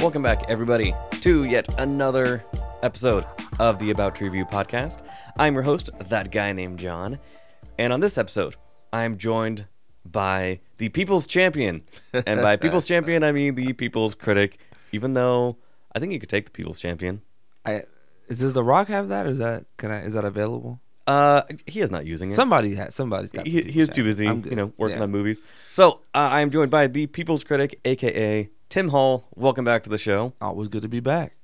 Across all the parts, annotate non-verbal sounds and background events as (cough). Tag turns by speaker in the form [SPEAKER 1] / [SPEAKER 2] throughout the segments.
[SPEAKER 1] Welcome back, everybody, to yet another episode of the About Tree Review podcast. I'm your host, that guy named John, and on this episode, I'm joined by the People's Champion, and by
[SPEAKER 2] (laughs)
[SPEAKER 1] People's Champion, I mean the People's Critic. Even though I think you could take the People's Champion,
[SPEAKER 2] I is does The Rock have that or is that can I is that available?
[SPEAKER 1] uh, he is not using it.
[SPEAKER 2] Somebody has somebody's got.
[SPEAKER 1] he,
[SPEAKER 2] the
[SPEAKER 1] he was
[SPEAKER 2] People's
[SPEAKER 1] too
[SPEAKER 2] Champ.
[SPEAKER 1] busy,
[SPEAKER 2] I'm
[SPEAKER 1] you
[SPEAKER 2] good.
[SPEAKER 1] know, working
[SPEAKER 2] Yeah.
[SPEAKER 1] on movies. So uh, I am joined by the People's Critic, aka Tim Hall. Welcome back to the show.
[SPEAKER 2] Always good to be back.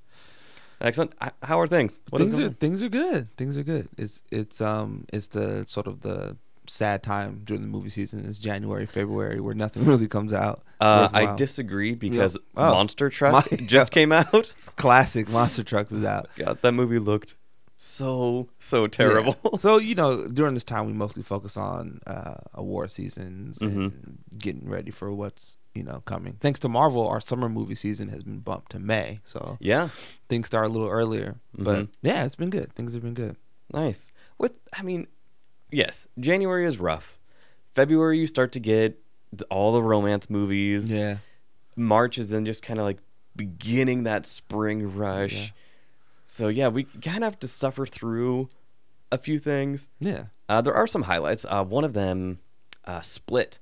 [SPEAKER 1] Excellent. H- How are things? What is
[SPEAKER 2] things
[SPEAKER 1] going
[SPEAKER 2] are
[SPEAKER 1] on?
[SPEAKER 2] things are good. Things are good. It's it's um it's the sort of the sad time during the movie season. It's January, February, where nothing (laughs) really comes out.
[SPEAKER 1] Uh, I
[SPEAKER 2] worthwhile.
[SPEAKER 1] disagree because
[SPEAKER 2] Oh. (laughs)
[SPEAKER 1] Monster Truck
[SPEAKER 2] My-
[SPEAKER 1] just came out. (laughs)
[SPEAKER 2] classic Monster Trucks is out.
[SPEAKER 1] God, that movie looked so so (laughs) terrible. (laughs)
[SPEAKER 2] Yeah. So you know, during this time, we mostly focus on uh, award seasons and
[SPEAKER 1] Mm-hmm.
[SPEAKER 2] getting ready for what's you know coming. Thanks to Marvel, our summer movie season has been bumped to May, so
[SPEAKER 1] yeah,
[SPEAKER 2] things start a little earlier. But
[SPEAKER 1] Mhm.
[SPEAKER 2] yeah, it's been good. Things have been good.
[SPEAKER 1] nice. With I mean, yes, January is rough. February you start to get th- all the romance movies.
[SPEAKER 2] Yeah,
[SPEAKER 1] March is then just kind of like beginning that spring rush.
[SPEAKER 2] Yeah.
[SPEAKER 1] So yeah, we kind of have to suffer through a few things.
[SPEAKER 2] yeah.
[SPEAKER 1] Uh, there are some highlights. Uh, one of them, uh, Split,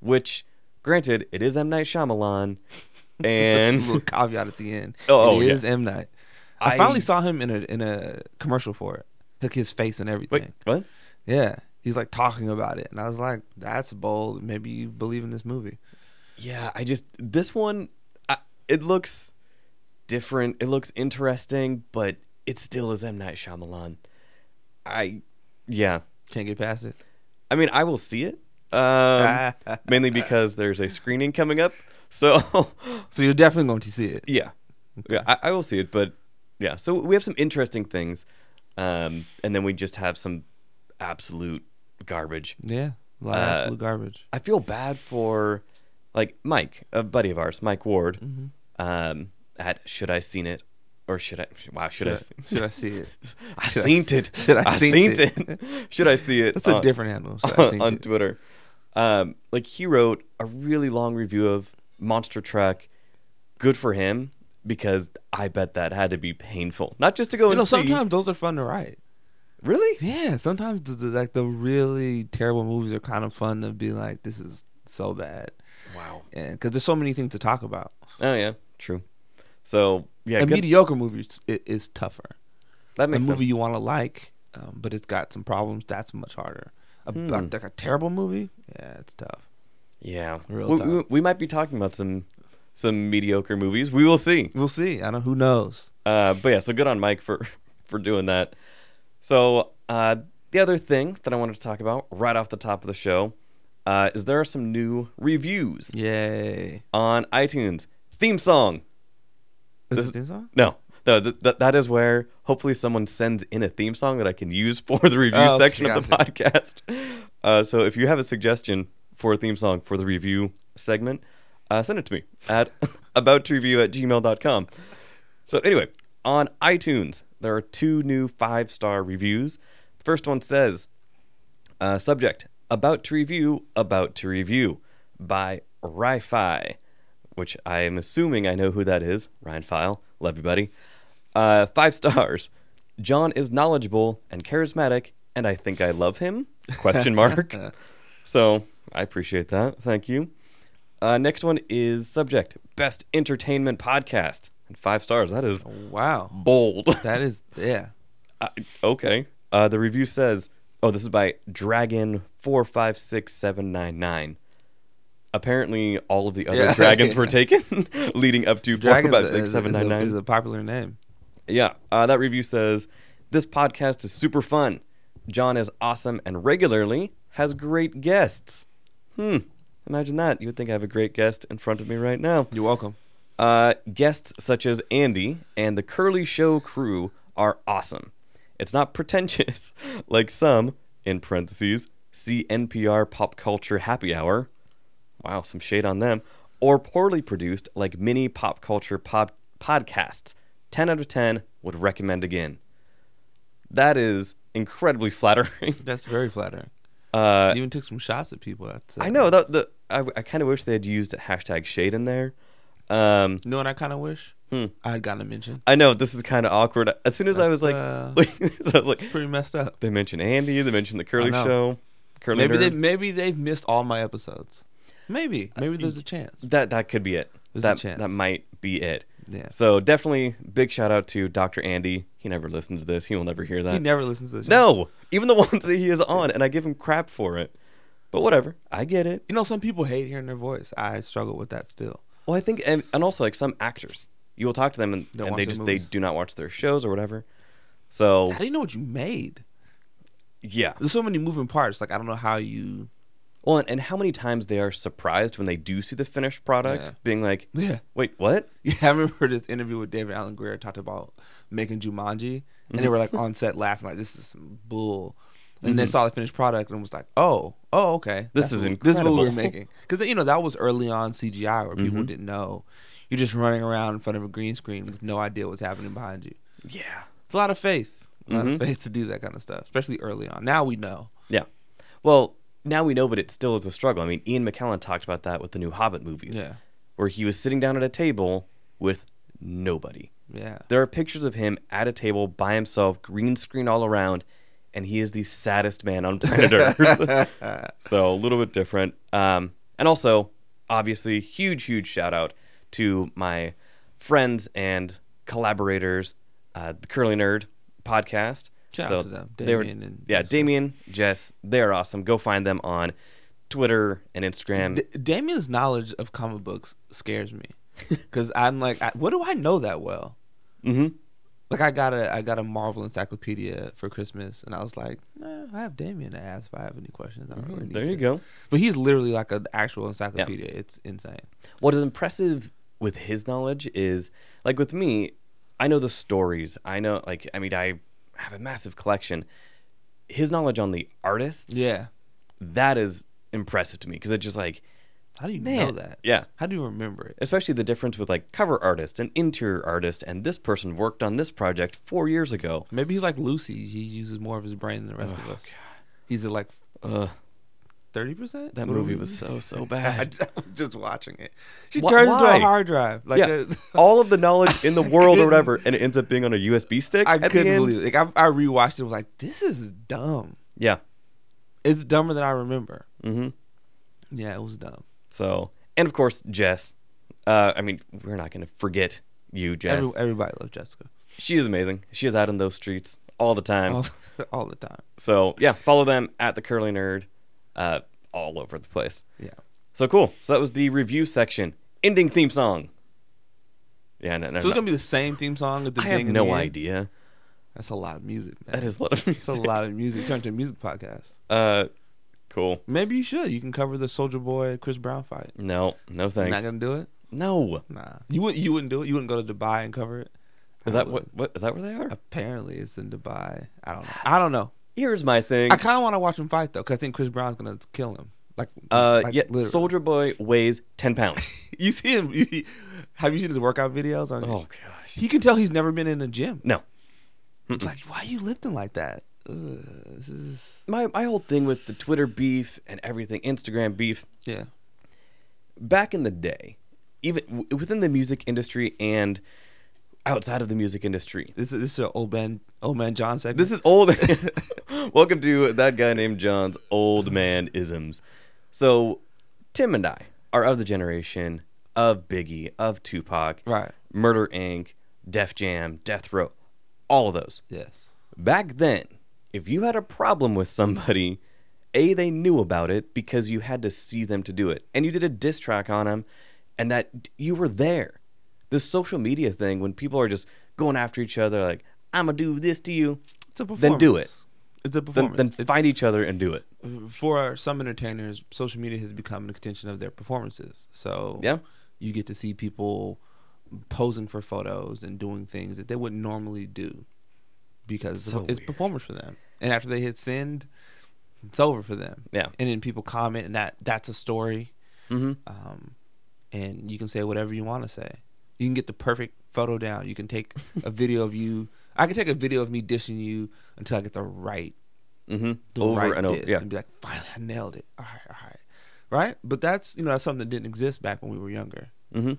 [SPEAKER 1] which, granted, it is M Night (laughs) Shyamalan,
[SPEAKER 2] a little
[SPEAKER 1] and
[SPEAKER 2] caveat at the end.
[SPEAKER 1] Oh, oh,
[SPEAKER 2] it
[SPEAKER 1] yeah.
[SPEAKER 2] is M Night. I,
[SPEAKER 1] I-
[SPEAKER 2] finally saw him in a in a commercial for it. Like his face and everything.
[SPEAKER 1] (laughs) wait, what?
[SPEAKER 2] Yeah, he's like talking about it, and I was like, "That's bold. Maybe you believe in this movie."
[SPEAKER 1] Yeah, I just this one, I, it looks different. It looks interesting, but it still is M Night Shyamalan. I, yeah,
[SPEAKER 2] Can't get past it.
[SPEAKER 1] I mean, I will see it, (laughs) um, mainly because there's a screening coming up. So (laughs)
[SPEAKER 2] So you're definitely going to see it.
[SPEAKER 1] Yeah, yeah, I, I will see it, but yeah. So we have some interesting things, um, and then we just have some absolute garbage.
[SPEAKER 2] Yeah, a lot of
[SPEAKER 1] Uh,
[SPEAKER 2] absolute garbage.
[SPEAKER 1] I feel bad for like Mike, a buddy of ours, Mike Ward,
[SPEAKER 2] Mm-hmm.
[SPEAKER 1] um, at should I seen it or should I? Wow, should, I? Seen,
[SPEAKER 2] Should I see it?
[SPEAKER 1] (laughs) I
[SPEAKER 2] (laughs) should I
[SPEAKER 1] seen
[SPEAKER 2] see-
[SPEAKER 1] it.
[SPEAKER 2] should I seen
[SPEAKER 1] seen
[SPEAKER 2] it?
[SPEAKER 1] it? (laughs) should I see it?
[SPEAKER 2] That's a
[SPEAKER 1] on-
[SPEAKER 2] different animal.
[SPEAKER 1] (laughs)
[SPEAKER 2] Should I
[SPEAKER 1] on,
[SPEAKER 2] see
[SPEAKER 1] Uh, on
[SPEAKER 2] it?
[SPEAKER 1] Twitter. Um, like he wrote a really long review of Monster Truck. Good for him because I bet that had to be painful. Not just to go
[SPEAKER 2] You
[SPEAKER 1] and
[SPEAKER 2] know,
[SPEAKER 1] see.
[SPEAKER 2] sometimes those are fun to write.
[SPEAKER 1] really?
[SPEAKER 2] Yeah, sometimes the, the, like the really terrible movies are kind of fun to be like, "This is so bad,"
[SPEAKER 1] Wow.
[SPEAKER 2] and because there's so many things to talk about.
[SPEAKER 1] Oh yeah, true. So yeah,
[SPEAKER 2] a
[SPEAKER 1] good-
[SPEAKER 2] mediocre movie is, i- is tougher.
[SPEAKER 1] that
[SPEAKER 2] A
[SPEAKER 1] makes
[SPEAKER 2] movie
[SPEAKER 1] sense.
[SPEAKER 2] you want to like, um, but it's got some problems. That's much harder. A,
[SPEAKER 1] Hmm.
[SPEAKER 2] like, like a terrible movie, yeah, it's tough.
[SPEAKER 1] Yeah,
[SPEAKER 2] Real
[SPEAKER 1] we,
[SPEAKER 2] talk.
[SPEAKER 1] we, we might be talking about some some mediocre movies. We will see.
[SPEAKER 2] We'll see. I don't. Who knows?
[SPEAKER 1] Uh, but yeah, so good on Mike for (laughs) for doing that. So uh, the other thing that I wanted to talk about right off the top of the show uh, is there are some new reviews
[SPEAKER 2] Yay!
[SPEAKER 1] on iTunes. Theme song.
[SPEAKER 2] Is
[SPEAKER 1] This-
[SPEAKER 2] this theme song?
[SPEAKER 1] No, no th- th- that is where hopefully someone sends in a theme song that I can use (laughs) for the review
[SPEAKER 2] Oh, okay,
[SPEAKER 1] section of the podcast. Uh, so if you have a suggestion for a theme song for the review segment, uh, send it to me at (laughs) abouttoreview at gmail.com. So anyway, on iTunes, there are two new five star reviews. The first one says, uh, subject about to review, about to review by Rifi, which I am assuming I know who that is. Ryan File, love you, buddy. Uh, five stars. John is knowledgeable and charismatic, and I think I love him. Question mark. so I appreciate that. Thank you. Uh, next one is subject best entertainment podcast and five stars. That is
[SPEAKER 2] Wow,
[SPEAKER 1] bold. (laughs)
[SPEAKER 2] that is yeah.
[SPEAKER 1] Uh, okay. Uh, the review says, "Oh, this is by Dragon four five six seven nine nine. Apparently, all of the other
[SPEAKER 2] Yeah. (laughs)
[SPEAKER 1] dragons were taken, (laughs) leading up to four
[SPEAKER 2] Dragon's
[SPEAKER 1] five
[SPEAKER 2] is,
[SPEAKER 1] six
[SPEAKER 2] is-
[SPEAKER 1] seven
[SPEAKER 2] is
[SPEAKER 1] nine
[SPEAKER 2] a, is
[SPEAKER 1] nine.
[SPEAKER 2] a popular name.
[SPEAKER 1] Yeah. Uh, that review says, "This podcast is super fun. John is awesome and regularly has great guests. Hmm. Imagine that. You would think I have a great guest in front of me right now.
[SPEAKER 2] You're welcome.
[SPEAKER 1] Uh, guests such as Andy and the Curly Show crew are awesome. It's not (laughs) pretentious like some, in parentheses, see NPR Pop Culture Happy Hour. Wow, some shade on them. Or poorly produced like mini pop culture pod- podcasts. 10 out of 10 would recommend again. That is incredibly (laughs) flattering.
[SPEAKER 2] That's very flattering.
[SPEAKER 1] Uh,
[SPEAKER 2] You even took some shots at people. That's, uh,
[SPEAKER 1] I know that the I, I kind of wish they had used hashtag shade in there. Um,
[SPEAKER 2] You know what I kind of wish?
[SPEAKER 1] Hmm.
[SPEAKER 2] I had gotten a mention.
[SPEAKER 1] I know this is kind of awkward. As soon as I was like,
[SPEAKER 2] uh,
[SPEAKER 1] like (laughs) I was like,
[SPEAKER 2] Pretty messed up.
[SPEAKER 1] they mentioned Andy, they mentioned the Curly
[SPEAKER 2] know.
[SPEAKER 1] Show, Curly
[SPEAKER 2] Maybe they
[SPEAKER 1] Nerd.
[SPEAKER 2] maybe they've missed all my episodes. Maybe maybe there's a chance.
[SPEAKER 1] that that could be it.
[SPEAKER 2] There's a
[SPEAKER 1] that
[SPEAKER 2] chance.
[SPEAKER 1] that might be it.
[SPEAKER 2] Yeah.
[SPEAKER 1] So definitely big shout out to Dr. Andy. He never listens to this. He will never hear that.
[SPEAKER 2] He never listens to the show.
[SPEAKER 1] no, even the (laughs) ones that he is on, and I give him crap for it. But whatever, I get it.
[SPEAKER 2] You know, some people hate hearing their voice. I struggle with that still.
[SPEAKER 1] Well, I think, and, and also like some actors, you will talk to them and,
[SPEAKER 2] Don't
[SPEAKER 1] and
[SPEAKER 2] watch
[SPEAKER 1] they
[SPEAKER 2] their
[SPEAKER 1] just
[SPEAKER 2] movies.
[SPEAKER 1] they do not watch their shows or whatever. So
[SPEAKER 2] How do you know what you made?
[SPEAKER 1] yeah.
[SPEAKER 2] There's so many moving parts. Like I don't know how you.
[SPEAKER 1] Well, and, and how many times they are surprised when they do see the finished product,
[SPEAKER 2] Yeah.
[SPEAKER 1] being like,
[SPEAKER 2] Yeah.
[SPEAKER 1] "Wait, what?"
[SPEAKER 2] (laughs) Yeah, I remember this interview with David Allen Greer talked about making Jumanji, and
[SPEAKER 1] Mm-hmm.
[SPEAKER 2] they were like on set laughing like this is some bull, and they saw the finished product and was like, oh, oh, okay,
[SPEAKER 1] This
[SPEAKER 2] That's
[SPEAKER 1] is
[SPEAKER 2] what- This is what we were
[SPEAKER 1] incredible. Mm-hmm.
[SPEAKER 2] making because you know that was early on CGI where people didn't know you're just running around in front of a green screen with no idea what's happening behind you.
[SPEAKER 1] Yeah,
[SPEAKER 2] It's a lot of faith, a lot
[SPEAKER 1] Mhm.
[SPEAKER 2] of faith to do that kind of stuff, especially early on. Now we know.
[SPEAKER 1] yeah. Well, now we know, but it still is a struggle. I mean, Ian McKellen talked about that with the new Hobbit movies,
[SPEAKER 2] Yeah.
[SPEAKER 1] where he was sitting down at a table with nobody.
[SPEAKER 2] Yeah,
[SPEAKER 1] There are pictures of him at a table by himself, green screen all around, and he is the saddest man on
[SPEAKER 2] (laughs)
[SPEAKER 1] planet Earth. (laughs) so a little bit different. Um, and also, obviously, huge, huge shout out to my friends and collaborators, uh, the Curly Nerd podcast.
[SPEAKER 2] Shout out to them,
[SPEAKER 1] they were-
[SPEAKER 2] Damien and
[SPEAKER 1] yeah,
[SPEAKER 2] Jess.
[SPEAKER 1] Damien, Jess, they're awesome. Go find them on Twitter and Instagram.
[SPEAKER 2] D- Damien's knowledge of comic books
[SPEAKER 1] (laughs)
[SPEAKER 2] scares me because I'm like, I, what do I know that well?
[SPEAKER 1] hmm
[SPEAKER 2] Like I got a I got a Marvel encyclopedia for Christmas, and I was like, eh, I have Damien to ask if I have any questions. I don't really
[SPEAKER 1] Mm-hmm.
[SPEAKER 2] need
[SPEAKER 1] There you
[SPEAKER 2] this."
[SPEAKER 1] go.
[SPEAKER 2] But he's literally like an actual encyclopedia. It's insane.
[SPEAKER 1] What is impressive with his knowledge is like with me, I know the stories. I know like I mean I have a massive collection. His knowledge on the artists,
[SPEAKER 2] Yeah.
[SPEAKER 1] that is impressive to me because it's just like
[SPEAKER 2] How do you
[SPEAKER 1] man,
[SPEAKER 2] know that?
[SPEAKER 1] yeah.
[SPEAKER 2] How do you remember it?
[SPEAKER 1] Especially the difference with like cover artist and interior artist, and this person worked on this project four years ago.
[SPEAKER 2] Maybe he's like Lucy. He uses more of his brain than the rest of us. He's at like
[SPEAKER 1] Oh, Uh,
[SPEAKER 2] thirty percent.
[SPEAKER 1] that movie was so so
[SPEAKER 2] (laughs) I
[SPEAKER 1] bad.
[SPEAKER 2] ju- I was just watching it. She
[SPEAKER 1] Wh-
[SPEAKER 2] turns into
[SPEAKER 1] why?
[SPEAKER 2] a hard drive. Like uh,
[SPEAKER 1] yeah,
[SPEAKER 2] (laughs) a-
[SPEAKER 1] all of the knowledge in the
[SPEAKER 2] (laughs) I
[SPEAKER 1] world or
[SPEAKER 2] couldn't-
[SPEAKER 1] whatever, and it ends up being on a USB stick.
[SPEAKER 2] I
[SPEAKER 1] at the
[SPEAKER 2] couldn't
[SPEAKER 1] end.
[SPEAKER 2] believe it. Like I, I rewatched it. Was like, this is dumb.
[SPEAKER 1] Yeah.
[SPEAKER 2] It's dumber than I remember.
[SPEAKER 1] Mm-hmm.
[SPEAKER 2] Yeah, it was dumb.
[SPEAKER 1] So, and of course, Jess. Uh, I mean, we're not going to forget you, Jess.
[SPEAKER 2] Every, everybody loved Jessica
[SPEAKER 1] she is amazing. She is out in those streets all the time.
[SPEAKER 2] all, all the (laughs) time.
[SPEAKER 1] So, yeah, follow them at the Curly Nerd uh, all over the place.
[SPEAKER 2] Yeah.
[SPEAKER 1] So cool. So that was the review section. Ending theme song. Yeah, no, no,
[SPEAKER 2] So
[SPEAKER 1] no.
[SPEAKER 2] it's gonna be the same theme song at the
[SPEAKER 1] I have
[SPEAKER 2] beginning. and
[SPEAKER 1] no
[SPEAKER 2] the end?
[SPEAKER 1] idea.
[SPEAKER 2] That's a lot of music, man.
[SPEAKER 1] That is
[SPEAKER 2] (laughs)
[SPEAKER 1] a lot of music.
[SPEAKER 2] That's a lot of music. Turn to a music podcast.
[SPEAKER 1] Uh, cool.
[SPEAKER 2] Maybe you should. You can cover the Soldier Boy Chris Brown fight.
[SPEAKER 1] No, no
[SPEAKER 2] You're
[SPEAKER 1] thanks.
[SPEAKER 2] Not gonna do it.
[SPEAKER 1] No.
[SPEAKER 2] Nah. You would. You wouldn't do it. You wouldn't go to Dubai and cover it.
[SPEAKER 1] Is
[SPEAKER 2] I
[SPEAKER 1] that
[SPEAKER 2] would.
[SPEAKER 1] what, what? Is that where they are?
[SPEAKER 2] Apparently, it's in Dubai. I don't know. I don't know.
[SPEAKER 1] Here's my thing.
[SPEAKER 2] I kind of want to watch him fight though, because I think Chris Brown's gonna kill him. Like,
[SPEAKER 1] Uh,
[SPEAKER 2] like,
[SPEAKER 1] yeah,
[SPEAKER 2] literally.
[SPEAKER 1] Soldier Boy weighs ten
[SPEAKER 2] (laughs)
[SPEAKER 1] pounds.
[SPEAKER 2] You see him? You see, have you seen his workout videos? On
[SPEAKER 1] oh gosh.
[SPEAKER 2] he can tell he's never been in a gym.
[SPEAKER 1] No.
[SPEAKER 2] It's like, why are you lifting like that? Ugh, this is-
[SPEAKER 1] My my whole thing with the Twitter beef and everything, Instagram beef,
[SPEAKER 2] yeah,
[SPEAKER 1] back in the day, even w- within the music industry and outside of the music industry.
[SPEAKER 2] this is this is an old man, old man John segment.
[SPEAKER 1] This is old. (laughs) Welcome to that guy named John's old man isms. So, Tim and I are of the generation of Biggie, of Tupac,
[SPEAKER 2] right.
[SPEAKER 1] Murder Inc., Def Jam, Death Row, all of those.
[SPEAKER 2] Yes,
[SPEAKER 1] Back then, if you had a problem with somebody, A, they knew about it because you had to see them to do it. And you did a diss track on them, and that you were there. This social media thing, when people are just going after each other, like, I'm going to do this to you,
[SPEAKER 2] it's a performance.
[SPEAKER 1] Then do it.
[SPEAKER 2] It's a
[SPEAKER 1] then,
[SPEAKER 2] performance.
[SPEAKER 1] then
[SPEAKER 2] It's-
[SPEAKER 1] find each other and do it.
[SPEAKER 2] for some entertainers, social media has become an extension of their performances. So
[SPEAKER 1] Yeah.
[SPEAKER 2] you get to see people posing for photos and doing things that they wouldn't normally do because
[SPEAKER 1] So
[SPEAKER 2] it's
[SPEAKER 1] weird.
[SPEAKER 2] performance for them. And after they hit send, it's over for them.
[SPEAKER 1] Yeah.
[SPEAKER 2] And then people comment, and that that's a story.
[SPEAKER 1] Mhm.
[SPEAKER 2] Um,
[SPEAKER 1] (laughs)
[SPEAKER 2] and you can say whatever you want to say. You can get the perfect photo down. You can take a video of you. I could take a video of me dishing you until I get the right
[SPEAKER 1] hmm
[SPEAKER 2] the
[SPEAKER 1] Over
[SPEAKER 2] right
[SPEAKER 1] and over.
[SPEAKER 2] diss
[SPEAKER 1] Yeah.
[SPEAKER 2] and be like, finally, I nailed it. All right, all right, right. But that's you know that's something that didn't exist back when we were younger.
[SPEAKER 1] hmm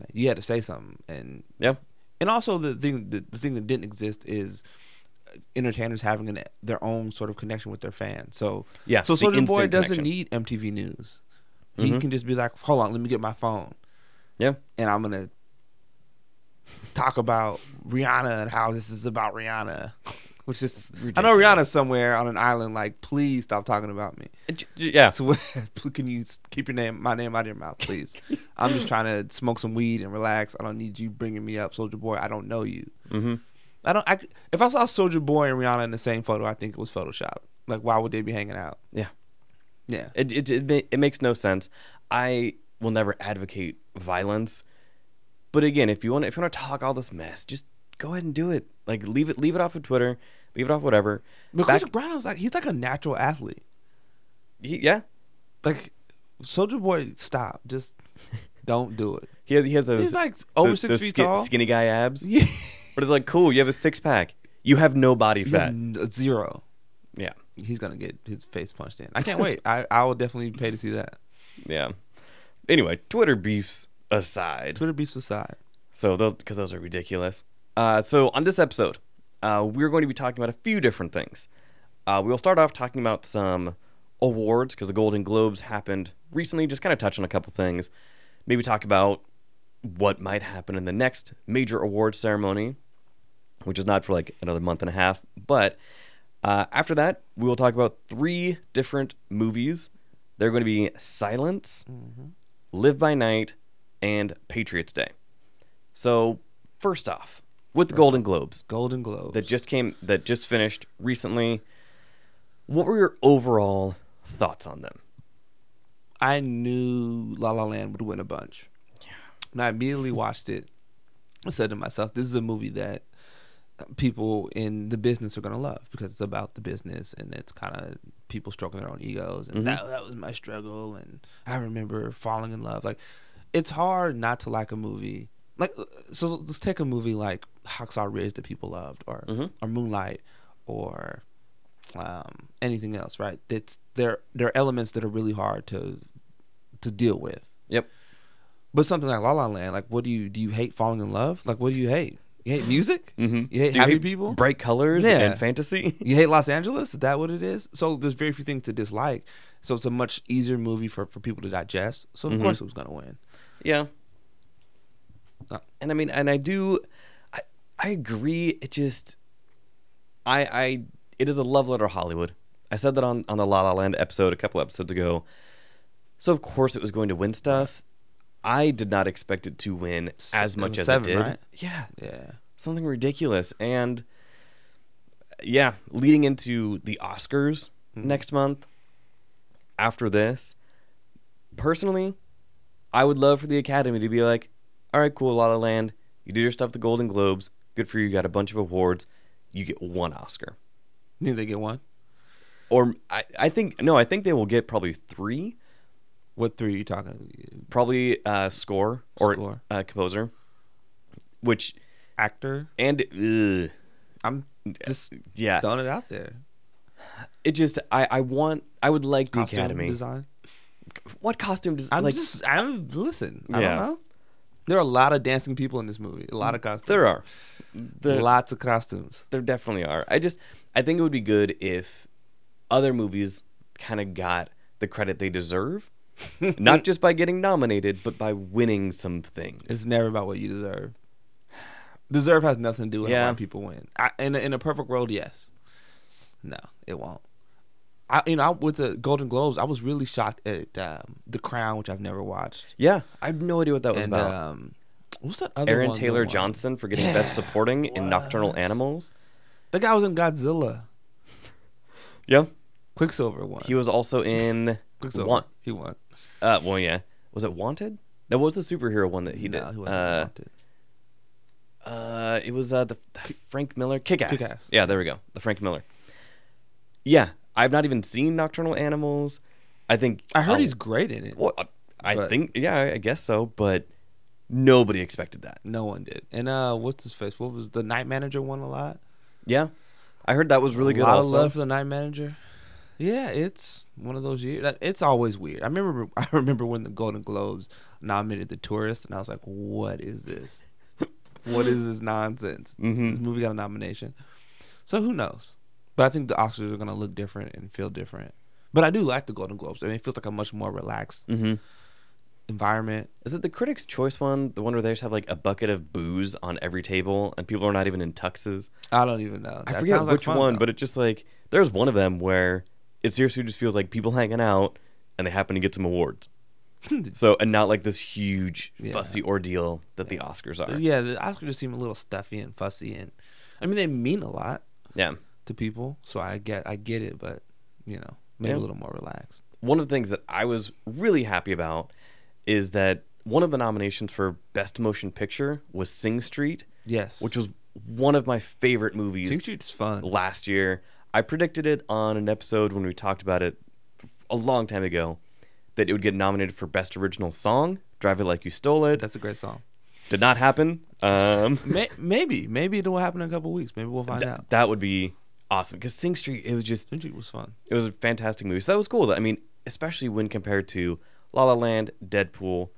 [SPEAKER 2] Like, you had to say something, and
[SPEAKER 1] Yeah.
[SPEAKER 2] and also the thing the, the thing that didn't exist is uh, entertainers having an, their own sort of connection with their fans. So
[SPEAKER 1] Yeah,
[SPEAKER 2] so
[SPEAKER 1] the
[SPEAKER 2] Soulja Boy
[SPEAKER 1] instant
[SPEAKER 2] doesn't
[SPEAKER 1] connection.
[SPEAKER 2] need MTV News. He
[SPEAKER 1] Mhm.
[SPEAKER 2] can just be like, hold on, let me get my phone,
[SPEAKER 1] Yeah.
[SPEAKER 2] and I'm gonna talk about Rihanna and how this is about Rihanna. Which is, I know
[SPEAKER 1] Ridiculous.
[SPEAKER 2] Rihanna's somewhere on an island. Like, please stop talking about me.
[SPEAKER 1] Uh, j- j- Yeah.
[SPEAKER 2] So, (laughs) can you keep your name, my name out of your mouth, please? I'm just trying to smoke some weed and relax. I don't need you bringing me up, Soldier Boy. I don't know you.
[SPEAKER 1] hmm
[SPEAKER 2] I don't. I, c- if I saw Soldier Boy and Rihanna in the same photo, I think it was Photoshop. Like, why would they be hanging out?
[SPEAKER 1] Yeah.
[SPEAKER 2] Yeah.
[SPEAKER 1] It, it it ma- it makes no sense. I will never advocate violence, but again, if you want if you want to talk all this mess, just go ahead and do it. Like leave it leave it off of Twitter, leave it off whatever.
[SPEAKER 2] But
[SPEAKER 1] Back-
[SPEAKER 2] Chris Brown was like, he's like a natural athlete.
[SPEAKER 1] he, yeah,
[SPEAKER 2] Like, Soldier Boy, stop. Just don't do it.
[SPEAKER 1] he has he has those
[SPEAKER 2] He's like over six feet
[SPEAKER 1] skin-
[SPEAKER 2] tall.
[SPEAKER 1] skinny guy abs.
[SPEAKER 2] (laughs) Yeah.
[SPEAKER 1] But it's like cool, you have a six pack, you have no body
[SPEAKER 2] You're
[SPEAKER 1] fat.
[SPEAKER 2] n- Zero.
[SPEAKER 1] Yeah,
[SPEAKER 2] He's gonna get his face punched in. I can't wait. I, I will definitely pay to see that.
[SPEAKER 1] yeah. Anyway, Twitter beefs aside,
[SPEAKER 2] Twitter beast aside.
[SPEAKER 1] So, those because those are ridiculous. Uh, so, on this episode, uh, we're going to be talking about a few different things. Uh, we'll start off talking about some awards because the Golden Globes happened recently. Just kind of touch on a couple things. Maybe talk about what might happen in the next major award ceremony, which is not for like another month and a half. But uh, after that, we will talk about three different movies. They're going to be Silence, Live by Night, and Patriots Day. So first off, with the Golden Globes
[SPEAKER 2] Golden Globes.
[SPEAKER 1] that just came that just finished recently, what were your overall thoughts on them?
[SPEAKER 2] I knew La La Land would win a bunch. And I immediately watched it. I said to myself, this is a movie that people in the business are going to love because it's about the business and it's kind of people stroking their own egos. And that, that was my struggle. And I remember falling in love. Like, it's hard not to like a movie. Like, so let's take a movie like Hacksaw Ridge that people loved or, or Moonlight or um, anything else, right? That's there. There are elements that are really hard to to deal with.
[SPEAKER 1] Yep.
[SPEAKER 2] But something like La La Land, like, what do you do? You hate falling in love? Like, what do you hate? You hate music?
[SPEAKER 1] Mm-hmm.
[SPEAKER 2] You hate happy people?
[SPEAKER 1] bright colors,
[SPEAKER 2] Yeah.
[SPEAKER 1] and fantasy. (laughs)
[SPEAKER 2] you hate Los Angeles? Is that what it is? So there's very few things to dislike. So it's a much easier movie for, for people to digest. So
[SPEAKER 1] Mm-hmm.
[SPEAKER 2] of course it was gonna win.
[SPEAKER 1] yeah.
[SPEAKER 2] Uh.
[SPEAKER 1] And I mean, and I do, I, I agree. It just, I, I, it is a love letter to Hollywood. I said that on on the La La Land episode a couple episodes ago. So of course it was going to win stuff. I did not expect it to win as
[SPEAKER 2] it
[SPEAKER 1] much
[SPEAKER 2] was
[SPEAKER 1] as
[SPEAKER 2] seven,
[SPEAKER 1] it did.
[SPEAKER 2] right?
[SPEAKER 1] Yeah,
[SPEAKER 2] Yeah.
[SPEAKER 1] something ridiculous. And yeah, leading into the Oscars next month after this, personally, I would love for the Academy to be like, all right, cool, La La Land, you did your stuff at the Golden Globes. Good for you. You got a bunch of awards. You get one Oscar.
[SPEAKER 2] Need they get one?
[SPEAKER 1] Or I, I think, no, I think they will get probably three.
[SPEAKER 2] What three are you talking?
[SPEAKER 1] Probably uh, score or
[SPEAKER 2] Score.
[SPEAKER 1] Uh, composer, which,
[SPEAKER 2] Actor?
[SPEAKER 1] and, ugh,
[SPEAKER 2] I'm just
[SPEAKER 1] yeah.
[SPEAKER 2] throwing it out there.
[SPEAKER 1] It just I I want I would like the
[SPEAKER 2] Costume
[SPEAKER 1] Academy.
[SPEAKER 2] design.
[SPEAKER 1] What costume does
[SPEAKER 2] I'm
[SPEAKER 1] like?
[SPEAKER 2] just I'm listen. I
[SPEAKER 1] Yeah.
[SPEAKER 2] don't know. There are a lot of dancing people in this movie. A lot of costumes.
[SPEAKER 1] there are, there
[SPEAKER 2] lots of costumes.
[SPEAKER 1] there definitely are. I just I think it would be good if other movies kind of got the credit they
[SPEAKER 2] (laughs)
[SPEAKER 1] deserve, not just by getting nominated, but by winning something.
[SPEAKER 2] It's never about what you deserve. Deserve has nothing to do with
[SPEAKER 1] Yeah.
[SPEAKER 2] how why people win. I, in a, in a perfect world, yes. No, it won't. I you know I, with the Golden Globes, I was really shocked at um, The Crown, which I've never watched,
[SPEAKER 1] Yeah, I have no idea what that was
[SPEAKER 2] and
[SPEAKER 1] about.
[SPEAKER 2] um, what's that other
[SPEAKER 1] Aaron
[SPEAKER 2] one, the
[SPEAKER 1] Taylor
[SPEAKER 2] one-
[SPEAKER 1] Johnson for getting
[SPEAKER 2] Yeah,
[SPEAKER 1] Best Supporting in Nocturnal
[SPEAKER 2] what?
[SPEAKER 1] Animals.
[SPEAKER 2] The guy was in Godzilla,
[SPEAKER 1] Yeah,
[SPEAKER 2] Quicksilver won.
[SPEAKER 1] he was also in.
[SPEAKER 2] Quicksilver.
[SPEAKER 1] Want,
[SPEAKER 2] He won.
[SPEAKER 1] uh, well, yeah, was it Wanted? No, what was the superhero one that he did?
[SPEAKER 2] No, he wasn't
[SPEAKER 1] uh,
[SPEAKER 2] wanted.
[SPEAKER 1] Uh, it was uh the Frank Miller Kick-Ass.
[SPEAKER 2] Kick-Ass.
[SPEAKER 1] Yeah, there we go. The Frank Miller. Yeah, I've not even seen Nocturnal Animals. I think
[SPEAKER 2] I heard
[SPEAKER 1] I'll-
[SPEAKER 2] he's great in it.
[SPEAKER 1] Well, I- I
[SPEAKER 2] but-
[SPEAKER 1] think yeah, I guess so. But nobody expected that.
[SPEAKER 2] No one did. And uh, what's his face? What was the night manager won a lot?
[SPEAKER 1] Yeah, I heard that was really
[SPEAKER 2] a
[SPEAKER 1] good.
[SPEAKER 2] lot
[SPEAKER 1] also.
[SPEAKER 2] of love for the night manager. Yeah, it's one of those years. that- It's always weird. I remember. (laughs) I remember when the Golden Globes nominated The Tourist, and I was like, "What is this? what is this nonsense?
[SPEAKER 1] Mhm.
[SPEAKER 2] This movie got a nomination." So who knows? But I think the Oscars are gonna look different and feel different. But I do like the Golden Globes. I mean, it feels like a much more relaxed
[SPEAKER 1] Mhm.
[SPEAKER 2] environment.
[SPEAKER 1] Is it the Critics' Choice one? The one where they just have like a bucket of booze on every table, and people are not even in tuxes.
[SPEAKER 2] I don't even know.
[SPEAKER 1] I
[SPEAKER 2] That
[SPEAKER 1] forget
[SPEAKER 2] sounds like
[SPEAKER 1] which
[SPEAKER 2] fun,
[SPEAKER 1] one,
[SPEAKER 2] though.
[SPEAKER 1] but it just like there's one of them where it seriously just feels like people hanging out and they happen to get some
[SPEAKER 2] (laughs)
[SPEAKER 1] awards. so and not like this huge
[SPEAKER 2] Yeah.
[SPEAKER 1] fussy ordeal that the Oscars are. Yeah.
[SPEAKER 2] yeah, the Oscars just seem a little stuffy and fussy, and I mean, they mean a lot. to people. So I get I get it, but you know, maybe
[SPEAKER 1] Yeah.
[SPEAKER 2] a little more relaxed.
[SPEAKER 1] One of the things that I was really happy about is that one of the nominations for Best Motion Picture was Sing Street,
[SPEAKER 2] Yes.
[SPEAKER 1] which was one of my favorite movies
[SPEAKER 2] Sing Street's fun.
[SPEAKER 1] last year. I predicted it on an episode when we talked about it a long time ago that it would get nominated for Best Original Song. Drive It Like You Stole It.
[SPEAKER 2] That's a great song.
[SPEAKER 1] Did not happen. Um,
[SPEAKER 2] May- maybe maybe it will happen in a couple weeks. Maybe we'll find
[SPEAKER 1] th-
[SPEAKER 2] out.
[SPEAKER 1] that would be awesome because Sing Street. It was just
[SPEAKER 2] Sing Street was fun.
[SPEAKER 1] it was a fantastic movie. So that was cool. I mean, especially when compared to La La Land, Deadpool,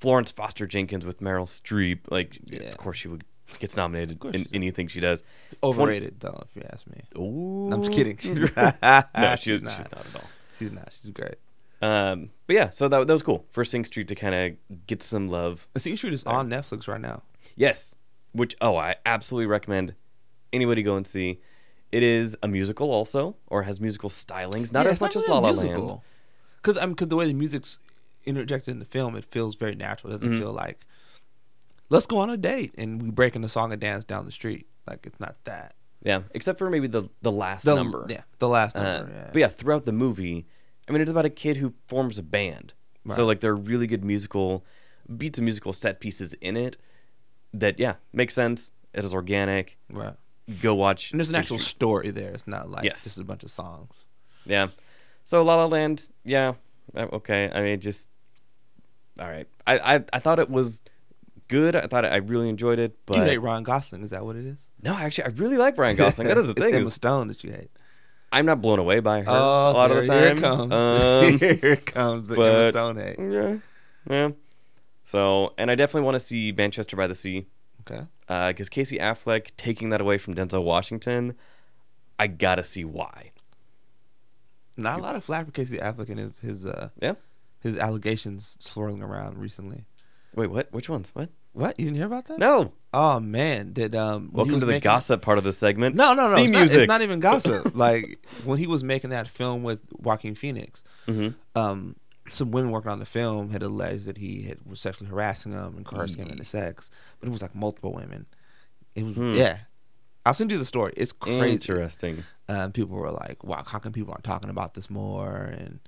[SPEAKER 1] Florence Foster Jenkins with Meryl Streep. Like,
[SPEAKER 2] Yeah.
[SPEAKER 1] of course she would gets nominated
[SPEAKER 2] course
[SPEAKER 1] in
[SPEAKER 2] she does.
[SPEAKER 1] anything she does.
[SPEAKER 2] Overrated though, if you ask me.
[SPEAKER 1] Ooh.
[SPEAKER 2] No, I'm
[SPEAKER 1] (laughs)
[SPEAKER 2] just kidding. (laughs)
[SPEAKER 1] no,
[SPEAKER 2] no,
[SPEAKER 1] she, she's not at all.
[SPEAKER 2] She's not. She's great.
[SPEAKER 1] Um, but yeah, so that, that was cool for Sing Street to kind of get some love.
[SPEAKER 2] Sing Street is on Netflix right now.
[SPEAKER 1] Yes, which oh, I absolutely recommend anybody go and see. It is a musical also, or has musical stylings, not
[SPEAKER 2] Yeah,
[SPEAKER 1] as
[SPEAKER 2] it's
[SPEAKER 1] much as La
[SPEAKER 2] really
[SPEAKER 1] La
[SPEAKER 2] a
[SPEAKER 1] Land.
[SPEAKER 2] musical. Cause I'm cause the way the music's interjected in the film, it feels very natural. It doesn't
[SPEAKER 1] Mm-hmm.
[SPEAKER 2] feel like let's go on a date and we breaking the song and dance down the street. Like it's not that.
[SPEAKER 1] Yeah, except for maybe the the last
[SPEAKER 2] the,
[SPEAKER 1] number.
[SPEAKER 2] Yeah, the last
[SPEAKER 1] Uh,
[SPEAKER 2] number.
[SPEAKER 1] But yeah, throughout the movie, I mean, it's about a kid who forms a band. So
[SPEAKER 2] Right.
[SPEAKER 1] like, there are really good musical beats and musical set pieces in it. That yeah, makes sense. It is organic.
[SPEAKER 2] Right.
[SPEAKER 1] Go watch.
[SPEAKER 2] And there's an
[SPEAKER 1] Sing
[SPEAKER 2] actual
[SPEAKER 1] Street.
[SPEAKER 2] story there. It's not like
[SPEAKER 1] Yes.
[SPEAKER 2] just a bunch of songs.
[SPEAKER 1] Yeah. So La La Land, yeah, uh, okay. I mean, just all right. I I, I thought it was good. I thought I really enjoyed it, but
[SPEAKER 2] you hate Ryan Gosling? Is that what it is?
[SPEAKER 1] no, actually, I really like (laughs) Ryan Gosling. That is the
[SPEAKER 2] (laughs) It's
[SPEAKER 1] thing.
[SPEAKER 2] Emma
[SPEAKER 1] is
[SPEAKER 2] Stone that you hate.
[SPEAKER 1] I'm not blown away by her a lot of the
[SPEAKER 2] Oh, here-
[SPEAKER 1] time.
[SPEAKER 2] Here it comes. (laughs)
[SPEAKER 1] Um,
[SPEAKER 2] here it comes. The
[SPEAKER 1] but-
[SPEAKER 2] Emma Stone hate.
[SPEAKER 1] yeah, yeah. So, and I definitely want to see Manchester by the Sea
[SPEAKER 2] Okay.
[SPEAKER 1] because Casey Affleck taking that away from Denzel Washington. I gotta see why.
[SPEAKER 2] Not a lot of flack for Casey Affleck and his his uh,
[SPEAKER 1] Yeah.
[SPEAKER 2] his allegations swirling around recently.
[SPEAKER 1] Wait, what? Which ones? What?
[SPEAKER 2] What you didn't hear about that?
[SPEAKER 1] No.
[SPEAKER 2] Oh man, did um. when he
[SPEAKER 1] Welcome
[SPEAKER 2] was
[SPEAKER 1] to the
[SPEAKER 2] making-
[SPEAKER 1] gossip part of the segment.
[SPEAKER 2] No, no, no.
[SPEAKER 1] Theme
[SPEAKER 2] it's, not, it's
[SPEAKER 1] music.
[SPEAKER 2] not
[SPEAKER 1] (laughs)
[SPEAKER 2] even gossip. like when he was making that film with Joaquin Phoenix,
[SPEAKER 1] Mhm.
[SPEAKER 2] um, some women working on the film had alleged that he had was sexually harassing them and coercing him into sex, but it was like multiple women. It was
[SPEAKER 1] Mm. Hmm.
[SPEAKER 2] yeah. I'll send you the story. It's crazy.
[SPEAKER 1] Interesting.
[SPEAKER 2] Um, people were like, "Wow, how come people aren't talking about this more?" And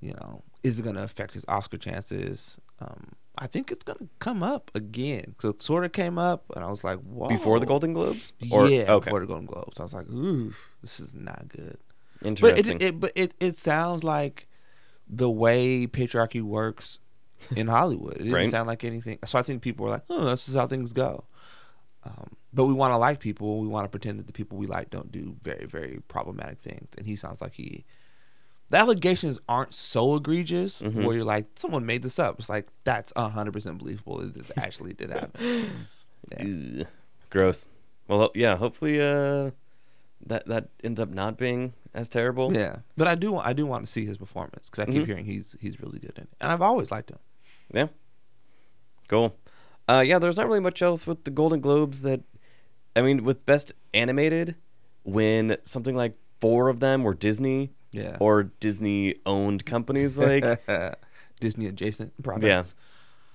[SPEAKER 2] you know, is it going to affect his Oscar chances? Um, I think it's going to come up again. So it sort of came up, and I was like, "Whoa!"
[SPEAKER 1] before the Golden Globes? Or,
[SPEAKER 2] Oh. yeah,
[SPEAKER 1] Okay.
[SPEAKER 2] before the Golden Globes. I was like, ooh, this is not good. But
[SPEAKER 1] Interesting.
[SPEAKER 2] it, it but it, it sounds like the way patriarchy works in Hollywood. It didn't
[SPEAKER 1] Right.
[SPEAKER 2] sound like anything. So I think people were like, oh, this is how things go. Um, but we want to like people. We want to pretend that the people we like don't do very, very problematic things. And he sounds like he. The allegations aren't so egregious
[SPEAKER 1] Mhm.
[SPEAKER 2] where you're like, someone made this up. It's like, that's 100% believable that this actually
[SPEAKER 1] (laughs)
[SPEAKER 2] did happen.
[SPEAKER 1] Ugh. Gross. Well, ho- yeah, hopefully uh, that that ends up not being as terrible.
[SPEAKER 2] Yeah, but I do want I do want to see his performance because I keep
[SPEAKER 1] Mhm.
[SPEAKER 2] hearing he's he's really good in it, and I've always liked him.
[SPEAKER 1] Yeah. Cool. Uh, yeah, there's not really much else with the Golden Globes that, I mean, with Best Animated, when something like four of them were Disney
[SPEAKER 2] Yeah,
[SPEAKER 1] or Disney owned companies, like,
[SPEAKER 2] (laughs) Disney adjacent products.
[SPEAKER 1] Yeah.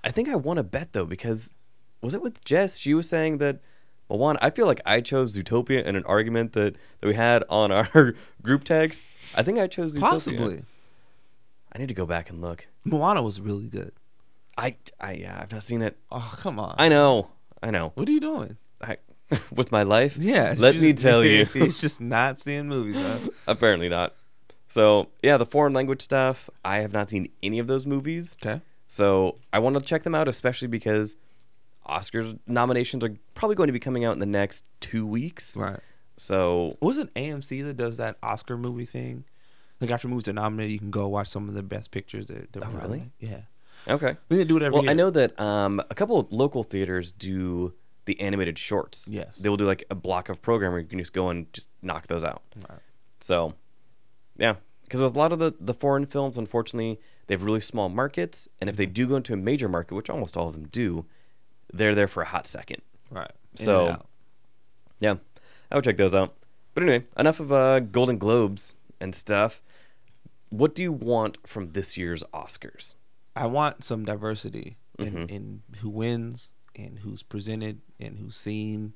[SPEAKER 1] I think I won a bet though because was it with Jess? She was saying that well, one, I feel like I chose Zootopia in an argument that, that we had on our (laughs) group text. I think I chose Zootopia.
[SPEAKER 2] possibly.
[SPEAKER 1] I need to go back and look.
[SPEAKER 2] Moana was really good.
[SPEAKER 1] I I yeah, I've not seen it.
[SPEAKER 2] Oh come on!
[SPEAKER 1] I know. I know. (laughs)
[SPEAKER 2] what are you doing?
[SPEAKER 1] I, with my life?
[SPEAKER 2] Yeah,
[SPEAKER 1] (laughs) Let
[SPEAKER 2] (laughs) she's-
[SPEAKER 1] me tell you.
[SPEAKER 2] he's just not seeing movies. Huh?
[SPEAKER 1] Apparently not. So, yeah, the foreign language stuff, I have not seen any of those movies.
[SPEAKER 2] Okay,
[SPEAKER 1] So I want to check them out, especially because Oscars nominations are probably going to be coming out in the next two weeks.
[SPEAKER 2] right.
[SPEAKER 1] So
[SPEAKER 2] Was it AMC that does that Oscar movie thing? Like after movies are nominated, you can go watch some of the best pictures that. that
[SPEAKER 1] Oh,
[SPEAKER 2] were
[SPEAKER 1] really?
[SPEAKER 2] nominated. Yeah.
[SPEAKER 1] okay.
[SPEAKER 2] I think they do it every
[SPEAKER 1] Well,
[SPEAKER 2] year.
[SPEAKER 1] I know that um, a couple of local theaters do the animated shorts.
[SPEAKER 2] Yes.
[SPEAKER 1] They will do like a block of programming. You can just go and just knock those out.
[SPEAKER 2] Right.
[SPEAKER 1] So, yeah. Because with a lot of the, the foreign films, unfortunately, they have really small markets. And if they
[SPEAKER 2] Mm-hmm.
[SPEAKER 1] do go into a major market, which almost all of them do, they're there for a hot second.
[SPEAKER 2] Right.
[SPEAKER 1] So- Yeah, I would check those out. But anyway, enough of uh, Golden Globes and stuff. What do you want from this year's Oscars?
[SPEAKER 2] I want some diversity in,
[SPEAKER 1] Mhm.
[SPEAKER 2] in who wins and who's presented and who's seen.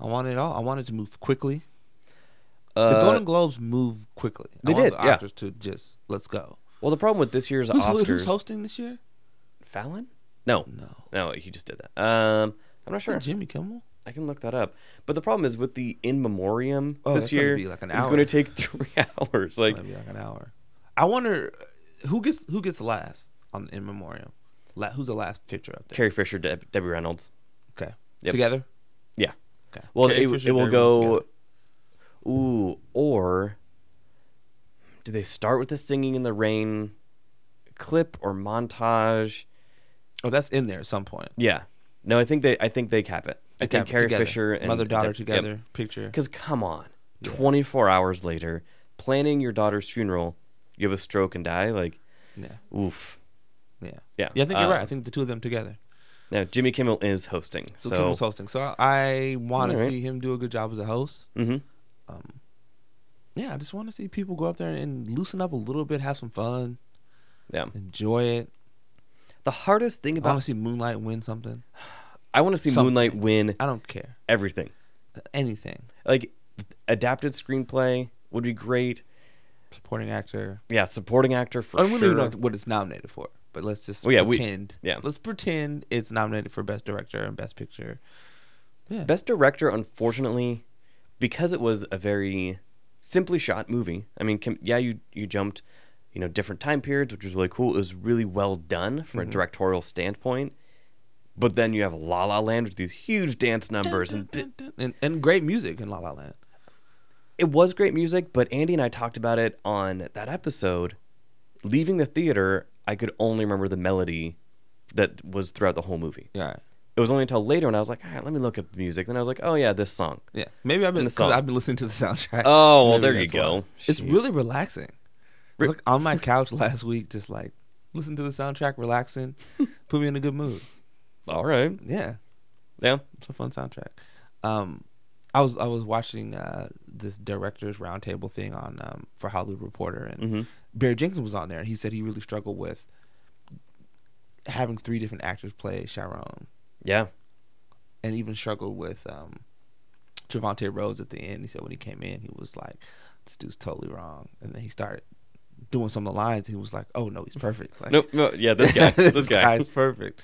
[SPEAKER 2] I want it all. I want it to move quickly.
[SPEAKER 1] Uh,
[SPEAKER 2] the Golden Globes move quickly.
[SPEAKER 1] They
[SPEAKER 2] I want
[SPEAKER 1] did,
[SPEAKER 2] the
[SPEAKER 1] yeah.
[SPEAKER 2] Oscars to just let's go.
[SPEAKER 1] well, the problem with this year's
[SPEAKER 2] Who's,
[SPEAKER 1] Oscars,
[SPEAKER 2] who's hosting this year?
[SPEAKER 1] Fallon? No,
[SPEAKER 2] No,
[SPEAKER 1] no, he just did that. Um, I'm not
[SPEAKER 2] Is
[SPEAKER 1] sure.
[SPEAKER 2] it Jimmy Kimmel.
[SPEAKER 1] I can look that up. But the problem is with the in memoriam
[SPEAKER 2] Oh,
[SPEAKER 1] this
[SPEAKER 2] that's gonna
[SPEAKER 1] year,
[SPEAKER 2] be like an
[SPEAKER 1] it's
[SPEAKER 2] hour.
[SPEAKER 1] going to take (laughs) three hours. Like,
[SPEAKER 2] Maybe like an hour. I wonder uh, who gets who gets last on in memoriam. La- who's the last picture up there?
[SPEAKER 1] Carrie Fisher, Deb- Debbie Reynolds.
[SPEAKER 2] Okay,
[SPEAKER 1] Yep.
[SPEAKER 2] together.
[SPEAKER 1] Yeah.
[SPEAKER 2] Okay.
[SPEAKER 1] Well,
[SPEAKER 2] Carrie
[SPEAKER 1] it,
[SPEAKER 2] Fisher,
[SPEAKER 1] it will
[SPEAKER 2] Barry Wilson
[SPEAKER 1] go.
[SPEAKER 2] together.
[SPEAKER 1] Ooh, or do they start with the singing in the rain clip or montage?
[SPEAKER 2] Oh, that's in there at some point.
[SPEAKER 1] Yeah. No, I think they. I think they cap it. I
[SPEAKER 2] Okay,
[SPEAKER 1] think Carrie
[SPEAKER 2] together.
[SPEAKER 1] Fisher and
[SPEAKER 2] mother daughter together picture.
[SPEAKER 1] Because come on, twenty four hours later, planning your daughter's funeral, you have a stroke and die. Like,
[SPEAKER 2] Yeah,
[SPEAKER 1] oof.
[SPEAKER 2] yeah,
[SPEAKER 1] Yeah.
[SPEAKER 2] yeah. I think you're
[SPEAKER 1] Uh,
[SPEAKER 2] right. I think the two of them together.
[SPEAKER 1] Now Jimmy Kimmel is hosting.
[SPEAKER 2] So,
[SPEAKER 1] So,
[SPEAKER 2] Kimmel's hosting. So I want
[SPEAKER 1] All
[SPEAKER 2] to
[SPEAKER 1] right.
[SPEAKER 2] see him do a good job as a host.
[SPEAKER 1] Mhm.
[SPEAKER 2] Um, yeah, I just want to see people go up there and loosen up a little bit, have some fun,
[SPEAKER 1] yeah.
[SPEAKER 2] enjoy it.
[SPEAKER 1] The hardest thing
[SPEAKER 2] I want
[SPEAKER 1] about
[SPEAKER 2] to see Moonlight win something.
[SPEAKER 1] I want to see
[SPEAKER 2] Oh, Something.
[SPEAKER 1] Moonlight win
[SPEAKER 2] I don't care
[SPEAKER 1] everything.
[SPEAKER 2] anything.
[SPEAKER 1] like adapted screenplay would be great.
[SPEAKER 2] Supporting actor.
[SPEAKER 1] Yeah, supporting actor for
[SPEAKER 2] I don't
[SPEAKER 1] sure.
[SPEAKER 2] really know what it's nominated for, but let's just
[SPEAKER 1] Well, yeah, we-
[SPEAKER 2] pretend.
[SPEAKER 1] yeah.
[SPEAKER 2] let's pretend it's nominated for best director and best picture. Yeah,
[SPEAKER 1] Best director, unfortunately, because it was a very simply shot movie. I mean, com- yeah, you you jumped, you know, different time periods, which was really cool. It was really well done from a directorial standpoint. But then you have La La Land with these huge dance numbers, and bi-
[SPEAKER 2] and, and great music in La La Land.
[SPEAKER 1] it was great music. But Andy and I talked about it on that episode. Leaving the theater, I could only remember the melody that was throughout the whole movie.
[SPEAKER 2] Yeah,
[SPEAKER 1] it was only until later when I was like, all right, let me look up music. Then I was like, oh yeah, this song.
[SPEAKER 2] yeah. Maybe I've been
[SPEAKER 1] And the
[SPEAKER 2] 'cause
[SPEAKER 1] song.
[SPEAKER 2] I've been listening to the soundtrack.
[SPEAKER 1] Oh, well,
[SPEAKER 2] Maybe
[SPEAKER 1] there you
[SPEAKER 2] that's
[SPEAKER 1] go.
[SPEAKER 2] why. It's
[SPEAKER 1] Shit.
[SPEAKER 2] really relaxing.
[SPEAKER 1] Re-
[SPEAKER 2] Look
[SPEAKER 1] (laughs)
[SPEAKER 2] on my couch last week, just like listen to the soundtrack,
[SPEAKER 1] (laughs)
[SPEAKER 2] relaxing, put me in a good mood.
[SPEAKER 1] all right.
[SPEAKER 2] Yeah,
[SPEAKER 1] Yeah.
[SPEAKER 2] it's a fun soundtrack. Um, I was I was watching uh, this directors roundtable thing on um, for Hollywood Reporter, and
[SPEAKER 1] Mhm.
[SPEAKER 2] Barry Jenkins was on there, and he said he really struggled with having three different actors play Chiron,
[SPEAKER 1] Yeah.
[SPEAKER 2] and even struggled with um, Trevante Rhodes at the end. He said when he came in, he was like, "This dude's totally wrong," and then he started doing some of the lines. And he was like, "Oh no, he's perfect." Like, (laughs)
[SPEAKER 1] Nope. No, yeah, this guy. This guy.
[SPEAKER 2] guy's perfect.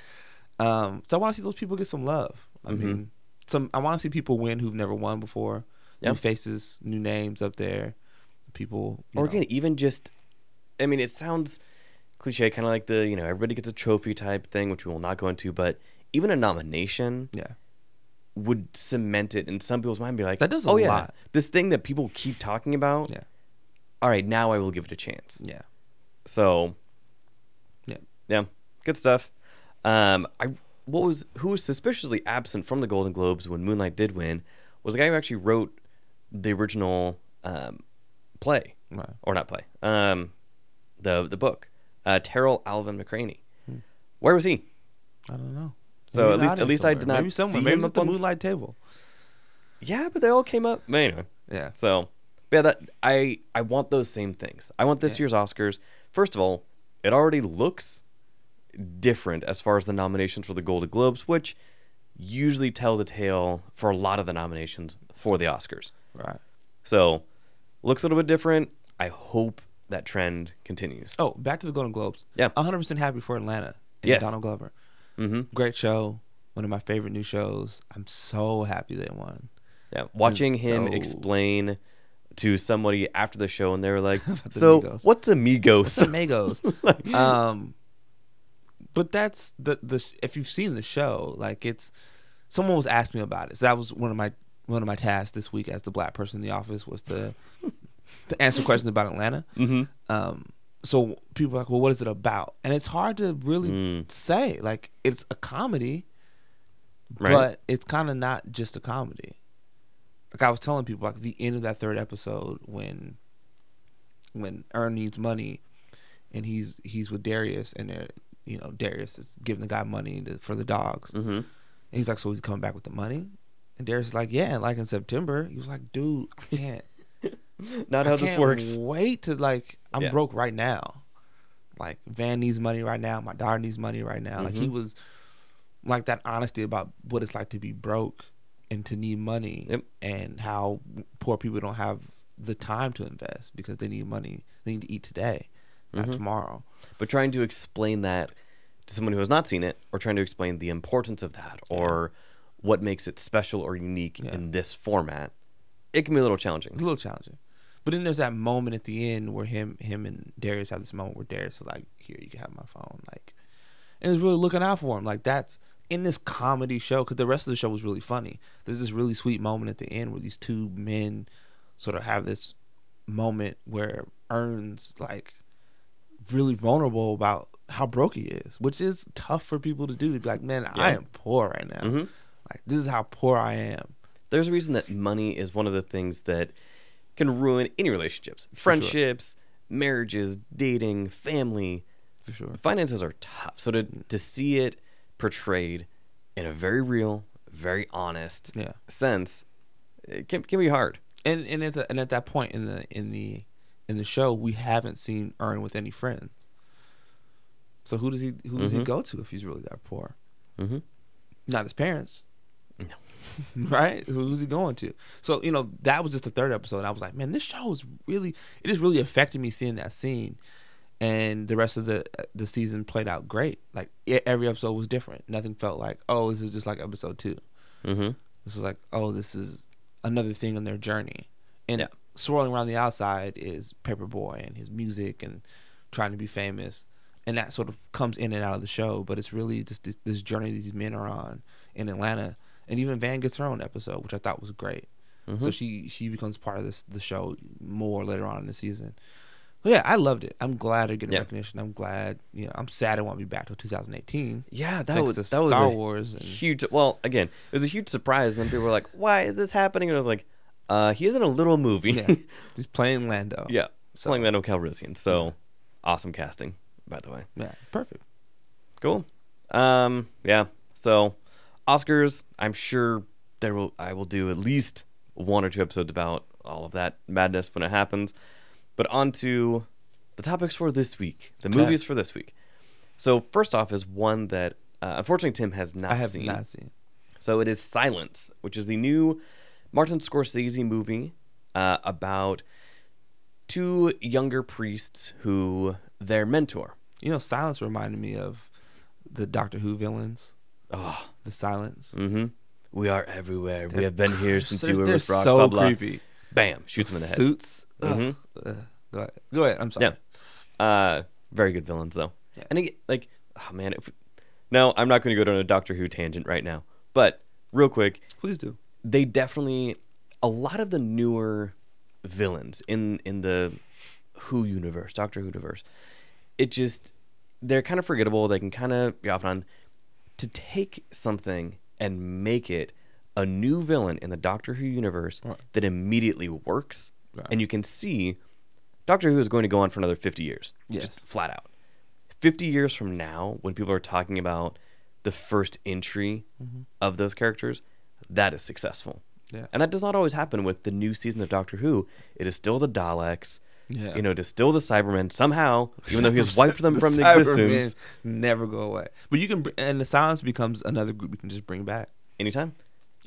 [SPEAKER 2] Um, so I want to see those people get some love. I
[SPEAKER 1] Mm-hmm.
[SPEAKER 2] mean, some I want to see people win who've never won before.
[SPEAKER 1] Yeah.
[SPEAKER 2] New faces, new names up there. People. you
[SPEAKER 1] or
[SPEAKER 2] know.
[SPEAKER 1] again, even just, I mean, it sounds cliche, kind of like the, you know, everybody gets a trophy type thing, which we will not go into, but even a nomination
[SPEAKER 2] yeah,
[SPEAKER 1] would cement it in some people's mind be like,
[SPEAKER 2] That does a
[SPEAKER 1] oh, yeah,
[SPEAKER 2] lot.
[SPEAKER 1] This thing that people keep talking about.
[SPEAKER 2] Yeah.
[SPEAKER 1] All right, now I will give it a chance.
[SPEAKER 2] yeah,
[SPEAKER 1] So,
[SPEAKER 2] Yeah.
[SPEAKER 1] yeah, good stuff. Um, I what was who was suspiciously absent from the Golden Globes when Moonlight did win was the guy who actually wrote the original um, play
[SPEAKER 2] right.
[SPEAKER 1] or not play um, the the book uh, Terrell Alvin McCraney. Where was he?
[SPEAKER 2] I don't know.
[SPEAKER 1] So
[SPEAKER 2] Maybe
[SPEAKER 1] at
[SPEAKER 2] in the
[SPEAKER 1] least- at least
[SPEAKER 2] audience
[SPEAKER 1] I did not
[SPEAKER 2] maybe somewhere.
[SPEAKER 1] see
[SPEAKER 2] maybe
[SPEAKER 1] him
[SPEAKER 2] it's
[SPEAKER 1] up
[SPEAKER 2] at the
[SPEAKER 1] on s-
[SPEAKER 2] moonlight table.
[SPEAKER 1] Yeah, but they all came up. But anyway,
[SPEAKER 2] Yeah,
[SPEAKER 1] So, but yeah, that I I want those same things. I want this
[SPEAKER 2] Yeah.
[SPEAKER 1] year's Oscars. First of all, it already looks different as far as the nominations for the Golden Globes, which usually tell the tale for a lot of the nominations for the Oscars.
[SPEAKER 2] right.
[SPEAKER 1] So, looks a little bit different. I hope that trend continues.
[SPEAKER 2] Oh, back to the Golden Globes.
[SPEAKER 1] Yeah.
[SPEAKER 2] 100 percent happy for Atlanta. And
[SPEAKER 1] Yes.
[SPEAKER 2] Donald Glover.
[SPEAKER 1] Mm-hmm.
[SPEAKER 2] Great show. One of my favorite new shows. I'm so happy they won.
[SPEAKER 1] (laughs) Yeah, watching him
[SPEAKER 2] so-
[SPEAKER 1] explain to somebody after the show, and they were like,
[SPEAKER 2] (laughs) About the
[SPEAKER 1] "So,
[SPEAKER 2] Migos.
[SPEAKER 1] what's amigos?"
[SPEAKER 2] (laughs) Some Magos. um, but that's the the if you've seen the show, like it's someone was asking me about it. So that was one of my one of my tasks this week as the black person in the office
[SPEAKER 1] (laughs)
[SPEAKER 2] was to to answer questions about Atlanta.
[SPEAKER 1] Mm-hmm.
[SPEAKER 2] Um, so people are like, well, what is it about? And it's hard to really
[SPEAKER 1] Mm.
[SPEAKER 2] say. Like, it's a comedy,
[SPEAKER 1] Right.
[SPEAKER 2] but it's kind of not just a comedy. Like I was telling people, like the end of that third episode when when Earn needs money, and he's he's with Darius, and they're you know Darius is giving the guy money to, for the dogs.
[SPEAKER 1] Mm-hmm.
[SPEAKER 2] And he's like, so he's coming back with the money? And Darius is like, yeah, and like in September. He was like, dude, I can't.
[SPEAKER 1] Not
[SPEAKER 2] I
[SPEAKER 1] how this
[SPEAKER 2] can't
[SPEAKER 1] works.
[SPEAKER 2] wait to like, I'm
[SPEAKER 1] Yeah.
[SPEAKER 2] broke right now. Like, Van needs money right now. My daughter needs money right now. Like, he
[SPEAKER 1] Mhm.
[SPEAKER 2] was like that honesty about what it's like to be broke and to need money
[SPEAKER 1] Yep.
[SPEAKER 2] and how poor people don't have the time to invest because they need money. They need to eat today, not
[SPEAKER 1] Mhm.
[SPEAKER 2] tomorrow.
[SPEAKER 1] But trying to explain that to someone who has not seen it, or trying to explain the importance of that, or what makes it special or unique
[SPEAKER 2] Yeah.
[SPEAKER 1] in this format, it can be a little
[SPEAKER 2] It's
[SPEAKER 1] challenging.
[SPEAKER 2] a little challenging. But then there's that moment at the end where him him and Darius have this moment where Darius is like, "Here, you can have my phone." Like, and is really looking out for him. Like that's in this comedy show because the rest of the show was really funny. There's this really sweet moment at the end where these two men sort of have this moment where Earns like really vulnerable about how broke he is, which is tough for people to do. To be like, "Man, I
[SPEAKER 1] Yeah.
[SPEAKER 2] am poor right now.
[SPEAKER 1] Mhm.
[SPEAKER 2] Like this is how poor I am."
[SPEAKER 1] There's a reason that money is one of the things that can ruin any relationships, friendships, marriages, dating, family.
[SPEAKER 2] For sure. Mm.
[SPEAKER 1] Finances are tough, so to to see it portrayed in a very real, very honest
[SPEAKER 2] Yeah.
[SPEAKER 1] sense, it can can be hard.
[SPEAKER 2] and and at the, and at that point in the in the in the show, we haven't seen Earn with any friends. So who does he who does he
[SPEAKER 1] Mhm.
[SPEAKER 2] go to if he's really that poor?
[SPEAKER 1] Mm-hmm.
[SPEAKER 2] Not his parents.
[SPEAKER 1] No.
[SPEAKER 2] (laughs) right? So who's he going to? So you know that was just the third episode. I was like, man, this show is really it just really affected me seeing that scene, and the rest of the the season played out great. Like e- every episode was different. Nothing felt like oh this is just like episode two.
[SPEAKER 1] Mm-hmm.
[SPEAKER 2] This is like, oh, this is another thing on their journey. And
[SPEAKER 1] Yeah.
[SPEAKER 2] swirling around the outside is Paperboy and his music and trying to be famous. And that sort of comes in and out of the show, but it's really just this, this journey these men are on in Atlanta. And even Van gets her own episode, which I thought was great.
[SPEAKER 1] Mm-hmm.
[SPEAKER 2] So she she becomes part of this the show more later on in the season. But yeah, I loved it. I'm glad they're getting
[SPEAKER 1] Yeah.
[SPEAKER 2] recognition. I'm glad, you know, I'm sad it won't be back till 2018.
[SPEAKER 1] Yeah, that
[SPEAKER 2] Thanks
[SPEAKER 1] was
[SPEAKER 2] to
[SPEAKER 1] that was
[SPEAKER 2] Star
[SPEAKER 1] a (laughs)
[SPEAKER 2] Wars and-
[SPEAKER 1] huge. Well, again, it was a huge surprise, and people were like, "Why is this happening?" And I was like, "Uh, he is in a little movie."
[SPEAKER 2] Yeah, he's playing Lando.
[SPEAKER 1] (laughs) yeah,
[SPEAKER 2] So-
[SPEAKER 1] playing Lando Calrissian. So, awesome casting, by the way.
[SPEAKER 2] yeah, perfect.
[SPEAKER 1] Cool. Um, yeah. So, Oscars. I'm sure there will. I will do at least one or two episodes about all of that madness when it happens. But on to the topics for this week. The
[SPEAKER 2] Okay.
[SPEAKER 1] movies for this week. So first off is one that uh, unfortunately Tim has not
[SPEAKER 2] I have
[SPEAKER 1] seen.
[SPEAKER 2] not seen.
[SPEAKER 1] So it is Silence, which is the new Martin Scorsese movie uh, about two younger priests who their mentor.
[SPEAKER 2] You know, Silence reminded me of the Doctor Who villains,
[SPEAKER 1] Oh,
[SPEAKER 2] the Silence.
[SPEAKER 1] mm-hmm. We are everywhere. we have been here since
[SPEAKER 2] Ah. They're-
[SPEAKER 1] you were
[SPEAKER 2] they're
[SPEAKER 1] with Rock.
[SPEAKER 2] so
[SPEAKER 1] blah, blah.
[SPEAKER 2] creepy.
[SPEAKER 1] Bam! Shoots him in the head.
[SPEAKER 2] Suits. Ugh.
[SPEAKER 1] Mhm.
[SPEAKER 2] Ugh. Go ahead. Go ahead. I'm sorry.
[SPEAKER 1] Yeah. Uh, very good villains though.
[SPEAKER 2] Yeah.
[SPEAKER 1] And again, like, oh man, if, no, I'm not going to go down a Doctor Who tangent right now. But real quick,
[SPEAKER 2] Please do.
[SPEAKER 1] they definitely a lot of the newer villains in in the Who universe, Doctor Who universe. It just they're kind of forgettable. They can kind of be off and on. To take something and make it a new villain in the Doctor Who universe
[SPEAKER 2] Right.
[SPEAKER 1] that immediately works,
[SPEAKER 2] Right.
[SPEAKER 1] and you can see Doctor Who is going to go on for another fifty years.
[SPEAKER 2] Yes.
[SPEAKER 1] just flat out. 50 years from now, when people are talking about the first entry of those characters, that is successful.
[SPEAKER 2] Mm-hmm. Yeah.
[SPEAKER 1] And that does not always happen with the new season of Doctor Who. It is still the Daleks.
[SPEAKER 2] Yeah.
[SPEAKER 1] You know, it is still the Cybermen somehow, even though he
[SPEAKER 2] (laughs)
[SPEAKER 1] has wiped them from
[SPEAKER 2] Cybermen
[SPEAKER 1] existence
[SPEAKER 2] Never go away. But you can, br- and the Silence becomes another group you can just bring back.
[SPEAKER 1] anytime.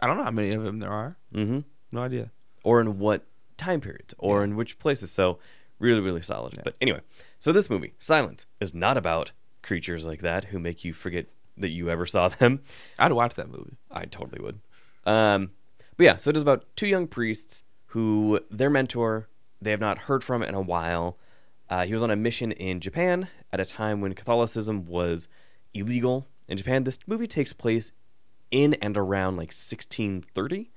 [SPEAKER 2] I don't know how many of them there are.
[SPEAKER 1] Mm-hmm.
[SPEAKER 2] No idea.
[SPEAKER 1] Or in what time periods or in which places. So, really, really solid. But anyway, so this movie, Silence, is not about creatures like that who make you forget that you ever saw them.
[SPEAKER 2] I'd watch that movie.
[SPEAKER 1] I totally would. Um, but yeah, so it is about two young priests who their mentor they have not heard from in a while. Uh, he was on a mission in Japan at a time when Catholicism was illegal in Japan. This movie takes place in and around like 1630.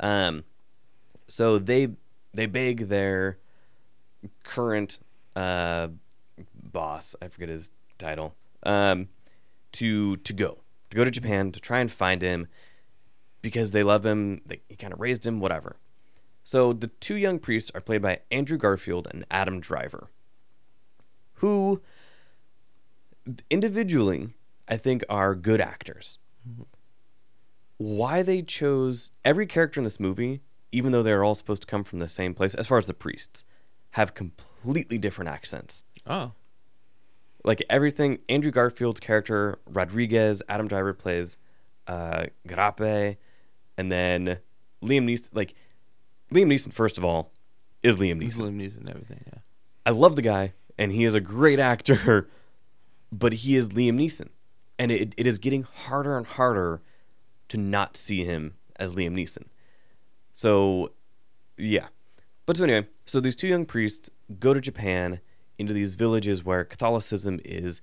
[SPEAKER 1] Um, so they they beg their current uh, boss, I forget his title, um, to to go to go to Japan to try and find him because they love him. They, he kind of raised him, whatever. So the two young priests are played by Andrew Garfield and Adam Driver, who individually I think are good actors. Why they chose every character in this movie, even though they're all supposed to come from the same place, as far as the priests, have completely different accents.
[SPEAKER 2] Oh.
[SPEAKER 1] Like everything, Andrew Garfield's character, Rodriguez, Adam Driver plays uh, Garape, and then Liam Neeson. Like Liam Neeson, first of all, is Liam
[SPEAKER 2] He's
[SPEAKER 1] Neeson.
[SPEAKER 2] Liam Neeson and everything, yeah.
[SPEAKER 1] I love the guy, and he is a great actor, (laughs) but he is Liam Neeson, and it, it is getting harder and harder to not see him as Liam Neeson. So, yeah. But so anyway, so these two young priests go to Japan into these villages where Catholicism is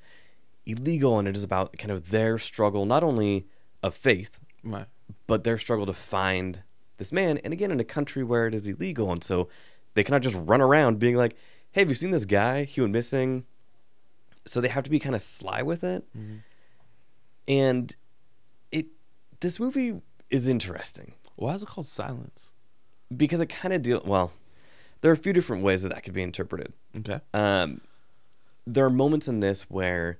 [SPEAKER 1] illegal, and it is about kind of their struggle, not only of faith,
[SPEAKER 2] Right.
[SPEAKER 1] but their struggle to find this man, and again in a country where it is illegal, and so they cannot just run around being like, "Hey, have you seen this guy? He went missing." So they have to be kind of sly with it, and it this movie is interesting
[SPEAKER 2] Why is it called Silence?
[SPEAKER 1] because it kind of deal well. There are a few different ways that that could be interpreted.
[SPEAKER 2] Okay.
[SPEAKER 1] Um, there are moments in this where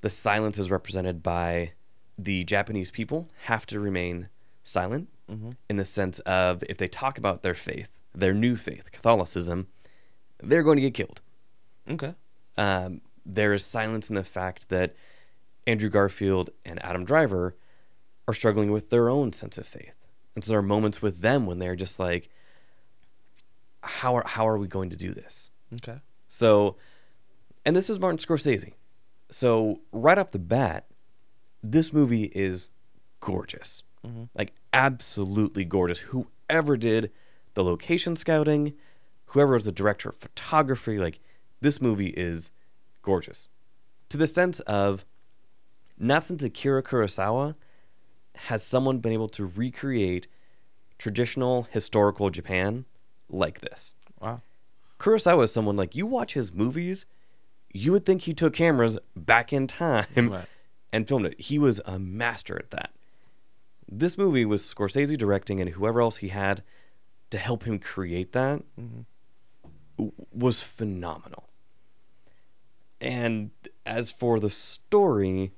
[SPEAKER 1] the silence is represented by the Japanese people have to remain silent in the sense of if they talk about their faith, their new faith, Catholicism, they're going to get killed.
[SPEAKER 2] Okay.
[SPEAKER 1] Um, there is silence in the fact that Andrew Garfield and Adam Driver are struggling with their own sense of faith. And so there are moments with them when they're just like, how are, how are we going to do this?
[SPEAKER 2] Okay.
[SPEAKER 1] So, and this is Martin Scorsese. So, right off the bat, this movie is gorgeous. Like, absolutely gorgeous. Whoever did the location scouting, whoever was the director of photography, like, this movie is gorgeous. To the sense of, not since Akira Kurosawa has someone been able to recreate traditional historical Japan like this.
[SPEAKER 2] Wow.
[SPEAKER 1] Kurosawa is someone like you watch his movies, you would think he took cameras back in time
[SPEAKER 2] Right.
[SPEAKER 1] and filmed it. He was a master at that. This movie was Scorsese directing and whoever else he had to help him create that w- was phenomenal. And as for the story,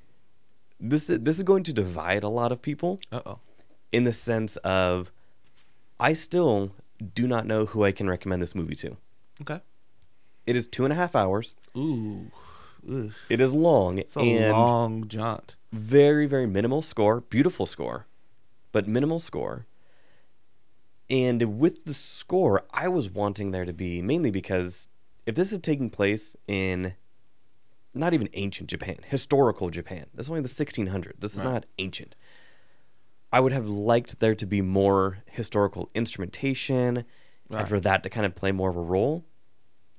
[SPEAKER 1] this is, this is going to divide a lot of people
[SPEAKER 2] Uh oh.
[SPEAKER 1] in the sense of I still do not know who I can recommend this movie to.
[SPEAKER 2] Okay.
[SPEAKER 1] It is two and a half hours.
[SPEAKER 2] Ooh. Ugh.
[SPEAKER 1] It is long
[SPEAKER 2] It's a
[SPEAKER 1] and
[SPEAKER 2] long jaunt.
[SPEAKER 1] very, very minimal score. Beautiful score, but minimal score. And with the score, I was wanting there to be mainly because if this is taking place in not even ancient Japan, historical Japan, this is only the 1600s. This is
[SPEAKER 2] Right.
[SPEAKER 1] not ancient. I would have liked there to be more historical instrumentation
[SPEAKER 2] Right.
[SPEAKER 1] and for that to kind of play more of a role.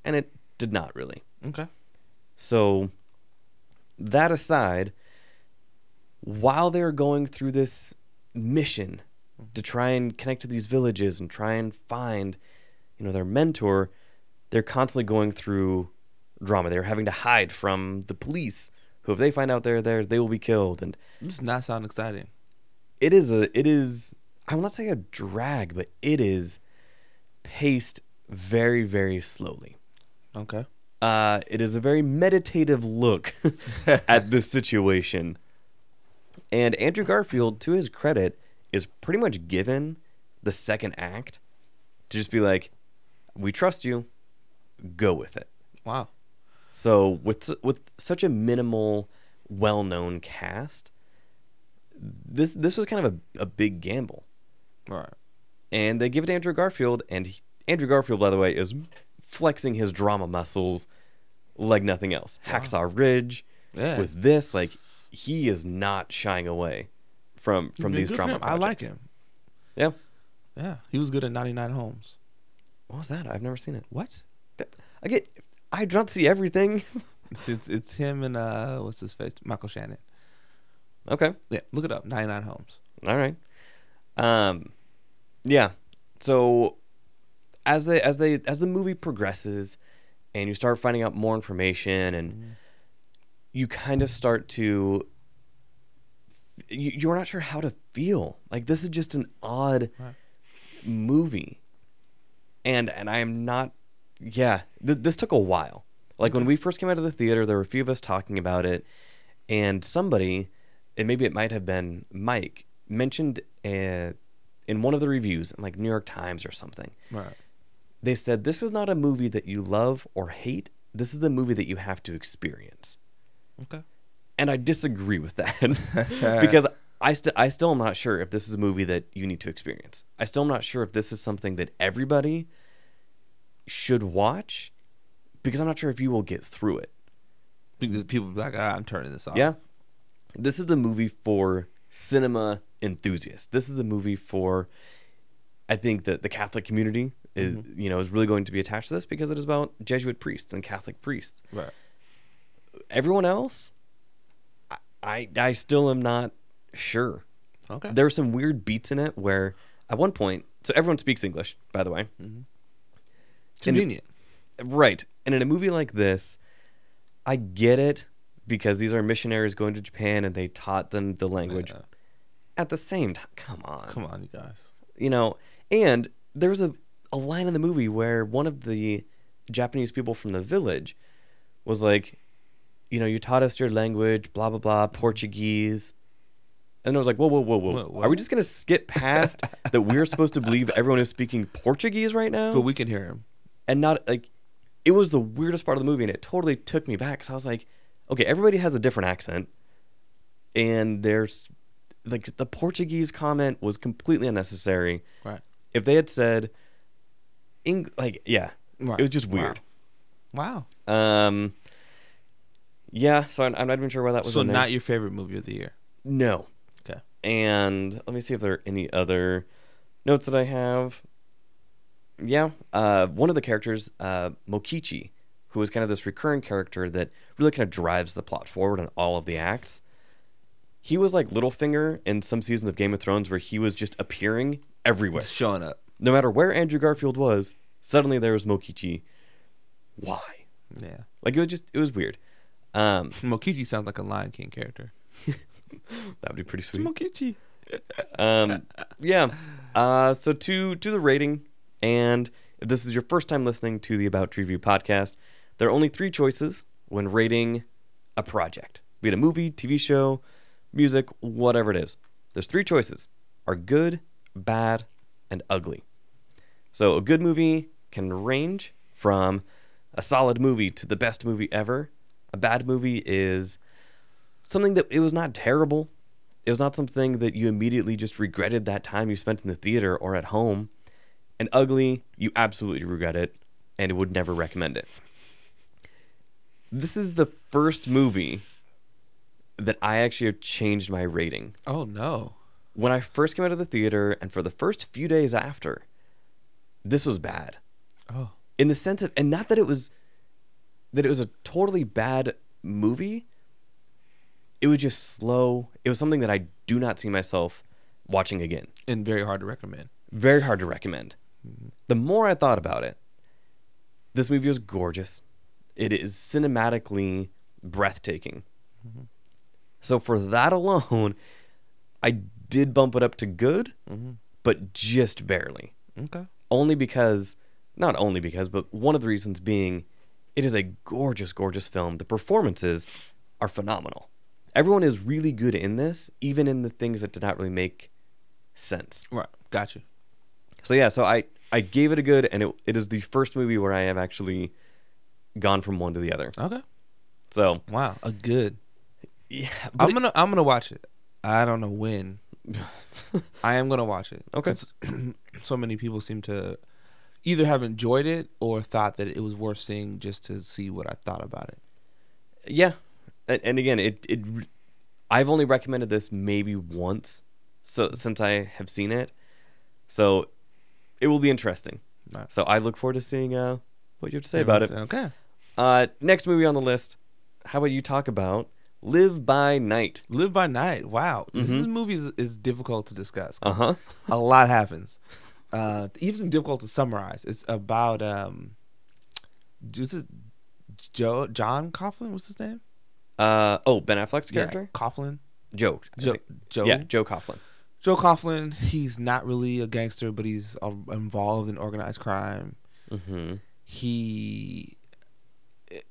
[SPEAKER 1] And it did not really.
[SPEAKER 2] Okay.
[SPEAKER 1] So, that aside, while they're going through this mission to try and connect to these villages and try and find, you know, their mentor, they're constantly going through drama. They're having to hide from the police, who if they find out they're there, they will be killed. And
[SPEAKER 2] This does not sound exciting.
[SPEAKER 1] it is a it is I will not say a drag, but it is paced very, very slowly.
[SPEAKER 2] Okay.
[SPEAKER 1] Uh, it is a very meditative look at this situation. And Andrew Garfield, to his credit, is pretty much given the second act to just be like, "We trust you, go with it."
[SPEAKER 2] Wow.
[SPEAKER 1] So with with such a minimal, well-known cast, this this was kind of a, a big gamble
[SPEAKER 2] All right.
[SPEAKER 1] and they give it to Andrew Garfield, and he, Andrew Garfield, by the way, is flexing his drama muscles like nothing else. Hacksaw Ridge,
[SPEAKER 2] Yeah.
[SPEAKER 1] with this, like he is not shying away from from
[SPEAKER 2] Good
[SPEAKER 1] these
[SPEAKER 2] for
[SPEAKER 1] drama.
[SPEAKER 2] him. I like
[SPEAKER 1] projects.
[SPEAKER 2] him.
[SPEAKER 1] Yeah,
[SPEAKER 2] Yeah. He was good at 99 Homes.
[SPEAKER 1] what was that? I've never seen it.
[SPEAKER 2] What?
[SPEAKER 1] That- I get, I don't see everything. (laughs)
[SPEAKER 2] It's, it's, it's him and, uh, what's his face? Michael Shannon.
[SPEAKER 1] okay,
[SPEAKER 2] Yeah. Look it up. 99 Homes.
[SPEAKER 1] all right. Um, Yeah. So as they as they as the movie progresses and you start finding out more information and you kind of start to you, you're not sure how to feel. Like this is just an odd
[SPEAKER 2] Right.
[SPEAKER 1] movie. And and I am not yeah, th- this took a while. Like when we first came out of the theater, there were a few of us talking about it and somebody and maybe it might have been Mike mentioned uh, in one of the reviews, in like New York Times or something,
[SPEAKER 2] Right.
[SPEAKER 1] they said this is not a movie that you love or hate. This is the movie that you have to experience,
[SPEAKER 2] Okay.
[SPEAKER 1] and I disagree with that (laughs) because I still I still am not sure if this is a movie that you need to experience. I still am not sure if this is something that everybody should watch because I'm not sure if you will get through it.
[SPEAKER 2] Because people be like, ah, I'm turning this off.
[SPEAKER 1] Yeah. This is a movie for cinema enthusiasts. This is a movie for I think that the Catholic community is you know is really going to be attached to this because it is about Jesuit priests and Catholic priests.
[SPEAKER 2] Right.
[SPEAKER 1] Everyone else I I, I still am not sure.
[SPEAKER 2] Okay.
[SPEAKER 1] (laughs) There are some weird beats in it where at one point so everyone speaks English, by the way.
[SPEAKER 2] Convenient.
[SPEAKER 1] Right. And in a movie like this, I get it because these are missionaries going to Japan and they taught them the language.
[SPEAKER 2] Yeah.
[SPEAKER 1] At the same time, come on.
[SPEAKER 2] Come on, you guys.
[SPEAKER 1] You know, and there was a, a line in the movie where one of the Japanese people from the village was like, you know, you taught us your language, blah, blah, blah, Portuguese. And I was like, whoa, whoa, whoa, whoa.
[SPEAKER 2] Whoa, whoa.
[SPEAKER 1] Are we just going to skip past that we're supposed to believe everyone is speaking Portuguese right now?
[SPEAKER 2] But we can hear him.
[SPEAKER 1] and not like it was the weirdest part of the movie and it totally took me back because i was like okay everybody has a different accent and there's like the portuguese comment was completely unnecessary
[SPEAKER 2] Right.
[SPEAKER 1] if they had said Eng- like yeah
[SPEAKER 2] Right.
[SPEAKER 1] it was just
[SPEAKER 2] Wow.
[SPEAKER 1] weird
[SPEAKER 2] Wow.
[SPEAKER 1] um yeah so I'm, I'm not even sure why that was
[SPEAKER 2] So
[SPEAKER 1] in there.
[SPEAKER 2] not your favorite movie of the year.
[SPEAKER 1] no
[SPEAKER 2] Okay.
[SPEAKER 1] and let me see if there are any other notes that I have. Yeah, uh, one of the characters, uh, Mokichi, who is kind of this recurring character that really kind of drives the plot forward in all of the acts. He was like Littlefinger in some seasons of Game of Thrones where he was just appearing everywhere.
[SPEAKER 2] It's showing up.
[SPEAKER 1] No matter where Andrew Garfield was, suddenly there was Mokichi. Why?
[SPEAKER 2] Yeah.
[SPEAKER 1] Like it was just it was weird. Um,
[SPEAKER 2] Mokichi sounds like a Lion King character.
[SPEAKER 1] that would be pretty
[SPEAKER 2] It's
[SPEAKER 1] sweet.
[SPEAKER 2] Mokichi.
[SPEAKER 1] um, yeah. Uh, so to to the rating, and if this is your first time listening to the About Tree View podcast, there are only three choices when rating a project, be it a movie, TV show, music, whatever it is. There's three choices: are good, bad, and ugly. So a good movie can range from a solid movie to the best movie ever. A bad movie is something that it was not terrible. It was not something that you immediately just regretted that time you spent in the theater or at home. And ugly, you absolutely regret it and would never recommend it. This is the first movie that I actually have changed my rating
[SPEAKER 2] Oh no.
[SPEAKER 1] when I first came out of the theater and for the first few days after, this was bad.
[SPEAKER 2] Oh.
[SPEAKER 1] In the sense of and not that it was that it was a totally bad movie. It was just slow. It was something that I do not see myself watching again.
[SPEAKER 2] And very hard to recommend.
[SPEAKER 1] Very hard to recommend. The more I thought about it, this movie is gorgeous. It is cinematically breathtaking. So for that alone, I did bump it up to good, but just barely.
[SPEAKER 2] Okay.
[SPEAKER 1] Only because, not only because, but one of the reasons being, it is a gorgeous, gorgeous film. The performances are phenomenal. Everyone is really good in this, even in the things that did not really make sense.
[SPEAKER 2] Right. Got you.
[SPEAKER 1] So yeah, so I I gave it a good, and it it is the first movie where I have actually gone from one to the other.
[SPEAKER 2] Okay.
[SPEAKER 1] So
[SPEAKER 2] Wow. A good.
[SPEAKER 1] yeah,
[SPEAKER 2] I'm gonna I'm gonna watch it. I don't know when. I am gonna watch it.
[SPEAKER 1] Okay.
[SPEAKER 2] 'Cause (clears throat) so many people seem to either have enjoyed it or thought that it was worth seeing just to see what I thought about it.
[SPEAKER 1] yeah, and, and again, it it re- I've only recommended this maybe once, so since I have seen it, so it will be interesting.
[SPEAKER 2] Alright.
[SPEAKER 1] So I look forward to seeing uh what you have to say about it.
[SPEAKER 2] Okay.
[SPEAKER 1] Uh, next movie on the list. How about you talk about Live by Night?
[SPEAKER 2] Live by Night. Wow. This is- movie is, is difficult to discuss.
[SPEAKER 1] Uh huh.
[SPEAKER 2] a lot happens. uh, even difficult to summarize. It's about um, is it Joe John Coughlin? What's his name?
[SPEAKER 1] Uh, oh, Ben Affleck's character,
[SPEAKER 2] Yeah, Coughlin.
[SPEAKER 1] Joe. I
[SPEAKER 2] Joe.
[SPEAKER 1] think.
[SPEAKER 2] Joe.
[SPEAKER 1] Yeah, Joe Coughlin.
[SPEAKER 2] Joe Coughlin. He's not really a gangster, but he's uh, involved in organized crime.
[SPEAKER 1] Mm-hmm.
[SPEAKER 2] He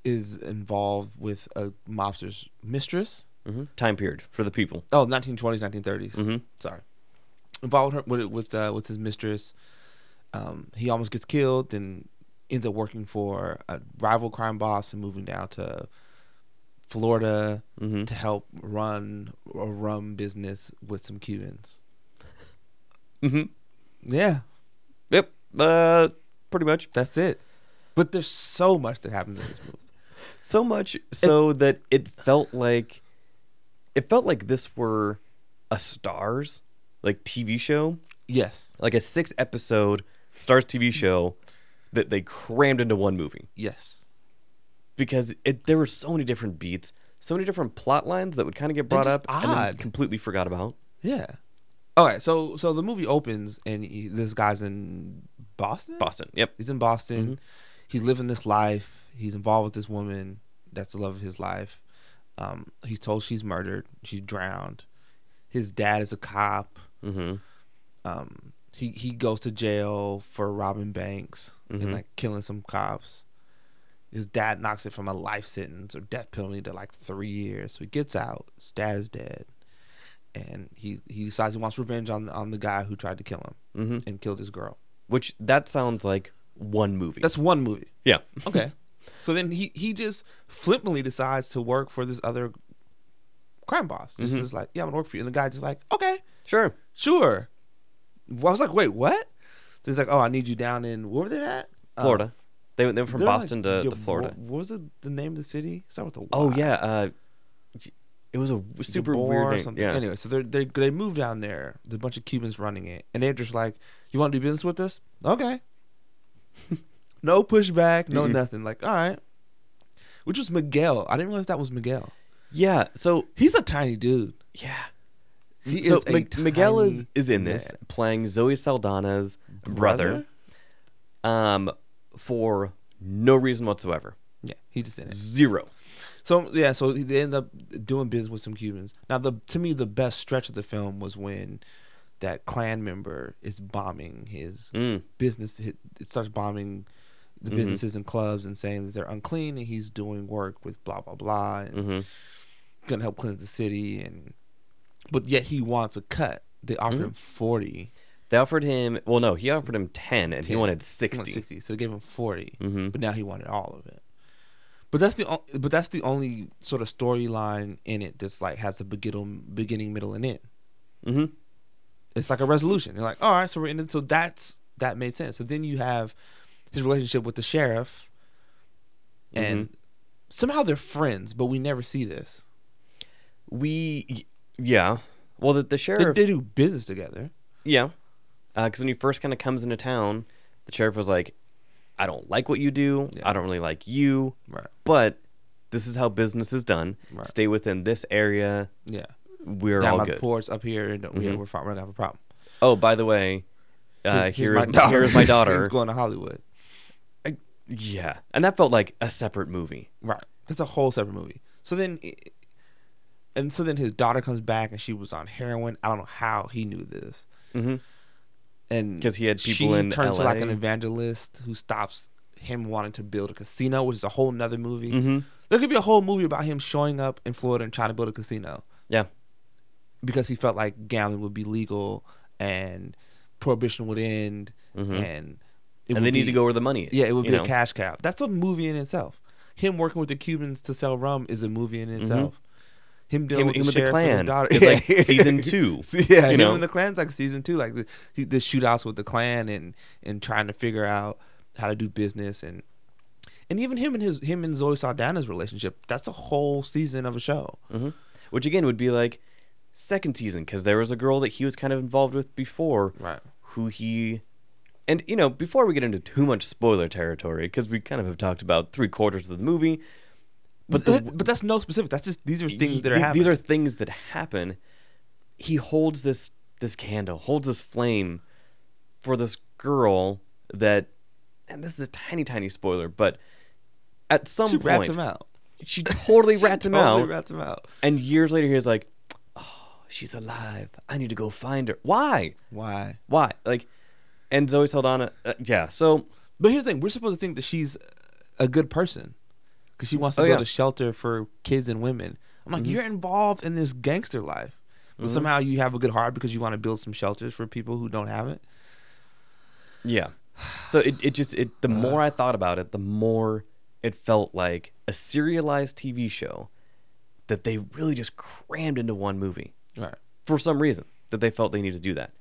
[SPEAKER 2] is involved with a mobster's mistress.
[SPEAKER 1] Mm-hmm. Time period for the people.
[SPEAKER 2] Oh, 1920s, 1930s.
[SPEAKER 1] Mhm.
[SPEAKER 2] Sorry. Involved her with with uh, with his mistress. Um, he almost gets killed and ends up working for a rival crime boss and moving down to Florida
[SPEAKER 1] Mm-hmm.
[SPEAKER 2] to help run a rum business with some Cubans.
[SPEAKER 1] Mm-hmm.
[SPEAKER 2] Yeah,
[SPEAKER 1] Yep. Uh, pretty much.
[SPEAKER 2] that's it. But there's so much that happens in this movie.
[SPEAKER 1] So much so that it felt like it felt like this were a stars like TV show,
[SPEAKER 2] Yes,
[SPEAKER 1] like a six episode stars TV show that they crammed into one movie
[SPEAKER 2] yes.
[SPEAKER 1] because it, there were so many different beats, so many different plot lines that would kind of get brought
[SPEAKER 2] just
[SPEAKER 1] up and then
[SPEAKER 2] odd.
[SPEAKER 1] completely forgot about.
[SPEAKER 2] Yeah. All right. So so the movie opens and he, this guy's in Boston.
[SPEAKER 1] Boston. Yep.
[SPEAKER 2] He's in Boston. He's living this life. He's involved with this woman that's the love of his life. Um, he's told she's murdered. She's drowned. His dad is a cop.
[SPEAKER 1] Mm-hmm.
[SPEAKER 2] Um, he he goes to jail for robbing banks
[SPEAKER 1] Mhm.
[SPEAKER 2] and like killing some cops. His dad knocks it from a life sentence or death penalty to like three years. So he gets out. His dad is dead, and he he decides he wants revenge on on the guy who tried to kill him
[SPEAKER 1] Mm-hmm.
[SPEAKER 2] and killed his girl.
[SPEAKER 1] Which that sounds like one movie.
[SPEAKER 2] That's one movie.
[SPEAKER 1] yeah. (laughs)
[SPEAKER 2] Okay. So then he he just flippantly decides to work for this other crime boss. Just
[SPEAKER 1] Mhm.
[SPEAKER 2] is like, yeah, I'm gonna work for you. And the guy's just like, okay,
[SPEAKER 1] Sure.
[SPEAKER 2] sure. Well, I was like, wait, what? So he's like, oh, I need you down in where were they at? Uh,
[SPEAKER 1] Florida. they went they went from
[SPEAKER 2] they're like-
[SPEAKER 1] Boston to,
[SPEAKER 2] yeah,
[SPEAKER 1] to Florida.
[SPEAKER 2] What, what was the, the name of the city? Start with a Y.
[SPEAKER 1] Oh yeah, uh, it was a w-
[SPEAKER 2] Is it
[SPEAKER 1] super
[SPEAKER 2] Bor
[SPEAKER 1] weird
[SPEAKER 2] or
[SPEAKER 1] name.
[SPEAKER 2] something.
[SPEAKER 1] Yeah.
[SPEAKER 2] Anyway, so they they they move down there. There's a bunch of Cubans running it, and they're just like, "You want to do business with us? Okay." (laughs) no pushback, no
[SPEAKER 1] (laughs) Mm-mm.
[SPEAKER 2] nothing. Like, all right. Which was Miguel. I didn't realize that was Miguel.
[SPEAKER 1] yeah. So
[SPEAKER 2] He's a tiny dude.
[SPEAKER 1] yeah.
[SPEAKER 2] He
[SPEAKER 1] so
[SPEAKER 2] is a
[SPEAKER 1] Mi- Miguel is
[SPEAKER 2] tiny
[SPEAKER 1] is in this
[SPEAKER 2] man.
[SPEAKER 1] playing Zoe Saldana's brother, um, for no reason whatsoever.
[SPEAKER 2] Yeah, he's just in it.
[SPEAKER 1] Zero.
[SPEAKER 2] So yeah, so they end up doing business with some Cubans. Now, the to me the best stretch of the film was when that clan member is bombing his
[SPEAKER 1] Mm.
[SPEAKER 2] business hit, it starts bombing the businesses and clubs and saying that they're unclean and he's doing work with blah blah blah and
[SPEAKER 1] hmm
[SPEAKER 2] gonna help cleanse the city and but yet he wants a cut they offered him 40
[SPEAKER 1] They offered him. Well, no, he offered him ten, and he wanted
[SPEAKER 2] 10. he wanted
[SPEAKER 1] sixty.
[SPEAKER 2] 60 so they gave him 40
[SPEAKER 1] Mhm.
[SPEAKER 2] but now he wanted all of it but that's the o- but that's the only sort of storyline in it that's like has a beginning beginning middle and end
[SPEAKER 1] hmm
[SPEAKER 2] it's like a resolution. You're like, all right, so we're in it. So that's that made sense. So then you have his relationship with the sheriff,
[SPEAKER 1] Mm-hmm.
[SPEAKER 2] and somehow they're friends, but we never see this.
[SPEAKER 1] We y- yeah. Well, the, the
[SPEAKER 2] They,
[SPEAKER 1] sheriff.
[SPEAKER 2] they do business together.
[SPEAKER 1] Yeah, because when he first kind of comes into town, the sheriff was like, "I don't like what you do.
[SPEAKER 2] Yeah.
[SPEAKER 1] I don't really like you,
[SPEAKER 2] Right.
[SPEAKER 1] but this is how business is done.
[SPEAKER 2] Right.
[SPEAKER 1] Stay within this area.
[SPEAKER 2] Yeah.
[SPEAKER 1] We're
[SPEAKER 2] Down
[SPEAKER 1] all
[SPEAKER 2] by
[SPEAKER 1] good."
[SPEAKER 2] the porch up here. And yeah, we're fine. We're not gonna have a problem.
[SPEAKER 1] Oh, by the way, uh,
[SPEAKER 2] Here-
[SPEAKER 1] here is my here is my
[SPEAKER 2] (laughs)
[SPEAKER 1] daughter.
[SPEAKER 2] Who's going to Hollywood.
[SPEAKER 1] I- yeah, and that felt like a separate movie.
[SPEAKER 2] Right. That's a whole separate movie. So then, and so then his daughter comes back and she was on heroin. I don't know how he knew this.
[SPEAKER 1] Mhm.
[SPEAKER 2] and
[SPEAKER 1] 'Cause he had people
[SPEAKER 2] she
[SPEAKER 1] in
[SPEAKER 2] turns to like an
[SPEAKER 1] LA.
[SPEAKER 2] evangelist who stops him wanting to build a casino, which is a whole nother movie.
[SPEAKER 1] Mhm.
[SPEAKER 2] There could be a whole movie about him showing up in Florida and trying to build a casino
[SPEAKER 1] Yeah,
[SPEAKER 2] because he felt like gambling would be legal and prohibition would end,
[SPEAKER 1] Mhm.
[SPEAKER 2] and it
[SPEAKER 1] and
[SPEAKER 2] would
[SPEAKER 1] they need
[SPEAKER 2] be-
[SPEAKER 1] to go where the money is.
[SPEAKER 2] Yeah, it would
[SPEAKER 1] you
[SPEAKER 2] be
[SPEAKER 1] know?
[SPEAKER 2] a cash cow. That's a movie in itself. Him working with the Cubans to sell rum is a movie in itself. Him
[SPEAKER 1] Mm-hmm.
[SPEAKER 2] dealing
[SPEAKER 1] Him,
[SPEAKER 2] with,
[SPEAKER 1] him
[SPEAKER 2] the
[SPEAKER 1] with the
[SPEAKER 2] sheriff and his
[SPEAKER 1] clan
[SPEAKER 2] daughter
[SPEAKER 1] is like
[SPEAKER 2] (laughs)
[SPEAKER 1] season two.
[SPEAKER 2] yeah,
[SPEAKER 1] you
[SPEAKER 2] him
[SPEAKER 1] know,
[SPEAKER 2] and the clan's like season two, like the, he- the shootouts with the clan and and trying to figure out how to do business and and even him and his him and Zoe Saldana's relationship. That's a whole season of a show.
[SPEAKER 1] hmm Which again would be like second season because there was a girl that he was kind of involved with before,
[SPEAKER 2] Right.
[SPEAKER 1] Who he and you know before we get into too much spoiler territory because we kind of have talked about three quarters of the movie, but
[SPEAKER 2] But
[SPEAKER 1] the,
[SPEAKER 2] that- but that's no specific. That's just these are things that are
[SPEAKER 1] th-
[SPEAKER 2] happening.
[SPEAKER 1] these are things that happen. He holds this this candle, holds this flame for this girl that, and this is a tiny, tiny spoiler, but at some
[SPEAKER 2] she rats
[SPEAKER 1] point,
[SPEAKER 2] him out.
[SPEAKER 1] she
[SPEAKER 2] (laughs)
[SPEAKER 1] totally rats him
[SPEAKER 2] totally
[SPEAKER 1] out.
[SPEAKER 2] rats him out.
[SPEAKER 1] and years later, he's like, oh, she's alive. I need to go find her. Why?
[SPEAKER 2] Why?
[SPEAKER 1] Why? Like, and Zoe Saldana, uh, yeah. So,
[SPEAKER 2] But here's the thing: we're supposed to think that she's a good person because she wants to
[SPEAKER 1] Oh,
[SPEAKER 2] go
[SPEAKER 1] yeah. Mm-hmm.
[SPEAKER 2] to shelter for kids and women. I'm like, you're involved in this gangster life, but
[SPEAKER 1] Mhm.
[SPEAKER 2] somehow you have a good heart because you want to build some shelters for people who don't have it.
[SPEAKER 1] yeah. So it, it just, it, the more I thought about it, the more it felt like a serialized TV show that they really just crammed into one movie
[SPEAKER 2] All right.
[SPEAKER 1] for some reason that they felt they needed to do that.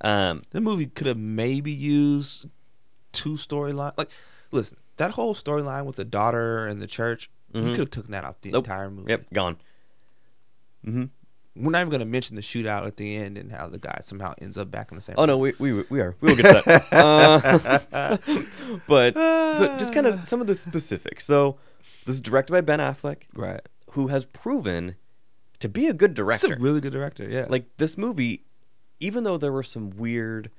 [SPEAKER 1] Um,
[SPEAKER 2] The movie could have maybe used two storyline. Like, listen, that whole storyline with the daughter and the church, you
[SPEAKER 1] Mhm.
[SPEAKER 2] could have took that out the
[SPEAKER 1] Nope.
[SPEAKER 2] entire movie.
[SPEAKER 1] yep, gone. hmm
[SPEAKER 2] We're not even going to mention the shootout at the end and how the guy somehow ends up back in the same.
[SPEAKER 1] Oh no, we we we are. We will get to that. uh, (laughs) but so just kind of some of the specifics. So this is directed by Ben Affleck,
[SPEAKER 2] right.
[SPEAKER 1] who has proven to be a good
[SPEAKER 2] That's a
[SPEAKER 1] director.
[SPEAKER 2] really good director. Yeah,
[SPEAKER 1] Like this movie, even though there were some weird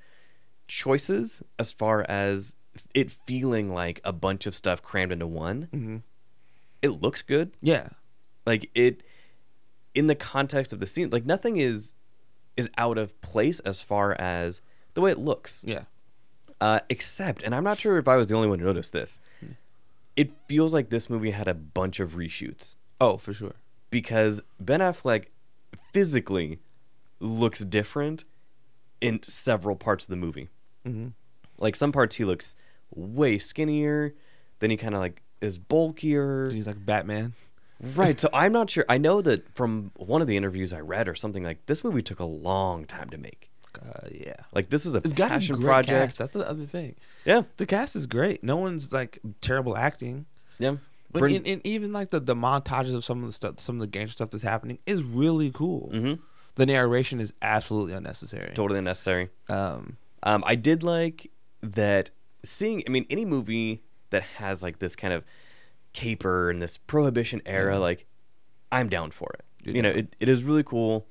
[SPEAKER 1] choices as far as it feeling like a bunch of stuff crammed into one,
[SPEAKER 2] Mhm.
[SPEAKER 1] it looks good.
[SPEAKER 2] yeah,
[SPEAKER 1] Like it in the context of the scene, like nothing is is out of place as far as the way it looks.
[SPEAKER 2] yeah.
[SPEAKER 1] Uh, except, and I'm not sure if I was the only one to notice this, it feels like this movie had a bunch of reshoots
[SPEAKER 2] Oh, for sure.
[SPEAKER 1] because Ben Affleck physically looks different in several parts of the movie.
[SPEAKER 2] hmm
[SPEAKER 1] Like some parts, he looks way skinnier. Then he kind of like is bulkier.
[SPEAKER 2] (laughs) He's like Batman.
[SPEAKER 1] Right. So I'm not sure. I know that from one of the interviews I read or something like this movie took a long time to make.
[SPEAKER 2] Uh, yeah,
[SPEAKER 1] Like this was a
[SPEAKER 2] it's got a
[SPEAKER 1] passion
[SPEAKER 2] great
[SPEAKER 1] project.
[SPEAKER 2] Cast. That's the other thing.
[SPEAKER 1] Yeah.
[SPEAKER 2] The cast is great. No one's like terrible acting.
[SPEAKER 1] Yeah.
[SPEAKER 2] But and, and even like the, the montages of some of the stuff, some of the gangster stuff that's happening is really cool.
[SPEAKER 1] Mhm.
[SPEAKER 2] The narration is absolutely unnecessary.
[SPEAKER 1] totally unnecessary.
[SPEAKER 2] Um,
[SPEAKER 1] Um, I did like that seeing. I mean, any movie that has like this kind of caper and this prohibition era, like I'm down for it.
[SPEAKER 2] You're
[SPEAKER 1] you know,
[SPEAKER 2] down.
[SPEAKER 1] it, it is really cool.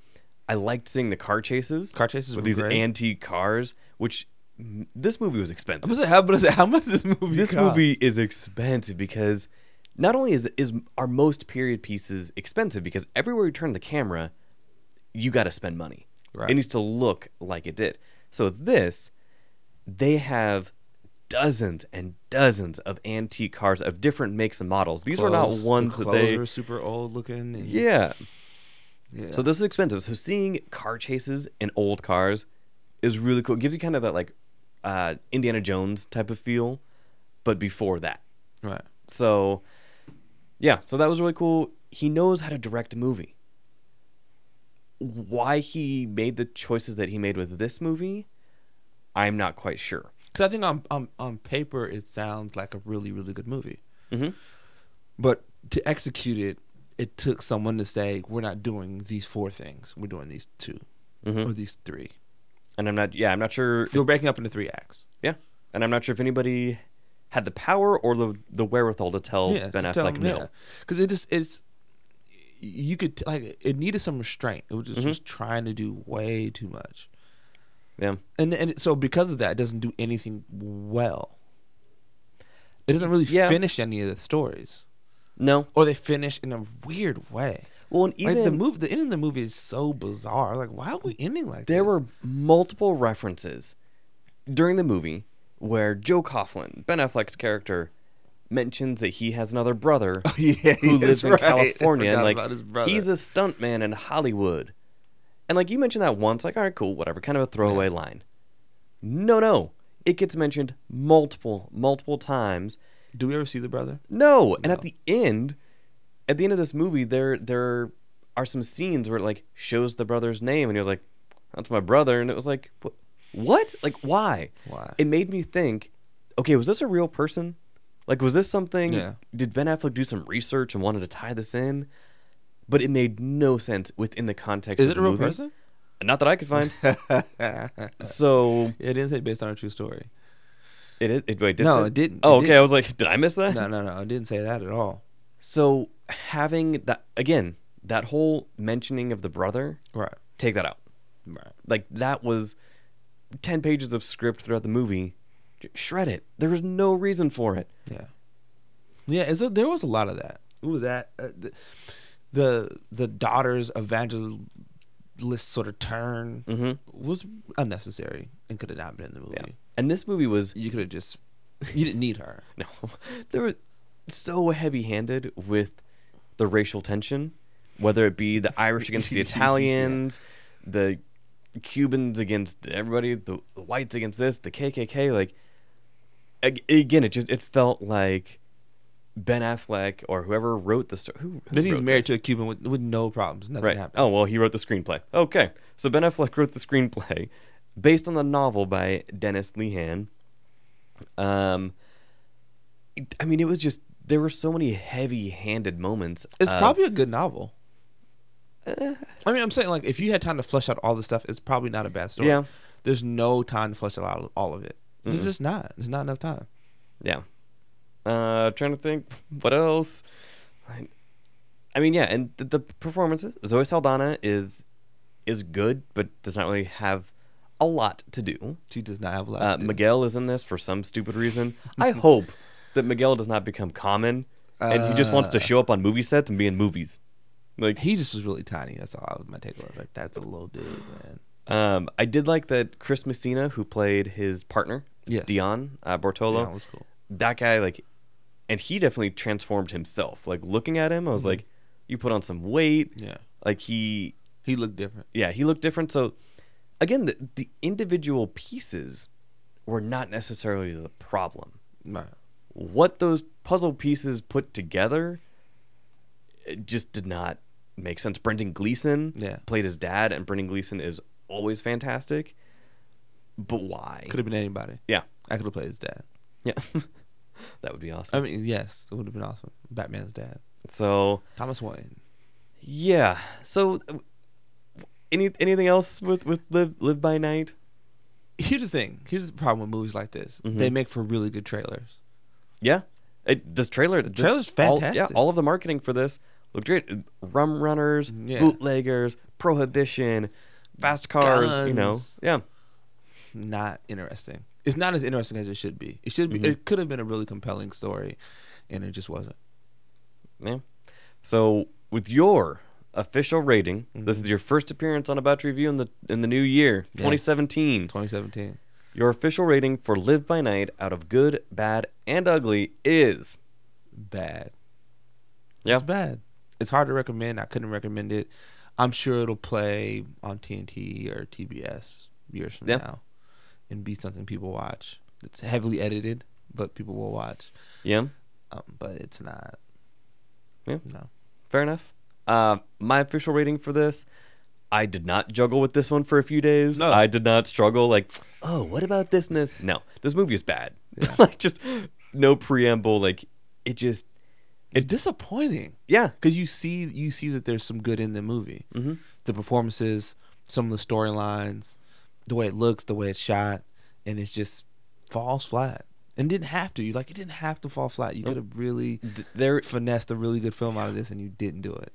[SPEAKER 1] I liked seeing the car chases,
[SPEAKER 2] Car chases
[SPEAKER 1] with
[SPEAKER 2] were
[SPEAKER 1] these
[SPEAKER 2] great.
[SPEAKER 1] antique cars, which mm, this movie was
[SPEAKER 2] I'm
[SPEAKER 1] expensive.
[SPEAKER 2] gonna say, how, but I say, (laughs) how much this movie?
[SPEAKER 1] this
[SPEAKER 2] cost?
[SPEAKER 1] movie is expensive because not only is is our most period pieces expensive because everywhere you turn the camera, you got to spend money.
[SPEAKER 2] Right.
[SPEAKER 1] It needs to look like it did. So this, they have dozens and dozens of antique cars of different makes and models. These were not
[SPEAKER 2] Clothes- the
[SPEAKER 1] ones that they.
[SPEAKER 2] clothes are super old looking. And,
[SPEAKER 1] Yeah.
[SPEAKER 2] yeah.
[SPEAKER 1] So this is expensive. So seeing car chases in old cars is really cool. It gives you kind of that like uh, Indiana Jones type of feel, but before that.
[SPEAKER 2] right.
[SPEAKER 1] So, yeah, so that was really cool. He knows how to direct a movie. Why he made the choices that he made with this movie, I'm not quite sure.
[SPEAKER 2] Because I think on, on on paper it sounds like a really really good movie,
[SPEAKER 1] Mhm.
[SPEAKER 2] but to execute it, it took someone to say we're not doing these four things, we're doing these 2
[SPEAKER 1] Mhm.
[SPEAKER 2] or these three.
[SPEAKER 1] And I'm not, yeah, I'm not sure.
[SPEAKER 2] You're breaking up into three acts.
[SPEAKER 1] Yeah, and I'm not sure if anybody had the power or the the wherewithal to tell Ben
[SPEAKER 2] to
[SPEAKER 1] Affleck
[SPEAKER 2] tell them,
[SPEAKER 1] no.
[SPEAKER 2] yeah. Cause it just it's you could t- like it needed some restraint. It was just, just trying to do way too much,
[SPEAKER 1] yeah,
[SPEAKER 2] and and so because of that, it doesn't do anything well. It doesn't really
[SPEAKER 1] Yeah.
[SPEAKER 2] finish any of the stories,
[SPEAKER 1] no.
[SPEAKER 2] or they finish in a weird way.
[SPEAKER 1] Well, and
[SPEAKER 2] Like
[SPEAKER 1] even
[SPEAKER 2] the move, the end of the movie is so bizarre. Like, why are we ending like
[SPEAKER 1] there
[SPEAKER 2] this? (laughs)
[SPEAKER 1] were multiple references during the movie where Joe Coughlin, Ben Affleck's character, mentions that he has another
[SPEAKER 2] (laughs)
[SPEAKER 1] brother
[SPEAKER 2] yeah,
[SPEAKER 1] who
[SPEAKER 2] that's
[SPEAKER 1] lives in
[SPEAKER 2] right. I
[SPEAKER 1] California. And
[SPEAKER 2] forgot
[SPEAKER 1] like
[SPEAKER 2] about his brother.
[SPEAKER 1] he's a stuntman in Hollywood. And like you mentioned that once, like, all right, cool, whatever, kind of a throwaway line. No, no. It gets mentioned multiple, multiple times.
[SPEAKER 2] Do we ever see the brother?
[SPEAKER 1] No. And at the end, at the end of this movie, there there are some scenes where it like shows the brother's name, and he was like, "That's my brother," and it was like, "Wh- "What? Like, why?"
[SPEAKER 2] Why?
[SPEAKER 1] It made me think. Okay, was this a real person? Like, was this something?
[SPEAKER 2] Yeah.
[SPEAKER 1] Did Ben Affleck do some research and wanted to tie this in? But it made no sense within the context.
[SPEAKER 2] Is
[SPEAKER 1] of
[SPEAKER 2] it
[SPEAKER 1] the
[SPEAKER 2] a real
[SPEAKER 1] movie.
[SPEAKER 2] (laughs) person?
[SPEAKER 1] Not that I could
[SPEAKER 2] (laughs)
[SPEAKER 1] find.
[SPEAKER 2] it
[SPEAKER 1] so
[SPEAKER 2] didn't say based on a true story. (laughs)
[SPEAKER 1] it is. It, wait, did
[SPEAKER 2] No,
[SPEAKER 1] say-
[SPEAKER 2] it didn't.
[SPEAKER 1] Oh,
[SPEAKER 2] It
[SPEAKER 1] okay.
[SPEAKER 2] didn't.
[SPEAKER 1] I was like, did I miss that?
[SPEAKER 2] No, no, no. It didn't say that at all.
[SPEAKER 1] So having that again, that whole mentioning of the brother,
[SPEAKER 2] Right.
[SPEAKER 1] take that out.
[SPEAKER 2] Right.
[SPEAKER 1] Like that was ten pages of script throughout the movie. J- Shred it. There was no reason for it.
[SPEAKER 2] Yeah, yeah. It's a, there was a lot of that. Ooh, that uh, the, the the daughter's evangelist sort of turn
[SPEAKER 1] Mhm.
[SPEAKER 2] was unnecessary and could have not been in the movie.
[SPEAKER 1] And this movie was
[SPEAKER 2] You could have just you didn't
[SPEAKER 1] (laughs)
[SPEAKER 2] need her.
[SPEAKER 1] no, they were so heavy-handed with the racial tension, whether it be the Irish against the
[SPEAKER 2] (laughs) Yeah.
[SPEAKER 1] Italians, the Cubans against everybody, the, the whites against this, the KKK. Like ag- again, it just it felt like Ben Affleck or whoever wrote the story. Who, who
[SPEAKER 2] Then he's
[SPEAKER 1] wrote
[SPEAKER 2] married
[SPEAKER 1] this?
[SPEAKER 2] to a Cuban with, with no problems. Nothing
[SPEAKER 1] Right.
[SPEAKER 2] happened.
[SPEAKER 1] Oh well, he wrote the screenplay. Okay, so Ben Affleck wrote the screenplay based on the novel by Dennis Lehan. Um, it- I mean, it was just there were so many heavy-handed moments. Uh,
[SPEAKER 2] It's
[SPEAKER 1] of-
[SPEAKER 2] probably a good novel.
[SPEAKER 1] eh.
[SPEAKER 2] I mean, I'm saying like if you had time to flesh out all the stuff, it's probably not a bad story.
[SPEAKER 1] Yeah.
[SPEAKER 2] There's no time to flesh out all, all of it. There's just not. There's not enough time.
[SPEAKER 1] yeah. Uh, trying to think what else. I- I mean, yeah, and the, the performances. Zoe Saldana is is good, but does not really have a lot to do.
[SPEAKER 2] She does not have a lot.
[SPEAKER 1] Uh,
[SPEAKER 2] to do.
[SPEAKER 1] Miguel is in this for some stupid reason. I hope that Miguel does not become common and he just wants to
[SPEAKER 2] Uh.
[SPEAKER 1] show up on movie sets and be in movies. Like,
[SPEAKER 2] He just was really tiny. That's all. I was my takeaway. I was Like that's a little dude, man.
[SPEAKER 1] um, I did like that Chris Messina, who played his partner,
[SPEAKER 2] Yes.
[SPEAKER 1] Dion uh, Bortolo,
[SPEAKER 2] That was cool.
[SPEAKER 1] that guy, like, and he definitely transformed himself. Like, looking at him, I was like, you put on some weight.
[SPEAKER 2] Yeah,
[SPEAKER 1] Like, he
[SPEAKER 2] he looked different.
[SPEAKER 1] yeah, he looked different. So again, the, the individual pieces were not necessarily the problem.
[SPEAKER 2] Nah.
[SPEAKER 1] What those puzzle pieces put together it just did not make sense. Brendan Gleeson
[SPEAKER 2] Yeah.
[SPEAKER 1] played his dad, and Brendan Gleeson is always fantastic. But why?
[SPEAKER 2] Could have been anybody.
[SPEAKER 1] Yeah,
[SPEAKER 2] I could have played his dad.
[SPEAKER 1] (laughs) yeah, that would be awesome.
[SPEAKER 2] I mean, yes, it would have been awesome. Batman's dad,
[SPEAKER 1] so
[SPEAKER 2] Thomas Wayne.
[SPEAKER 1] yeah, so uh, any anything else with with live live by night?
[SPEAKER 2] Here's the thing. Here's the problem with movies like this. They
[SPEAKER 1] Mm-hmm.
[SPEAKER 2] make for really good trailers.
[SPEAKER 1] Yeah. It, the trailer, the
[SPEAKER 2] trailer's
[SPEAKER 1] all- yeah,
[SPEAKER 2] fantastic.
[SPEAKER 1] all of the marketing for this looked great. Rum runners,
[SPEAKER 2] Yeah.
[SPEAKER 1] bootleggers, prohibition, fast cars. You know,
[SPEAKER 2] Guns.
[SPEAKER 1] yeah,
[SPEAKER 2] Not interesting. It's not as interesting as it should be. It should be.
[SPEAKER 1] Mm-hmm.
[SPEAKER 2] It could have been a really compelling story, and it just wasn't.
[SPEAKER 1] yeah. So with your official rating, this
[SPEAKER 2] Mm-hmm.
[SPEAKER 1] is your first appearance on About to Review in the in the new year, 2017.
[SPEAKER 2] 2017.
[SPEAKER 1] Your official rating for Live by Night out of good, bad, and ugly is
[SPEAKER 2] Bad.
[SPEAKER 1] yeah,
[SPEAKER 2] It's bad. It's hard to recommend. I couldn't recommend it. I'm sure it'll play on TNT or TBS years from
[SPEAKER 1] Yeah.
[SPEAKER 2] now and be something people watch. It's heavily edited, but people will watch.
[SPEAKER 1] yeah.
[SPEAKER 2] Um, but it's not.
[SPEAKER 1] Yeah.
[SPEAKER 2] No.
[SPEAKER 1] fair enough. Uh, my official rating for this, I did not juggle with this one for a few days.
[SPEAKER 2] No.
[SPEAKER 1] I did not struggle like, oh, what about this and this? No, this movie is bad.
[SPEAKER 2] Yeah.
[SPEAKER 1] (laughs) like just no preamble. Like it just,
[SPEAKER 2] It's disappointing
[SPEAKER 1] yeah,
[SPEAKER 2] because you see you see that there's some good in the movie. Mm-hmm. The performances, some of the storylines, the way it looks, the way it's shot, and it just falls flat. And didn't have to. You like it didn't have to fall flat. You could have really
[SPEAKER 1] th- there.
[SPEAKER 2] finessed a really good film out of this and you didn't do it.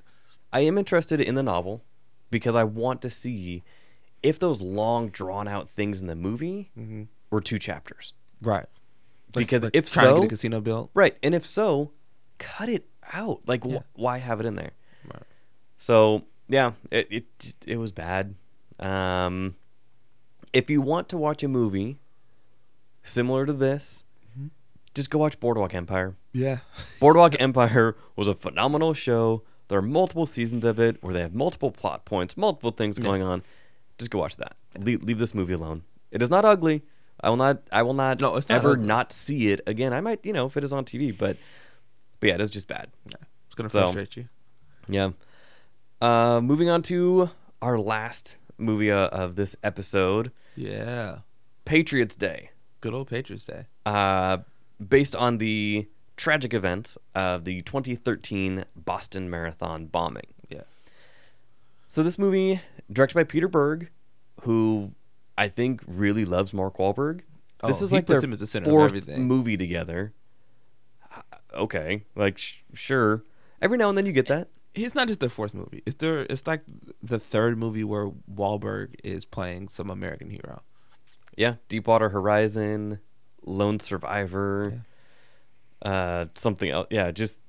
[SPEAKER 1] I am interested in the novel because I want to see if those long drawn out things in the movie
[SPEAKER 2] Mm-hmm.
[SPEAKER 1] were two chapters.
[SPEAKER 2] Right.
[SPEAKER 1] Because if
[SPEAKER 2] trying to
[SPEAKER 1] so-
[SPEAKER 2] get a casino built.
[SPEAKER 1] Right. And if so, cut it out. Like, wh-
[SPEAKER 2] Yeah.
[SPEAKER 1] why have it in there?
[SPEAKER 2] Right.
[SPEAKER 1] So yeah, it it just- it was bad. Um, if you want to watch a movie similar to this,
[SPEAKER 2] Mm-hmm.
[SPEAKER 1] just go watch Boardwalk Empire.
[SPEAKER 2] Yeah. (laughs)
[SPEAKER 1] Boardwalk Empire was a phenomenal show. There are multiple seasons of it where they have multiple plot points, multiple things going on. Just go watch that. Leave, leave this movie alone. It is not ugly. I will not. I will not,
[SPEAKER 2] No, it's not
[SPEAKER 1] ever
[SPEAKER 2] ugly.
[SPEAKER 1] not see it again. I might, you know, if it is on TV, but but yeah, it is just bad.
[SPEAKER 2] It's gonna
[SPEAKER 1] So-
[SPEAKER 2] frustrate you.
[SPEAKER 1] Yeah. Uh, moving on to our last movie uh, of this episode,
[SPEAKER 2] Yeah.
[SPEAKER 1] Patriots Day,
[SPEAKER 2] Good old Patriots Day.
[SPEAKER 1] uh, based on the tragic event of the 2013 Boston Marathon bombing.
[SPEAKER 2] Yeah.
[SPEAKER 1] So this movie, directed by Peter Berg, who I think really loves Mark Wahlberg. This
[SPEAKER 2] Oh,
[SPEAKER 1] is
[SPEAKER 2] he
[SPEAKER 1] like
[SPEAKER 2] puts
[SPEAKER 1] their
[SPEAKER 2] him at the center of
[SPEAKER 1] fourth
[SPEAKER 2] everything.
[SPEAKER 1] movie together. Uh, Okay, like sh- sure. Every now and then you get that.
[SPEAKER 2] It's not just their fourth movie. It's their it's like the third movie where Wahlberg is playing some American hero.
[SPEAKER 1] yeah, Deepwater Horizon, Lone Survivor, uh, something else. Yeah, just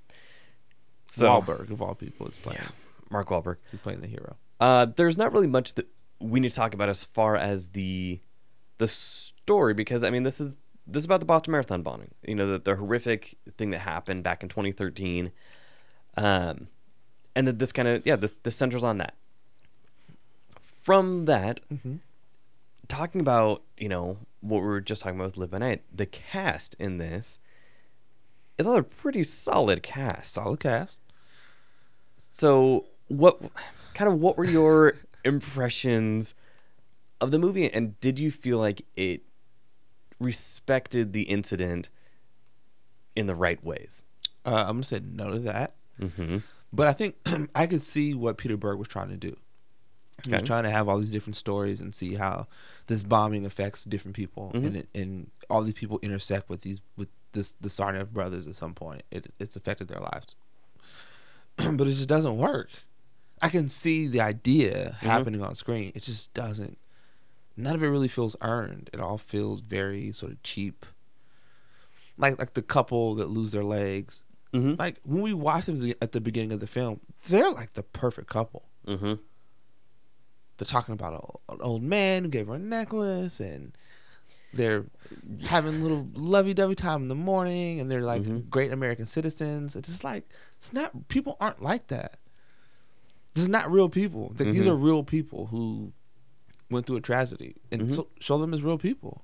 [SPEAKER 1] so
[SPEAKER 2] Wahlberg of all people is playing.
[SPEAKER 1] Mark Wahlberg.
[SPEAKER 2] He's playing the hero.
[SPEAKER 1] Uh, there's not really much that we need to talk about as far as the the story because I mean this is this is about the Boston Marathon bombing. You know the, the horrific thing that happened back in 2013, um, and that this kind of yeah this this centers on that. From that, talking about you know what we were just talking about with Live by Night, the cast in this is another pretty solid cast.
[SPEAKER 2] Solid cast.
[SPEAKER 1] So, what kind of what were (laughs) your impressions of the movie, and did you feel like it respected the incident in the right ways?
[SPEAKER 2] Uh, I'm gonna say no to that.
[SPEAKER 1] Mm-hmm.
[SPEAKER 2] But I think (clears throat) I could see what Peter Berg was trying to do. He was
[SPEAKER 1] Okay.
[SPEAKER 2] trying to have all these different stories and see how this bombing affects different people,
[SPEAKER 1] Mhm.
[SPEAKER 2] and it, and all these people intersect with these with this the Sarnoff brothers at some point. It it's affected their lives, (clears throat) but it just doesn't work. I can see the idea happening on screen. It just doesn't. None of it really feels earned. It all feels very sort of cheap. Like like the couple that lose their legs.
[SPEAKER 1] Mm-hmm.
[SPEAKER 2] Like when we watched them at the beginning of the film, they're like the perfect couple
[SPEAKER 1] Mm-hmm.
[SPEAKER 2] they're talking about a, an old man who gave her a necklace and they're having little lovey-dovey time in the morning and they're like
[SPEAKER 1] Mhm.
[SPEAKER 2] great american citizens it's just like it's not people aren't like that this is not real people Like, these
[SPEAKER 1] Mhm.
[SPEAKER 2] are real people who went through a tragedy and
[SPEAKER 1] Mhm.
[SPEAKER 2] so, show them as real people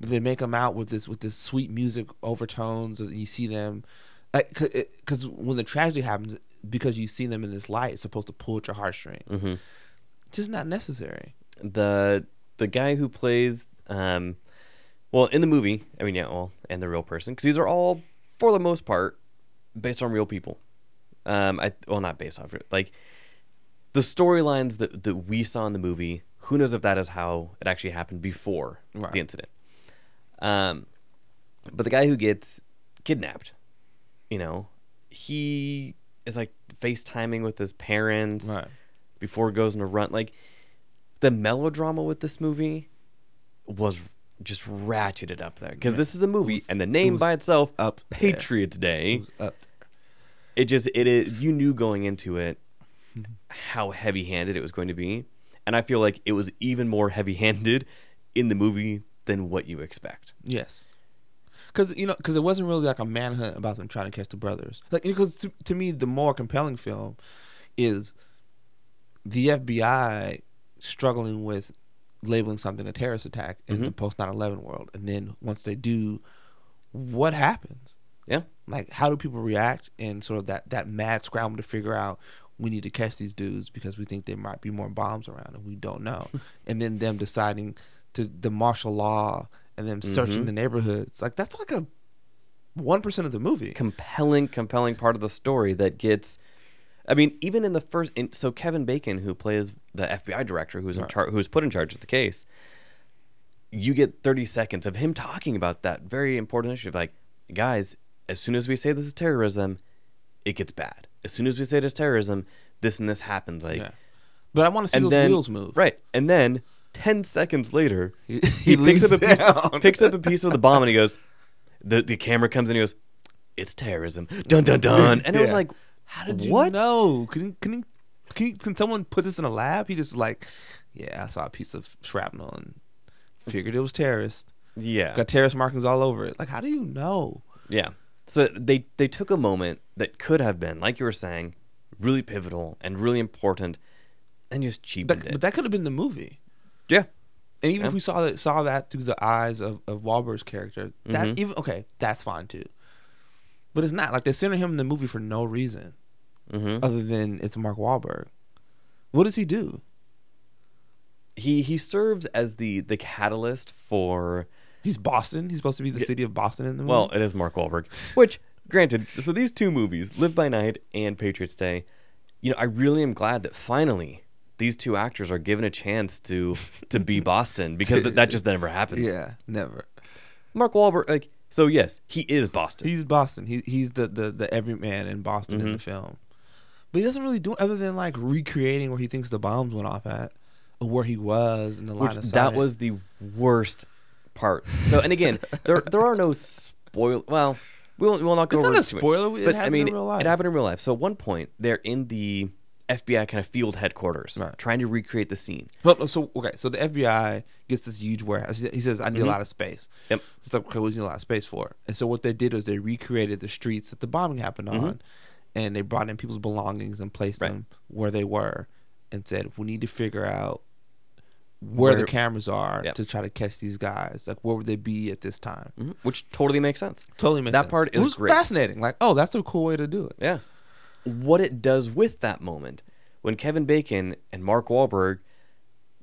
[SPEAKER 2] but they make them out with this with this sweet music overtones and you see them uh, because when the tragedy happens because you see them in this light it's supposed to pull at your heartstring
[SPEAKER 1] Mm-hmm.
[SPEAKER 2] just not necessary
[SPEAKER 1] the the guy who plays um well in the movie i mean yeah well and the real person because these are all for the most part based on real people um i well not based off like the storylines that that we saw in the movie who knows if that is how it actually happened before
[SPEAKER 2] Right.
[SPEAKER 1] the incident um but the guy who gets kidnapped you know he is like facetiming with his parents before it goes into run. Like the melodrama with this movie was just ratcheted up there because
[SPEAKER 2] Yeah.
[SPEAKER 1] this is a movie,
[SPEAKER 2] It was-
[SPEAKER 1] and the
[SPEAKER 2] it
[SPEAKER 1] name
[SPEAKER 2] was
[SPEAKER 1] by itself,
[SPEAKER 2] up there.
[SPEAKER 1] Patriots Day,
[SPEAKER 2] Who's up
[SPEAKER 1] it just it, it you knew going into it how heavy-handed it was going to be, and I feel like it was even more heavy-handed in the movie than what you expect.
[SPEAKER 2] Yes. Because you know, because it wasn't really like a manhunt about them trying to catch the brothers. Like, because to, to me, the more compelling film is the FBI struggling with labeling something a terrorist attack in
[SPEAKER 1] Mm-hmm.
[SPEAKER 2] the post 9/11 world, and then once they do, what happens?
[SPEAKER 1] Yeah,
[SPEAKER 2] Like, how do people react? And sort of that that mad scramble to figure out we need to catch these dudes because we think there might be more bombs around, and we don't
[SPEAKER 1] (laughs)
[SPEAKER 2] know. and then them deciding to the martial law and them searching
[SPEAKER 1] Mhm.
[SPEAKER 2] the neighborhoods. Like that's like a one percent of the movie.
[SPEAKER 1] compelling, compelling part of the story that gets. I mean, even in the first, in, so Kevin Bacon, who plays the FBI director, who's in
[SPEAKER 2] Right.
[SPEAKER 1] char- who's put in charge of the case, you get thirty seconds of him talking about that very important issue. Like, guys, as soon as we say this is terrorism, it gets bad. As soon as we say it is terrorism, this and this happens. Like,
[SPEAKER 2] Yeah. But I want to see
[SPEAKER 1] and
[SPEAKER 2] those
[SPEAKER 1] then
[SPEAKER 2] wheels move.
[SPEAKER 1] right, and then ten seconds later,
[SPEAKER 2] (laughs) He-
[SPEAKER 1] he,
[SPEAKER 2] he
[SPEAKER 1] picks up a
[SPEAKER 2] leans
[SPEAKER 1] piece,
[SPEAKER 2] (laughs) down.
[SPEAKER 1] picks up a piece of the bomb, and he goes. The the camera comes in, and he goes, "It's terrorism." Dun dun dun, and it was
[SPEAKER 2] Yeah.
[SPEAKER 1] like,
[SPEAKER 2] How did you
[SPEAKER 1] What?
[SPEAKER 2] know? Can can can, you- can someone put this in a lab? He just like, yeah, I saw a piece of shrapnel and figured it was terrorist.
[SPEAKER 1] yeah,
[SPEAKER 2] Got terrorist markings all over it. Like, how do you know?
[SPEAKER 1] yeah. So they they took a moment that could have been, like you were saying, really pivotal and really important, and just
[SPEAKER 2] That,
[SPEAKER 1] cheapened
[SPEAKER 2] But
[SPEAKER 1] it.
[SPEAKER 2] that could have been the movie.
[SPEAKER 1] yeah,
[SPEAKER 2] And even if
[SPEAKER 1] Yeah.
[SPEAKER 2] we saw that saw that through the eyes of, of Wahlberg's character, that
[SPEAKER 1] Mhm.
[SPEAKER 2] even okay, that's fine too. But it's not like they center him in the movie for no reason
[SPEAKER 1] hmm
[SPEAKER 2] other than it's Mark Wahlberg. What does he do?
[SPEAKER 1] he he serves as the the catalyst for
[SPEAKER 2] He's Boston. He's supposed to be the city of Boston in the movie.
[SPEAKER 1] Well, it is Mark
[SPEAKER 2] (laughs)
[SPEAKER 1] Wahlberg. Which, granted, so these two movies, Live by Night and Patriots Day, you know, I really am glad that finally these two actors are given a chance to to
[SPEAKER 2] (laughs)
[SPEAKER 1] be Boston because th- that just never happens.
[SPEAKER 2] yeah, never.
[SPEAKER 1] Mark Wahlberg, like, so yes, he is Boston. Mm-hmm.
[SPEAKER 2] He's Boston. He he's the the, the everyman in Boston in the film. But he doesn't really do it other than like recreating where he thinks the bombs went off at of where he was and the line
[SPEAKER 1] Which
[SPEAKER 2] of sight.
[SPEAKER 1] that was the worst part. So, and again,
[SPEAKER 2] (laughs)
[SPEAKER 1] there there are no spoil. Well, we will, we will not go
[SPEAKER 2] It's
[SPEAKER 1] over
[SPEAKER 2] not a
[SPEAKER 1] it too much.
[SPEAKER 2] spoiler. It
[SPEAKER 1] but I
[SPEAKER 2] happened
[SPEAKER 1] mean,
[SPEAKER 2] in real
[SPEAKER 1] it
[SPEAKER 2] life.
[SPEAKER 1] happened in real life. So, at one point, they're in the FBI kind of field headquarters,
[SPEAKER 2] Right.
[SPEAKER 1] trying to recreate the scene.
[SPEAKER 2] Well, so okay, so the FBI gets this huge warehouse. He says, "I need a lot of space."
[SPEAKER 1] Yep.
[SPEAKER 2] It's like, okay, we need a lot of space for. it. And so what they did was they recreated the streets that the bombing happened on, and they brought in people's belongings and placed
[SPEAKER 1] Right.
[SPEAKER 2] them where they were, and said, "We need to figure out where,
[SPEAKER 1] Where-
[SPEAKER 2] the cameras are
[SPEAKER 1] Yep.
[SPEAKER 2] to try to catch these guys. Like, where would they be at this time?"
[SPEAKER 1] Mhm. which totally makes sense.
[SPEAKER 2] Totally makes
[SPEAKER 1] That
[SPEAKER 2] sense.
[SPEAKER 1] part
[SPEAKER 2] it
[SPEAKER 1] is
[SPEAKER 2] was
[SPEAKER 1] great.
[SPEAKER 2] fascinating. Like, oh, that's a cool way to do it.
[SPEAKER 1] Yeah. What it does with that moment when Kevin Bacon and Mark Wahlberg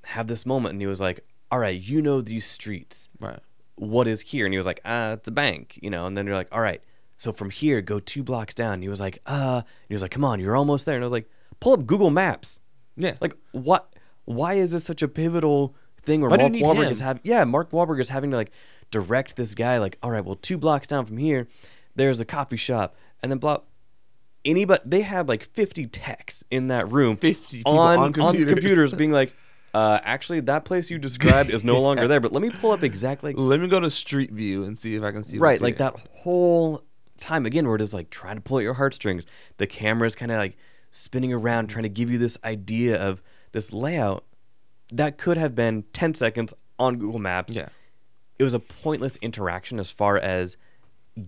[SPEAKER 1] have this moment, and he was like, "All right, you know these streets.
[SPEAKER 2] Right.
[SPEAKER 1] What is here?" And he was like, "Ah, it's a bank," you know. And then you're like, "All right, so from here, go two blocks down." And he was like, "Uh," and he was like, "Come on, you're almost there." And I was like, "Pull up Google Maps.
[SPEAKER 2] Yeah.
[SPEAKER 1] Like, what? Why is this such a pivotal thing where
[SPEAKER 2] Why do you
[SPEAKER 1] Mark
[SPEAKER 2] need
[SPEAKER 1] Wahlberg
[SPEAKER 2] him?
[SPEAKER 1] is having? Yeah, Mark Wahlberg is having to like direct this guy. Like, all right, well, two blocks down from here, there's a coffee shop, and then blah. Anybody? They had like 50 techs in that room,
[SPEAKER 2] 50 people on computers.
[SPEAKER 1] computers being like, uh, actually, that place you described is no longer there. But let me pull up exactly
[SPEAKER 2] (laughs) Let me go to Street View and see if I can see.
[SPEAKER 1] right
[SPEAKER 2] what's
[SPEAKER 1] like
[SPEAKER 2] here.
[SPEAKER 1] that whole time again we're just like trying to pull at your heartstrings the camera's kind of like spinning around trying to give you this idea of this layout that could have been 10 seconds on google maps
[SPEAKER 2] Yeah.
[SPEAKER 1] it was a pointless interaction as far as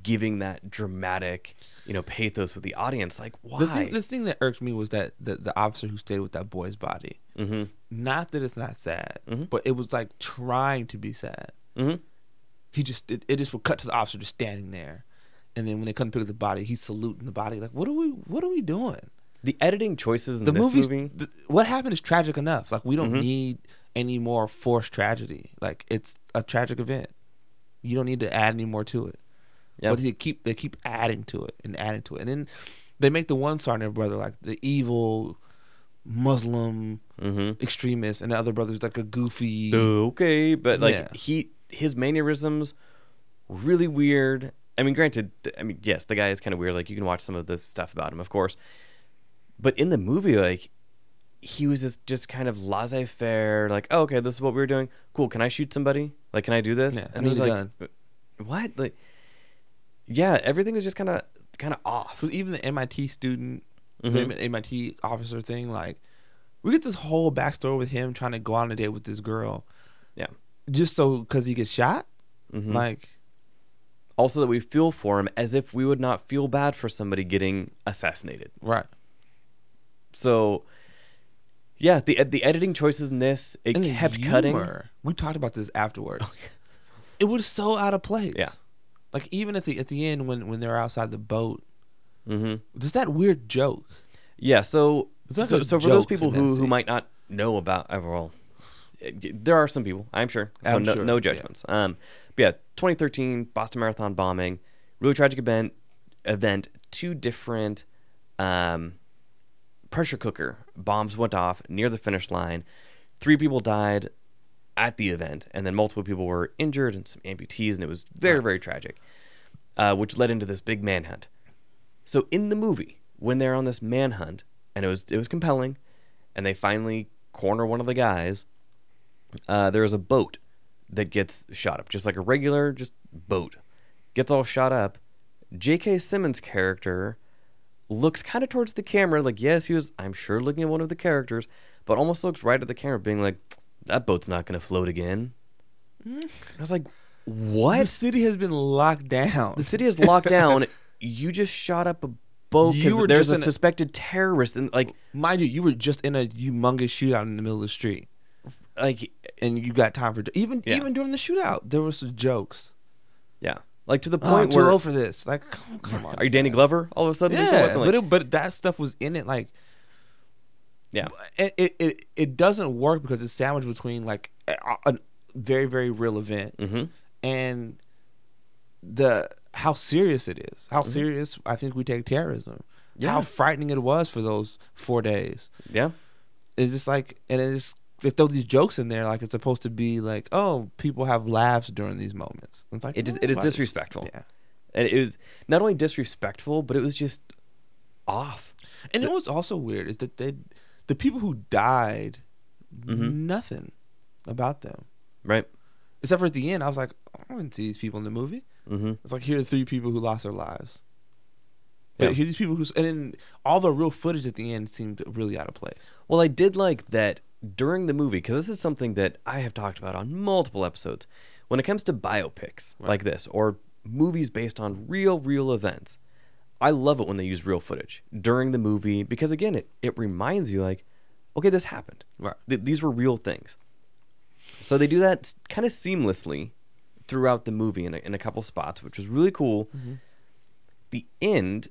[SPEAKER 1] giving that dramatic you know pathos with the audience like
[SPEAKER 2] The
[SPEAKER 1] why
[SPEAKER 2] thing, the thing that irked me was that the, the officer who stayed with that boy's body.
[SPEAKER 1] mm-hmm.
[SPEAKER 2] Not that it's not sad, but it was like trying to be sad.
[SPEAKER 1] Mhm.
[SPEAKER 2] He just it, it just would cut to the officer just standing there, and then when they come to pick up the body, he's saluting the body like, "What are we? What are we doing?"
[SPEAKER 1] the editing choices in
[SPEAKER 2] The
[SPEAKER 1] this
[SPEAKER 2] movie's-
[SPEAKER 1] movie Mm-hmm.
[SPEAKER 2] th- what happened is tragic enough. Like we don't need any more forced tragedy. Like it's a tragic event. You don't need to add any more to it.
[SPEAKER 1] Yeah.
[SPEAKER 2] But they keep they keep adding to it and adding to it, and then they make the one sergeant brother like the evil Muslim
[SPEAKER 1] mm-hmm.
[SPEAKER 2] extremist, and the other brother's like a goofy.
[SPEAKER 1] Uh, okay, but like
[SPEAKER 2] Yeah.
[SPEAKER 1] he his mannerisms really weird. I mean, granted, th- I mean yes, the guy is kind of weird. Like you can watch some of the stuff about him, of course, but in the movie, like he was just just kind of laissez faire. Like, oh, okay, this is what we were doing. Cool. Can I shoot somebody? Like, can I do this?
[SPEAKER 2] Yeah, I
[SPEAKER 1] it
[SPEAKER 2] need
[SPEAKER 1] was
[SPEAKER 2] a
[SPEAKER 1] like,
[SPEAKER 2] gun.
[SPEAKER 1] what? Like, yeah, everything was just kind of kind of off.
[SPEAKER 2] 'Cause even the MIT student,
[SPEAKER 1] Mhm.
[SPEAKER 2] the MIT officer thing, like we get this whole backstory with him trying to go on a date with this girl,
[SPEAKER 1] Yeah.
[SPEAKER 2] just so because he gets shot.
[SPEAKER 1] Mhm.
[SPEAKER 2] Like
[SPEAKER 1] Also, that we feel for him as if we would not feel bad for somebody getting assassinated.
[SPEAKER 2] right,
[SPEAKER 1] So, yeah, the ed- the editing choices in this it
[SPEAKER 2] And the
[SPEAKER 1] kept cutting. Oh,
[SPEAKER 2] humor. We talked about this afterwards. it was so out of place.
[SPEAKER 1] Yeah.
[SPEAKER 2] like even at the at the end when when they're outside the boat,
[SPEAKER 1] hmm
[SPEAKER 2] there's that weird joke.
[SPEAKER 1] Yeah, so
[SPEAKER 2] It's
[SPEAKER 1] so,
[SPEAKER 2] like a
[SPEAKER 1] so for those
[SPEAKER 2] joke
[SPEAKER 1] people
[SPEAKER 2] in that
[SPEAKER 1] who, who
[SPEAKER 2] scene.
[SPEAKER 1] might not know about uh, well, it- there are some people I'm sure. So
[SPEAKER 2] I'm
[SPEAKER 1] no,
[SPEAKER 2] sure,
[SPEAKER 1] no
[SPEAKER 2] yeah.
[SPEAKER 1] judgments. Um, but yeah, 2013 Boston Marathon bombing, really tragic event. Event two different um, pressure cooker bombs went off near the finish line. Three people died at the event, and then multiple people were injured and some amputees, and it was very, very tragic, uh, which led into this big manhunt. So in the movie, when they're on this manhunt, and it was it was compelling, and they finally corner one of the guys, uh, there is a boat that gets shot up, just like a regular just boat, gets all shot up. J.K. Simmons' character looks kind of towards the camera, like yes, he was I'm sure looking at one of the characters, but almost looks right at the camera, being like, "That boat's not gonna float again." I was like, "What?"
[SPEAKER 2] The city has been locked down.
[SPEAKER 1] The city is locked down. You just shot up a boat
[SPEAKER 2] You
[SPEAKER 1] because
[SPEAKER 2] were
[SPEAKER 1] there's
[SPEAKER 2] just
[SPEAKER 1] a
[SPEAKER 2] in a-
[SPEAKER 1] suspected terrorist, and like,
[SPEAKER 2] Mind you, you were just in a humongous shootout in the middle of the street,
[SPEAKER 1] like,
[SPEAKER 2] and you got time for even
[SPEAKER 1] Yeah.
[SPEAKER 2] even during the shootout, there were some jokes.
[SPEAKER 1] yeah, like to the
[SPEAKER 2] Oh, I'm
[SPEAKER 1] point
[SPEAKER 2] too
[SPEAKER 1] where
[SPEAKER 2] old for this. Like, come, come on.
[SPEAKER 1] are you Danny
[SPEAKER 2] guys.
[SPEAKER 1] Glover all of a sudden? or something?
[SPEAKER 2] Yeah,
[SPEAKER 1] Like,
[SPEAKER 2] but it, but that stuff was in it. Like,
[SPEAKER 1] yeah,
[SPEAKER 2] it it, it, it doesn't work because it's sandwiched between like a, a very very real event
[SPEAKER 1] Mhm.
[SPEAKER 2] and the how serious it is. How serious I think we take terrorism.
[SPEAKER 1] Mm-hmm. Yeah.
[SPEAKER 2] How frightening it was for those four days.
[SPEAKER 1] yeah,
[SPEAKER 2] it's just like and it is they throw these jokes in there like it's supposed to be like oh people have laughs during these moments it's like
[SPEAKER 1] it just
[SPEAKER 2] no,
[SPEAKER 1] it is
[SPEAKER 2] like-
[SPEAKER 1] disrespectful,
[SPEAKER 2] yeah
[SPEAKER 1] and it was not only disrespectful, but it was just off.
[SPEAKER 2] and it was also weird is that they the people who died
[SPEAKER 1] Mm-hmm.
[SPEAKER 2] Nothing about them.
[SPEAKER 1] Right.
[SPEAKER 2] Except for at the end, I was like, "Oh, I didn't see these people in the movie.
[SPEAKER 1] Mm-hmm.
[SPEAKER 2] It's like, here are three people who lost their lives. But
[SPEAKER 1] Yeah.
[SPEAKER 2] here are these people who, and then all the real footage at the end seemed really out of place. (laughs)
[SPEAKER 1] Well, I did like that during the movie because this is something that I have talked about on multiple episodes. When it comes to biopics like this or movies based on real, real events, I love it when they use real footage during the movie because, again, it, it reminds you, like, okay, this happened.
[SPEAKER 2] Right.
[SPEAKER 1] Th- these were real things. So they do that kind of seamlessly throughout the movie in a, in a couple spots, which was really cool. The end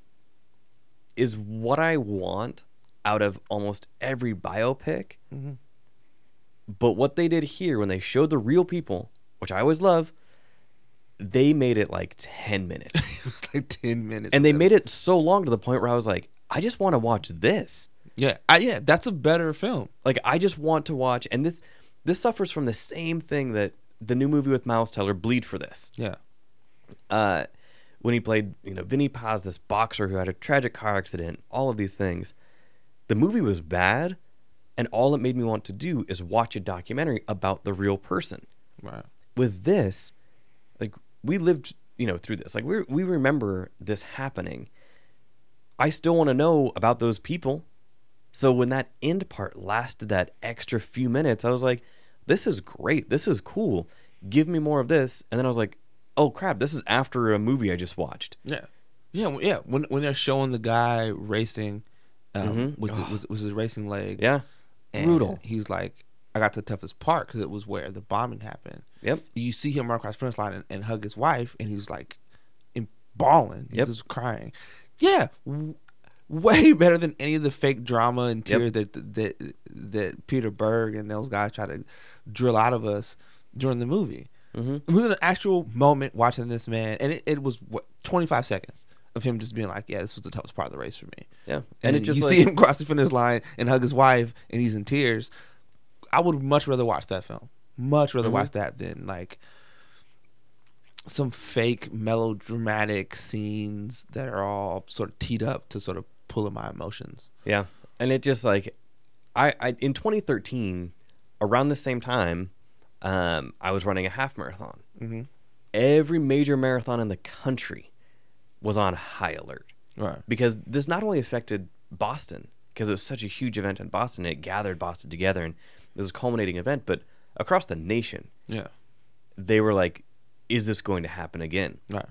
[SPEAKER 1] is what I want out of almost every biopic. But what they did here when they showed the real people, which I always love, they made it like 10
[SPEAKER 2] (laughs)
[SPEAKER 1] minutes.
[SPEAKER 2] it was like 10 minutes.
[SPEAKER 1] and they
[SPEAKER 2] of
[SPEAKER 1] made it so long to the point where I was like, I just want to watch this.
[SPEAKER 2] Yeah, I, yeah, that's a better film.
[SPEAKER 1] Like I just want to watch and this this suffers from the same thing that the new movie with Miles Teller bleed for this.
[SPEAKER 2] Yeah,
[SPEAKER 1] uh, when he played, you know, Vinny Paz, this boxer who had a tragic car accident, all of these things. The movie was bad, and all it made me want to do is watch a documentary about the real person.
[SPEAKER 2] right.
[SPEAKER 1] With this, like we lived, you know, through this. Like we we remember this happening. I still want to know about those people. So when that end part lasted that extra few minutes, I was like, this is great. This is cool. Give me more of this. And then I was like, oh crap, this is after a movie I just watched.
[SPEAKER 2] Yeah, yeah, w- yeah. When when they're showing the guy racing, um,
[SPEAKER 1] Mhm.
[SPEAKER 2] with, the- with with his racing legs,
[SPEAKER 1] Yeah.
[SPEAKER 2] and
[SPEAKER 1] brutal.
[SPEAKER 2] He's like, I got to the toughest part because it was where the bombing happened.
[SPEAKER 1] Yep.
[SPEAKER 2] You see him run across the finish line and, and hug his wife, and he's like, in- bawling. He's
[SPEAKER 1] Yep.
[SPEAKER 2] just crying. Yeah, w- way (laughs) better than any of the fake drama and
[SPEAKER 1] Yep.
[SPEAKER 2] tears that that that Peter Berg and those guys try to drill out of us during the movie.
[SPEAKER 1] hmm
[SPEAKER 2] It was an actual moment watching this man, and it, it was what twenty five seconds of him just being like, "Yeah, this was the toughest part of the race for me."
[SPEAKER 1] Yeah. And,
[SPEAKER 2] And,
[SPEAKER 1] it just
[SPEAKER 2] you
[SPEAKER 1] like,
[SPEAKER 2] see him (laughs) cross the finish line and hug his wife, and he's in tears. I would much rather watch that film, much rather
[SPEAKER 1] Mhm.
[SPEAKER 2] watch that than like some fake melodramatic scenes that are all sort of teed up to sort of pull at my emotions.
[SPEAKER 1] yeah. And it just like, I, I in 2013, around the same time, um, I was running a half marathon.
[SPEAKER 2] Mhm.
[SPEAKER 1] Every major marathon in the country was on high alert.
[SPEAKER 2] Right.
[SPEAKER 1] because this not only affected Boston because it was such a huge event in Boston, it gathered Boston together, and it was a culminating event. But across the nation,
[SPEAKER 2] Yeah.
[SPEAKER 1] they were like, "Is this going to happen again?"
[SPEAKER 2] Right.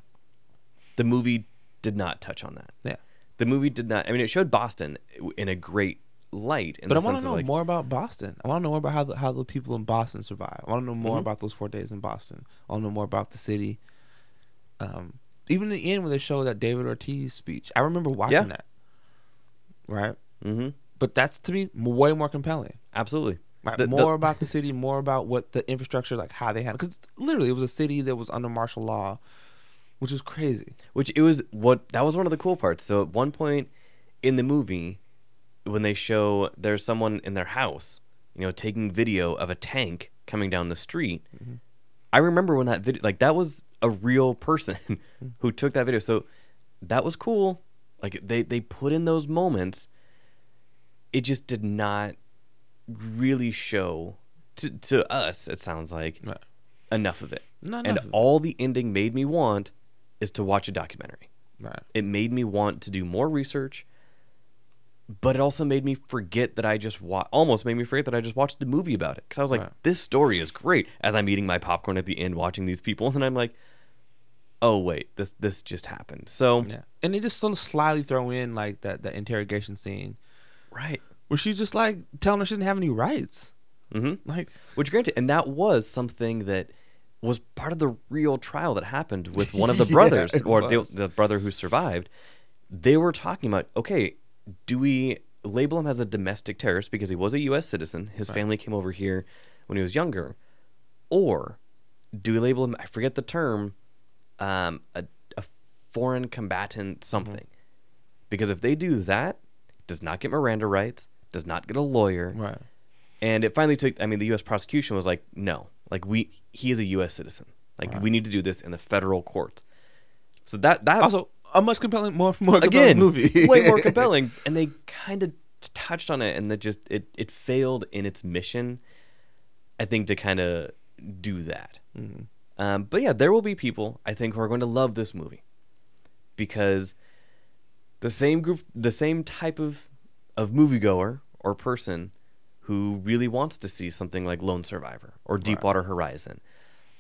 [SPEAKER 1] The movie did not touch on that.
[SPEAKER 2] Yeah.
[SPEAKER 1] The movie did not. I mean, it showed Boston in a great light. In
[SPEAKER 2] But I
[SPEAKER 1] the
[SPEAKER 2] want
[SPEAKER 1] sense
[SPEAKER 2] to
[SPEAKER 1] of
[SPEAKER 2] know
[SPEAKER 1] like,
[SPEAKER 2] more about Boston. I want to know more about how the, how the people in Boston survive. I want to know
[SPEAKER 1] Mm-hmm.
[SPEAKER 2] more about those four days in Boston. I want to know more about the city. Um, even the end when they show that David Ortiz speech, I remember watching
[SPEAKER 1] Yeah.
[SPEAKER 2] that. Right,
[SPEAKER 1] hmm
[SPEAKER 2] but that's to me m- way more compelling.
[SPEAKER 1] absolutely.
[SPEAKER 2] Right,
[SPEAKER 1] The- the-
[SPEAKER 2] more about the city, more about what the infrastructure, like how they had, because literally it was a city that was under martial law, which is crazy.
[SPEAKER 1] Which it was what that was one of the cool parts. So at one point in the movie, when they show there's someone in their house, you know, taking video of a tank coming down the street.
[SPEAKER 2] Mm-hmm.
[SPEAKER 1] I remember when that video, like that was a real person (laughs)
[SPEAKER 2] Mm-hmm.
[SPEAKER 1] who took that video. So that was cool. Like they they put in those moments. It just did not really show to to us. It sounds like
[SPEAKER 2] Right.
[SPEAKER 1] enough of it.
[SPEAKER 2] Not
[SPEAKER 1] and
[SPEAKER 2] enough of it.
[SPEAKER 1] all the ending made me want is to watch a documentary.
[SPEAKER 2] Right,
[SPEAKER 1] It made me want to do more research, but it also made me forget that I just wa- almost made me forget that I just watched a movie about it because I was like,
[SPEAKER 2] Right.
[SPEAKER 1] this story is great. As I'm eating my popcorn at the end, watching these people, (laughs) and I'm like, oh wait, this this just happened. So
[SPEAKER 2] yeah, and they just sort of slyly throw in like that that interrogation scene
[SPEAKER 1] right,
[SPEAKER 2] where she's just like telling her she didn't have any rights.
[SPEAKER 1] hmm
[SPEAKER 2] Like,
[SPEAKER 1] which granted, and that was something that was part of the real trial that happened with one of the
[SPEAKER 2] (laughs) Yeah,
[SPEAKER 1] brothers
[SPEAKER 2] it
[SPEAKER 1] or the,
[SPEAKER 2] was.
[SPEAKER 1] the brother who survived. They were talking about okay, do we label him as a domestic terrorist because he was a U.S. citizen? His family came over here when he was younger, or do we label him? I forget the term, um, a, a foreign
[SPEAKER 2] Mm-hmm.
[SPEAKER 1] combatant something. Because if they do that, does not get Miranda rights, does not get a lawyer,
[SPEAKER 2] right.
[SPEAKER 1] and it finally took i mean the us prosecution was like no like we he is a us citizen like we need to do this in the federal court so that that
[SPEAKER 2] Also, a much compelling, more more compelling
[SPEAKER 1] again
[SPEAKER 2] movie. (laughs)
[SPEAKER 1] way more compelling and they kind of touched on it, and that just it it failed in its mission. I think to kind of do that.
[SPEAKER 2] Mhm.
[SPEAKER 1] Um, but yeah, there will be people I think who are going to love this movie because the same group, the same type of of moviegoer or person who really wants to see something like Lone Survivor or Deepwater Horizon,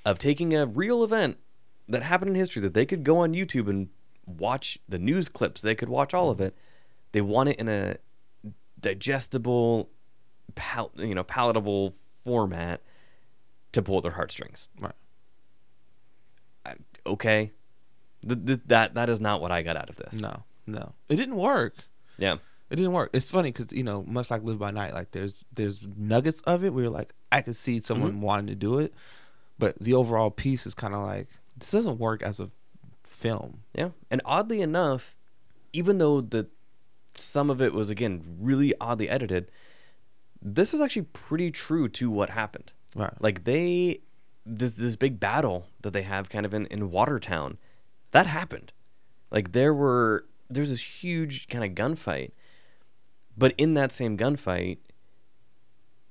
[SPEAKER 1] of taking a real event that happened in history that they could go on YouTube and watch the news clips, they could watch all of it. They want it in a digestible, pal- you know, palatable format to pull at their heartstrings
[SPEAKER 2] Right.
[SPEAKER 1] okay th- th- that that is not what i got out of this
[SPEAKER 2] No, no, it didn't work.
[SPEAKER 1] yeah
[SPEAKER 2] It didn't work. It's funny because you know, much like Live by Night, like there's there's nuggets of it where you're like, I could see someone
[SPEAKER 1] Mm-hmm.
[SPEAKER 2] wanting to do it, but the overall piece is kind of like this doesn't work as a film.
[SPEAKER 1] yeah and oddly enough even though the some of it was again really oddly edited this was actually pretty true to what happened
[SPEAKER 2] Right.
[SPEAKER 1] like they this this big battle that they have kind of in in watertown that happened like there were there's this huge kind of gunfight but in that same gunfight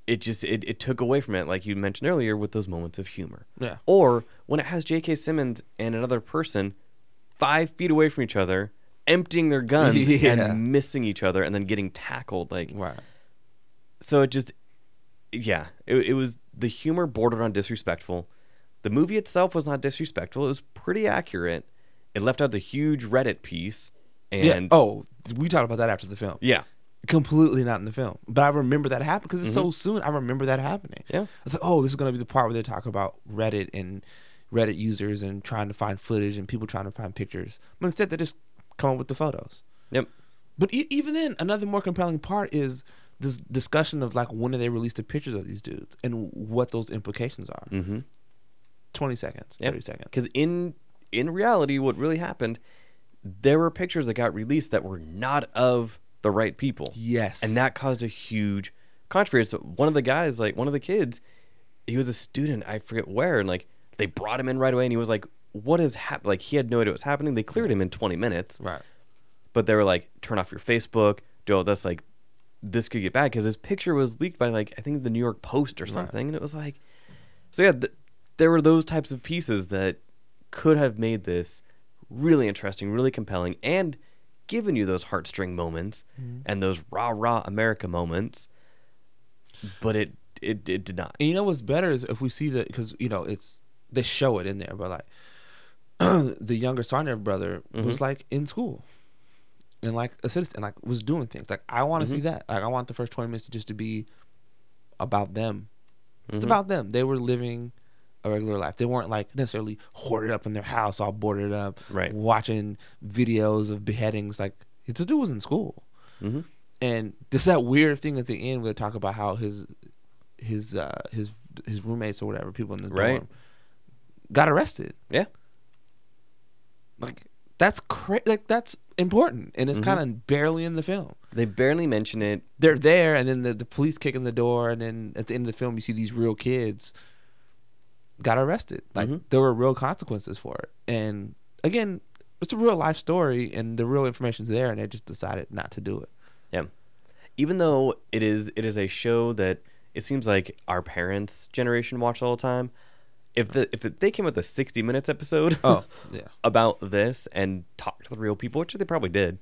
[SPEAKER 1] it just it, it took away from it like you mentioned earlier with those moments of humor
[SPEAKER 2] Yeah.
[SPEAKER 1] or when it has J.K. Simmons and another person five feet away from each other, emptying their guns
[SPEAKER 2] (laughs) Yeah.
[SPEAKER 1] and missing each other, and then getting tackled. Like
[SPEAKER 2] Right.
[SPEAKER 1] so, it just yeah, it, it was the humor bordered on disrespectful. The movie itself was not disrespectful; it was pretty accurate. It left out the huge Reddit piece, and
[SPEAKER 2] yeah. Oh, we talked about that after the film.
[SPEAKER 1] yeah,
[SPEAKER 2] Completely not in the film, but I remember that happened because it's so soon. I remember that happening.
[SPEAKER 1] Mm-hmm. Yeah.
[SPEAKER 2] I was like, oh, this is gonna be the part where they talk about Reddit and Reddit users and trying to find footage and people trying to find pictures. But instead, they just come up with the photos.
[SPEAKER 1] yep,
[SPEAKER 2] But e- even then, another more compelling part is this discussion of like when do they release the pictures of these dudes and what those implications are.
[SPEAKER 1] mm-hmm.
[SPEAKER 2] Twenty seconds, thirty seconds.
[SPEAKER 1] Because in in reality, what really happened, there were pictures that got released that were not of the right people.
[SPEAKER 2] Yes,
[SPEAKER 1] And that caused a huge controversy. So one of the guys, like one of the kids, he was a student, I forget where, and like they brought him in right away and he was like, What is happening? Like he had no idea what was happening. They cleared him in twenty minutes.
[SPEAKER 2] right.
[SPEAKER 1] But they were like, turn off your Facebook, do all this, like this could get bad because his picture was leaked by like I think the New York Post or something. And it was like so yeah, th- there were those types of pieces that could have made this really interesting, really compelling, and given you those heartstring moments and those rah rah America moments. But it it it did not.
[SPEAKER 2] And you know what's better is if we see that because you know it's they show it in there, but like (clears throat) the younger Sonya brother was like in school and like a citizen, like was doing things. Like I want to see that. Like I want the first twenty minutes to just to be about them. It's about them. They were living a regular life. They weren't like necessarily hoarded up in their house, all boarded up,
[SPEAKER 1] Right.
[SPEAKER 2] Watching videos of beheadings. Like the dude was in school
[SPEAKER 1] Mhm.
[SPEAKER 2] and there's that weird thing at the end where they talk about how his his uh his his roommates or whatever people in the
[SPEAKER 1] Right.
[SPEAKER 2] dorm got arrested
[SPEAKER 1] Yeah.
[SPEAKER 2] like that's cra- like that's important and it's kind of barely in the film
[SPEAKER 1] They barely mention it.
[SPEAKER 2] they're there and then the, the police kick in the door and then at the end of the film you see these real kids got arrested like
[SPEAKER 1] Mhm.
[SPEAKER 2] there were real consequences for it and again it's a real life story and the real information's there and they just decided not to do it
[SPEAKER 1] Yeah. Even though it is it is a show that it seems like our parents' generation watched all the time. If the if they came with a sixty minutes episode
[SPEAKER 2] oh (laughs) yeah
[SPEAKER 1] (laughs) about this and talked to the real people, which they probably did,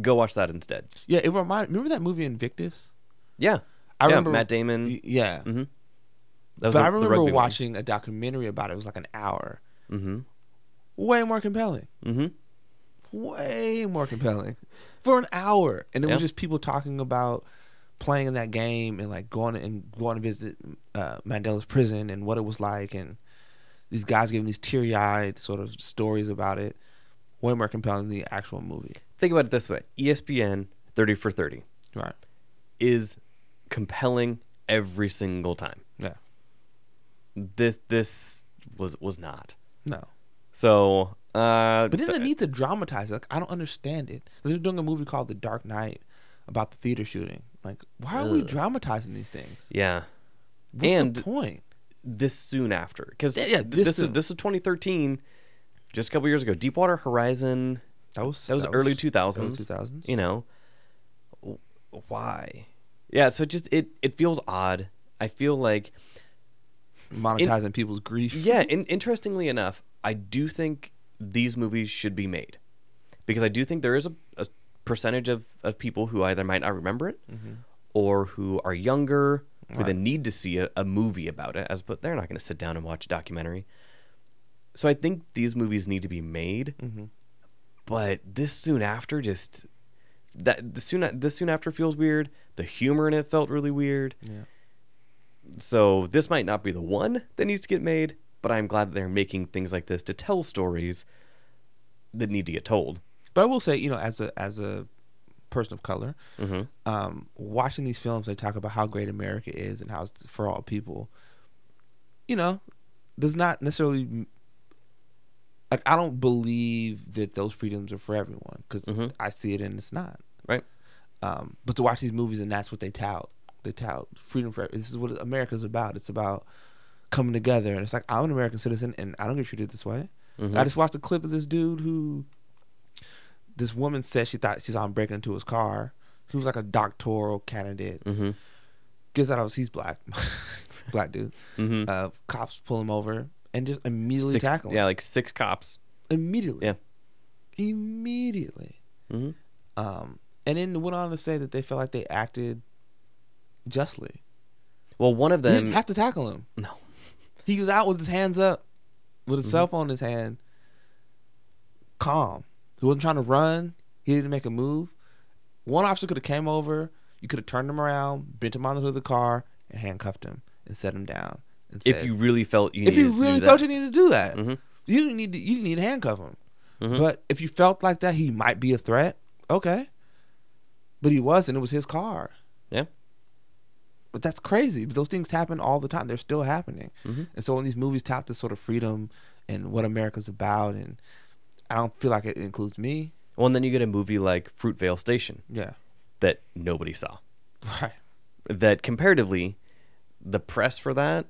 [SPEAKER 1] go watch that instead.
[SPEAKER 2] Yeah, it reminded. Remember that movie Invictus?
[SPEAKER 1] Yeah,
[SPEAKER 2] I
[SPEAKER 1] Yeah,
[SPEAKER 2] remember-
[SPEAKER 1] Matt Damon.
[SPEAKER 2] Y- Yeah,
[SPEAKER 1] Mhm. that
[SPEAKER 2] but
[SPEAKER 1] the-
[SPEAKER 2] I
[SPEAKER 1] the
[SPEAKER 2] remember
[SPEAKER 1] rugby one.
[SPEAKER 2] watching a documentary about it. It was like an hour.
[SPEAKER 1] Mhm.
[SPEAKER 2] Way more compelling.
[SPEAKER 1] Mhm.
[SPEAKER 2] Way more compelling for an hour, and it
[SPEAKER 1] Yeah.
[SPEAKER 2] was just people talking about playing in that game and like going and going to visit uh, Mandela's prison and what it was like, and these guys giving these teary-eyed sort of stories about it. Way more compelling than the actual movie.
[SPEAKER 1] Think about it this way: E ESPN thirty for thirty
[SPEAKER 2] Right.
[SPEAKER 1] is compelling every single time.
[SPEAKER 2] Yeah.
[SPEAKER 1] This this was was not.
[SPEAKER 2] No.
[SPEAKER 1] So, uh,
[SPEAKER 2] But then
[SPEAKER 1] th-
[SPEAKER 2] they need to dramatize it. Like, I don't understand it. They're doing a movie called The Dark Knight about the theater shooting. Like, why are we
[SPEAKER 1] Ugh.
[SPEAKER 2] dramatizing these things?
[SPEAKER 1] yeah,
[SPEAKER 2] What's
[SPEAKER 1] And-
[SPEAKER 2] the point?
[SPEAKER 1] this soon after because
[SPEAKER 2] Yeah, yeah,
[SPEAKER 1] this
[SPEAKER 2] this
[SPEAKER 1] this, is,
[SPEAKER 2] soon.
[SPEAKER 1] this is 2013, just a couple years ago. Deepwater Horizon,
[SPEAKER 2] That was
[SPEAKER 1] that was early 2000s.
[SPEAKER 2] Early 2000s.
[SPEAKER 1] you know, why? Yeah, so it just it it feels odd. I feel like
[SPEAKER 2] monetizing people's grief.
[SPEAKER 1] yeah, in, interestingly enough, I do think these movies should be made because I do think there is a, a percentage of, of people who either might not remember it or who are younger who then need to see a, a movie about it as but they're not going to sit down and watch a documentary. So I think these movies need to be made, but this soon after just that the soon this soon after feels weird. The humor in it felt really weird.
[SPEAKER 2] Yeah.
[SPEAKER 1] So this might not be the one that needs to get made, but I'm glad that they're making things like this to tell stories that need to get told.
[SPEAKER 2] But I will say, you know, as a as a person of color,
[SPEAKER 1] Mm-hmm.
[SPEAKER 2] um, watching these films, they talk about how great America is and how it's for all people. You know, does not necessarily like I don't believe that those freedoms are for everyone because
[SPEAKER 1] Mhm.
[SPEAKER 2] I see it and it's not
[SPEAKER 1] Right.
[SPEAKER 2] Um, but to watch these movies and that's what they tout. They tout freedom for this is what America's about. It's about coming together and it's like I'm an American citizen and I don't get treated this way.
[SPEAKER 1] Mhm.
[SPEAKER 2] I just watched a clip of this dude who this woman said she thought she saw him breaking into his car. He was like a doctoral candidate.
[SPEAKER 1] Mm-hmm.
[SPEAKER 2] Guess that I was he's black, (laughs) black dude.
[SPEAKER 1] Mm-hmm.
[SPEAKER 2] Uh, cops pull him over and just immediately
[SPEAKER 1] six,
[SPEAKER 2] tackle him.
[SPEAKER 1] yeah, like six cops.
[SPEAKER 2] immediately.
[SPEAKER 1] Yeah.
[SPEAKER 2] Immediately.
[SPEAKER 1] Mm-hmm.
[SPEAKER 2] Um, and then went on to say that they felt like they acted justly.
[SPEAKER 1] Well, one of
[SPEAKER 2] They didn't
[SPEAKER 1] them.
[SPEAKER 2] have to tackle him.
[SPEAKER 1] No. Mm-hmm.
[SPEAKER 2] He was out with his hands up, with his cell phone in his hand, calm. He wasn't trying to run. He didn't make a move. One officer could have came over. You could have turned him around, bent him on the hood of the car, and handcuffed him and set him down. And
[SPEAKER 1] If
[SPEAKER 2] said-
[SPEAKER 1] you really felt you
[SPEAKER 2] if
[SPEAKER 1] needed
[SPEAKER 2] you
[SPEAKER 1] to
[SPEAKER 2] really
[SPEAKER 1] do
[SPEAKER 2] felt you
[SPEAKER 1] that,
[SPEAKER 2] needed to do that,
[SPEAKER 1] Mhm.
[SPEAKER 2] you didn't need to. You didn't need to handcuff him.
[SPEAKER 1] Mhm.
[SPEAKER 2] But if you felt like that, he might be a threat. Okay, but he wasn't. It was his car.
[SPEAKER 1] Yeah.
[SPEAKER 2] But that's crazy. But those things happen all the time. They're still happening.
[SPEAKER 1] Mhm.
[SPEAKER 2] And so when these movies tout this sort of freedom and what America's about, and I don't feel like it includes me.
[SPEAKER 1] well, and then you get a movie like Fruitvale Station
[SPEAKER 2] Yeah.
[SPEAKER 1] that nobody saw.
[SPEAKER 2] Right.
[SPEAKER 1] That comparatively, the press for that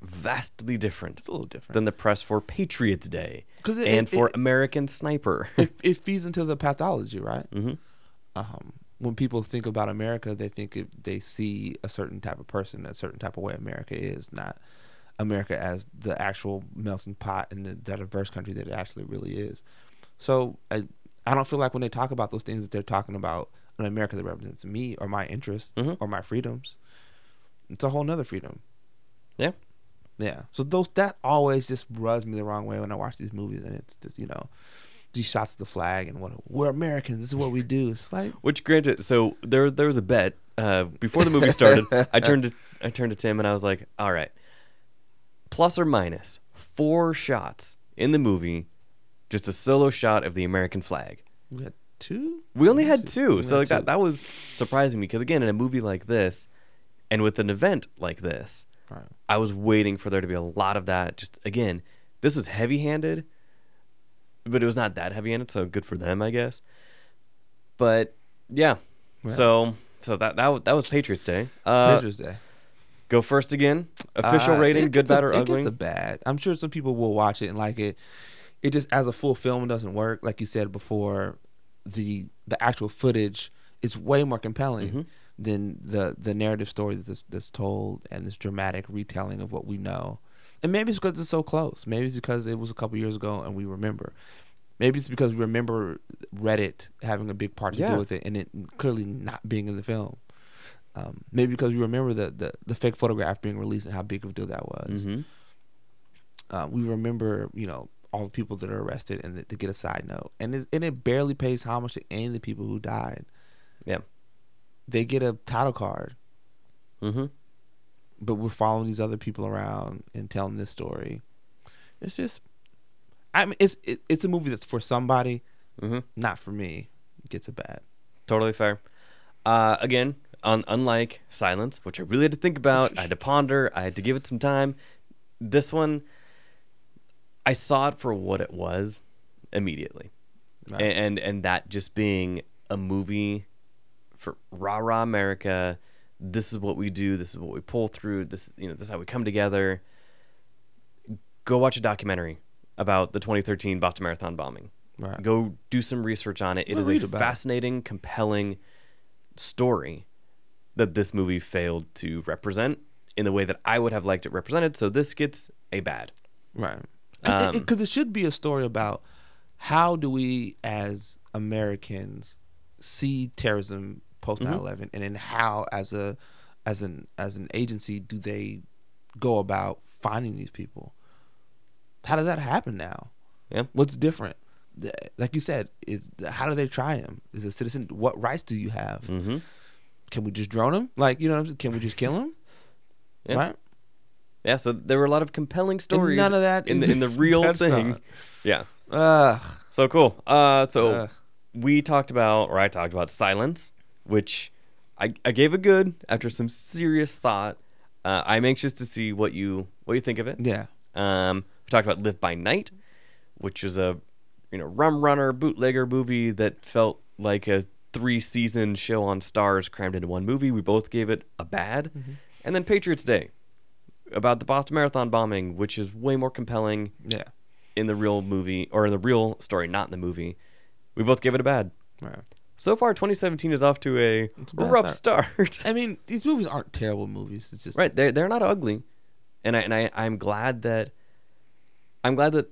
[SPEAKER 1] vastly different
[SPEAKER 2] It's a little different.
[SPEAKER 1] than the press for Patriots Day
[SPEAKER 2] 'Cause it-
[SPEAKER 1] and
[SPEAKER 2] it-
[SPEAKER 1] for
[SPEAKER 2] it-
[SPEAKER 1] American Sniper.
[SPEAKER 2] it, it feeds into the pathology, right?
[SPEAKER 1] Mhm.
[SPEAKER 2] Um, when people think about America, they think if they see a certain type of person, a certain type of way America is, not America as the actual melting pot and the, the diverse country that it actually really is. So I, I don't feel like when they talk about those things that they're talking about an America that represents me or my interests
[SPEAKER 1] Mhm.
[SPEAKER 2] or my freedoms. It's a whole nother freedom.
[SPEAKER 1] yeah.
[SPEAKER 2] Yeah. So those that always just rubs me the wrong way when I watch these movies, and it's just you know these shots of the flag and what we're Americans. This is what we do. It's like
[SPEAKER 1] Which granted, so there there was a bet uh, before the movie started.
[SPEAKER 2] (laughs)
[SPEAKER 1] I turned to I turned to Tim and I was like, "All right, plus or minus four shots in the movie, just a solo shot of the American flag."
[SPEAKER 2] we got two.
[SPEAKER 1] We only had
[SPEAKER 2] We
[SPEAKER 1] two, so
[SPEAKER 2] had
[SPEAKER 1] like
[SPEAKER 2] two.
[SPEAKER 1] that that was surprising me because again, in a movie like this, and with an event like this,
[SPEAKER 2] Right.
[SPEAKER 1] I was waiting for there to be a lot of that. Just again, this was heavy handed, but it was not that heavy handed, so good for them, I guess. But yeah,
[SPEAKER 2] Yeah.
[SPEAKER 1] so so that that wa- that was Patriots Day. Uh,
[SPEAKER 2] Patriots Day.
[SPEAKER 1] Go first again. Official
[SPEAKER 2] Uh,
[SPEAKER 1] rating:
[SPEAKER 2] it
[SPEAKER 1] good,
[SPEAKER 2] gets a-
[SPEAKER 1] bad, or
[SPEAKER 2] it
[SPEAKER 1] ugly.
[SPEAKER 2] Gets a bad. I'm sure some people will watch it and like it. It just as a full film it doesn't work. Like you said before, the the actual footage is way more compelling
[SPEAKER 1] Mm-hmm.
[SPEAKER 2] than the the narrative story that's that's told and this dramatic retelling of what we know. And maybe it's because it's so close. Maybe it's because it was a couple years ago and we remember. Maybe it's because we remember Reddit having a big part to
[SPEAKER 1] Yeah.
[SPEAKER 2] do with it and it clearly not being in the film. Um, maybe because we remember the, the, the fake photograph being released and how big of a deal that was
[SPEAKER 1] hmm
[SPEAKER 2] uh, we remember you know all the people that are arrested and th- to get a side note and it, and it barely pays homage to any of the people who died
[SPEAKER 1] Yeah.
[SPEAKER 2] they get a title card
[SPEAKER 1] hmm
[SPEAKER 2] but we're following these other people around and telling this story it's just i mean it's it, it's a movie that's for somebody
[SPEAKER 1] hmm
[SPEAKER 2] not for me it gets a bad
[SPEAKER 1] Totally fair. Uh, again, un- unlike Silence, which I really had to think about, I had to ponder, I had to give it some time. This one, I saw it for what it was immediately,
[SPEAKER 2] Right.
[SPEAKER 1] A- and and that just being a movie for rah rah America. This is what we do. This is what we pull through. This you know this is how we come together. Go watch a documentary about the 2013 Boston Marathon bombing
[SPEAKER 2] right
[SPEAKER 1] go do some research on it. It
[SPEAKER 2] Or
[SPEAKER 1] is
[SPEAKER 2] read
[SPEAKER 1] a
[SPEAKER 2] about it.
[SPEAKER 1] fascinating, compelling story that this movie failed to represent in the way that I would have liked it represented. So this gets a bad.
[SPEAKER 2] Right. Because
[SPEAKER 1] Um,
[SPEAKER 2] it, 'cause it should be a story about how do we as Americans see terrorism post
[SPEAKER 1] Mm-hmm.
[SPEAKER 2] 9/11 and then how as a as an as an agency do they go about finding these people? How does that happen now?
[SPEAKER 1] Yeah.
[SPEAKER 2] What's different? Th- Like you said, is how do they try him? Is a citizen? What rights do you have?
[SPEAKER 1] Mm-hmm.
[SPEAKER 2] Can we just drone him? Like you know, what I'm saying? can we just kill him?
[SPEAKER 1] Yeah.
[SPEAKER 2] Right.
[SPEAKER 1] Yeah, so there were a lot of compelling stories.
[SPEAKER 2] none of that
[SPEAKER 1] in the,
[SPEAKER 2] is
[SPEAKER 1] in the real
[SPEAKER 2] touched
[SPEAKER 1] thing.
[SPEAKER 2] on.
[SPEAKER 1] Yeah.
[SPEAKER 2] Ugh.
[SPEAKER 1] So cool. Uh, so
[SPEAKER 2] Ugh.
[SPEAKER 1] we talked about, or I talked about silence, which I, I gave a good after some serious thought. Uh, I'm anxious to see what you what you think of it.
[SPEAKER 2] Yeah.
[SPEAKER 1] Um, we talked about Live by Night, which is a you know rum runner bootlegger movie that felt like a three season show on Stars crammed into one movie. We both gave it a bad,
[SPEAKER 2] Mm-hmm.
[SPEAKER 1] and then Patriots Day about the Boston Marathon bombing, which is way more compelling
[SPEAKER 2] Yeah.
[SPEAKER 1] in the real movie or in the real story, not in the movie. We both gave it a bad.
[SPEAKER 2] Right.
[SPEAKER 1] So far, 2017 is off to a,
[SPEAKER 2] a bad
[SPEAKER 1] rough start. (laughs)
[SPEAKER 2] I mean, these movies aren't terrible movies. It's just
[SPEAKER 1] right they're they're not ugly and i and i i'm glad that i'm glad that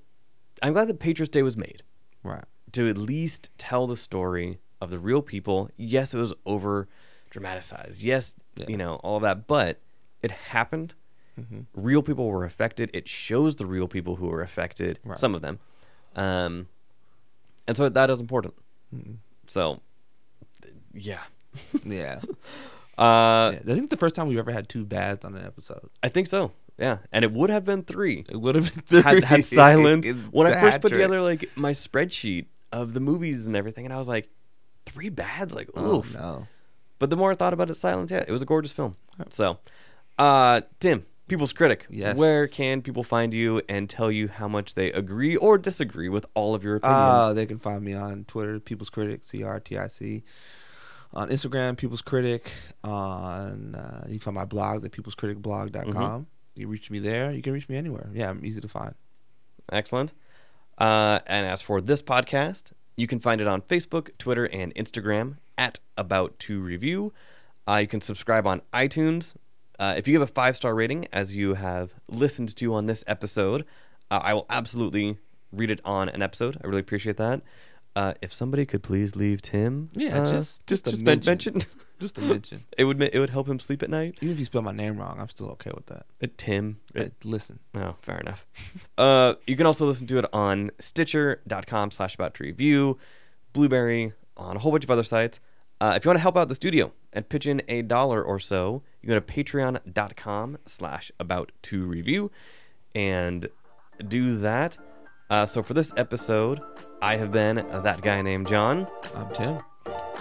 [SPEAKER 1] i'm glad that patriots day was made
[SPEAKER 2] Right.
[SPEAKER 1] to at least tell the story of the real people yes it was over dramatized yes
[SPEAKER 2] Yeah. Mm-hmm.
[SPEAKER 1] you know all of that but it happened real people were affected it shows the real people who were affected
[SPEAKER 2] Right.
[SPEAKER 1] some of them um and so that is important so th- yeah
[SPEAKER 2] Yeah.
[SPEAKER 1] uh
[SPEAKER 2] yeah. (laughs) I think the first time we've ever had two bads on an episode.
[SPEAKER 1] i think so yeah and it would have been three
[SPEAKER 2] It would have been three.
[SPEAKER 1] had,
[SPEAKER 2] (laughs)
[SPEAKER 1] had silence.
[SPEAKER 2] It's
[SPEAKER 1] when I first
[SPEAKER 2] bad
[SPEAKER 1] put
[SPEAKER 2] trick.
[SPEAKER 1] together like my spreadsheet of the movies and everything, and I was like, three bads, like
[SPEAKER 2] Oh,
[SPEAKER 1] oof.
[SPEAKER 2] no.
[SPEAKER 1] But the more I thought about it, silence. Yeah, it was a gorgeous film. So, uh, Tim, People's Critic,
[SPEAKER 2] Yes.
[SPEAKER 1] where can people find you and tell you how much they agree or disagree with all of your opinions?
[SPEAKER 2] Uh, they can find me on Twitter, People's Critic, C R T I C. On Instagram, People's Critic. On uh, you can find my blog, the People's Critic blog.com.
[SPEAKER 1] Mm-hmm.
[SPEAKER 2] You reach me there. You can reach me anywhere. Yeah, I'm easy to find.
[SPEAKER 1] Excellent. Uh, and as for this podcast, you can find it on Facebook, Twitter, and Instagram at About to Review. Uh, you can subscribe on iTunes. Uh, if you give a five star rating, as you have listened to on this episode, uh, I will absolutely read it on an episode. I really appreciate that. Uh, if somebody could please leave Tim,
[SPEAKER 2] Yeah,
[SPEAKER 1] uh,
[SPEAKER 2] just-
[SPEAKER 1] just
[SPEAKER 2] just a
[SPEAKER 1] just men-
[SPEAKER 2] mention.
[SPEAKER 1] mention. (laughs)
[SPEAKER 2] Just to mention,
[SPEAKER 1] it would ma- it would help him sleep at night.
[SPEAKER 2] even if you spell my name wrong, I'm still okay with that.
[SPEAKER 1] Uh, Tim, it-
[SPEAKER 2] But listen,
[SPEAKER 1] Oh, fair enough. Uh, you can also listen to it on Stitcher.com slash about to review, Blueberry, on a whole bunch of other sites. Uh, if you want to help out the studio and pitch in a dollar or so, you go to patreon.com slash about to review and do that. Uh, so for this episode, I have been that guy named John,
[SPEAKER 2] I'm Tim.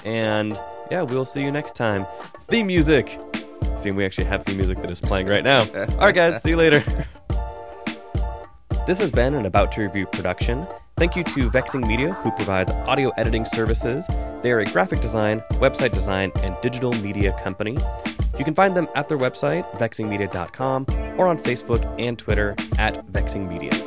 [SPEAKER 1] and yeah, we'll see you next time. Theme music. See, we actually have theme music that is playing right now. All right, guys, see you later. This has been an About to Review production. Thank you to Vexing Media, who provides audio editing services. They are a graphic design, website design, and digital media company. You can find them at their website, vexingmedia.com, or on Facebook and Twitter at Vexing Media.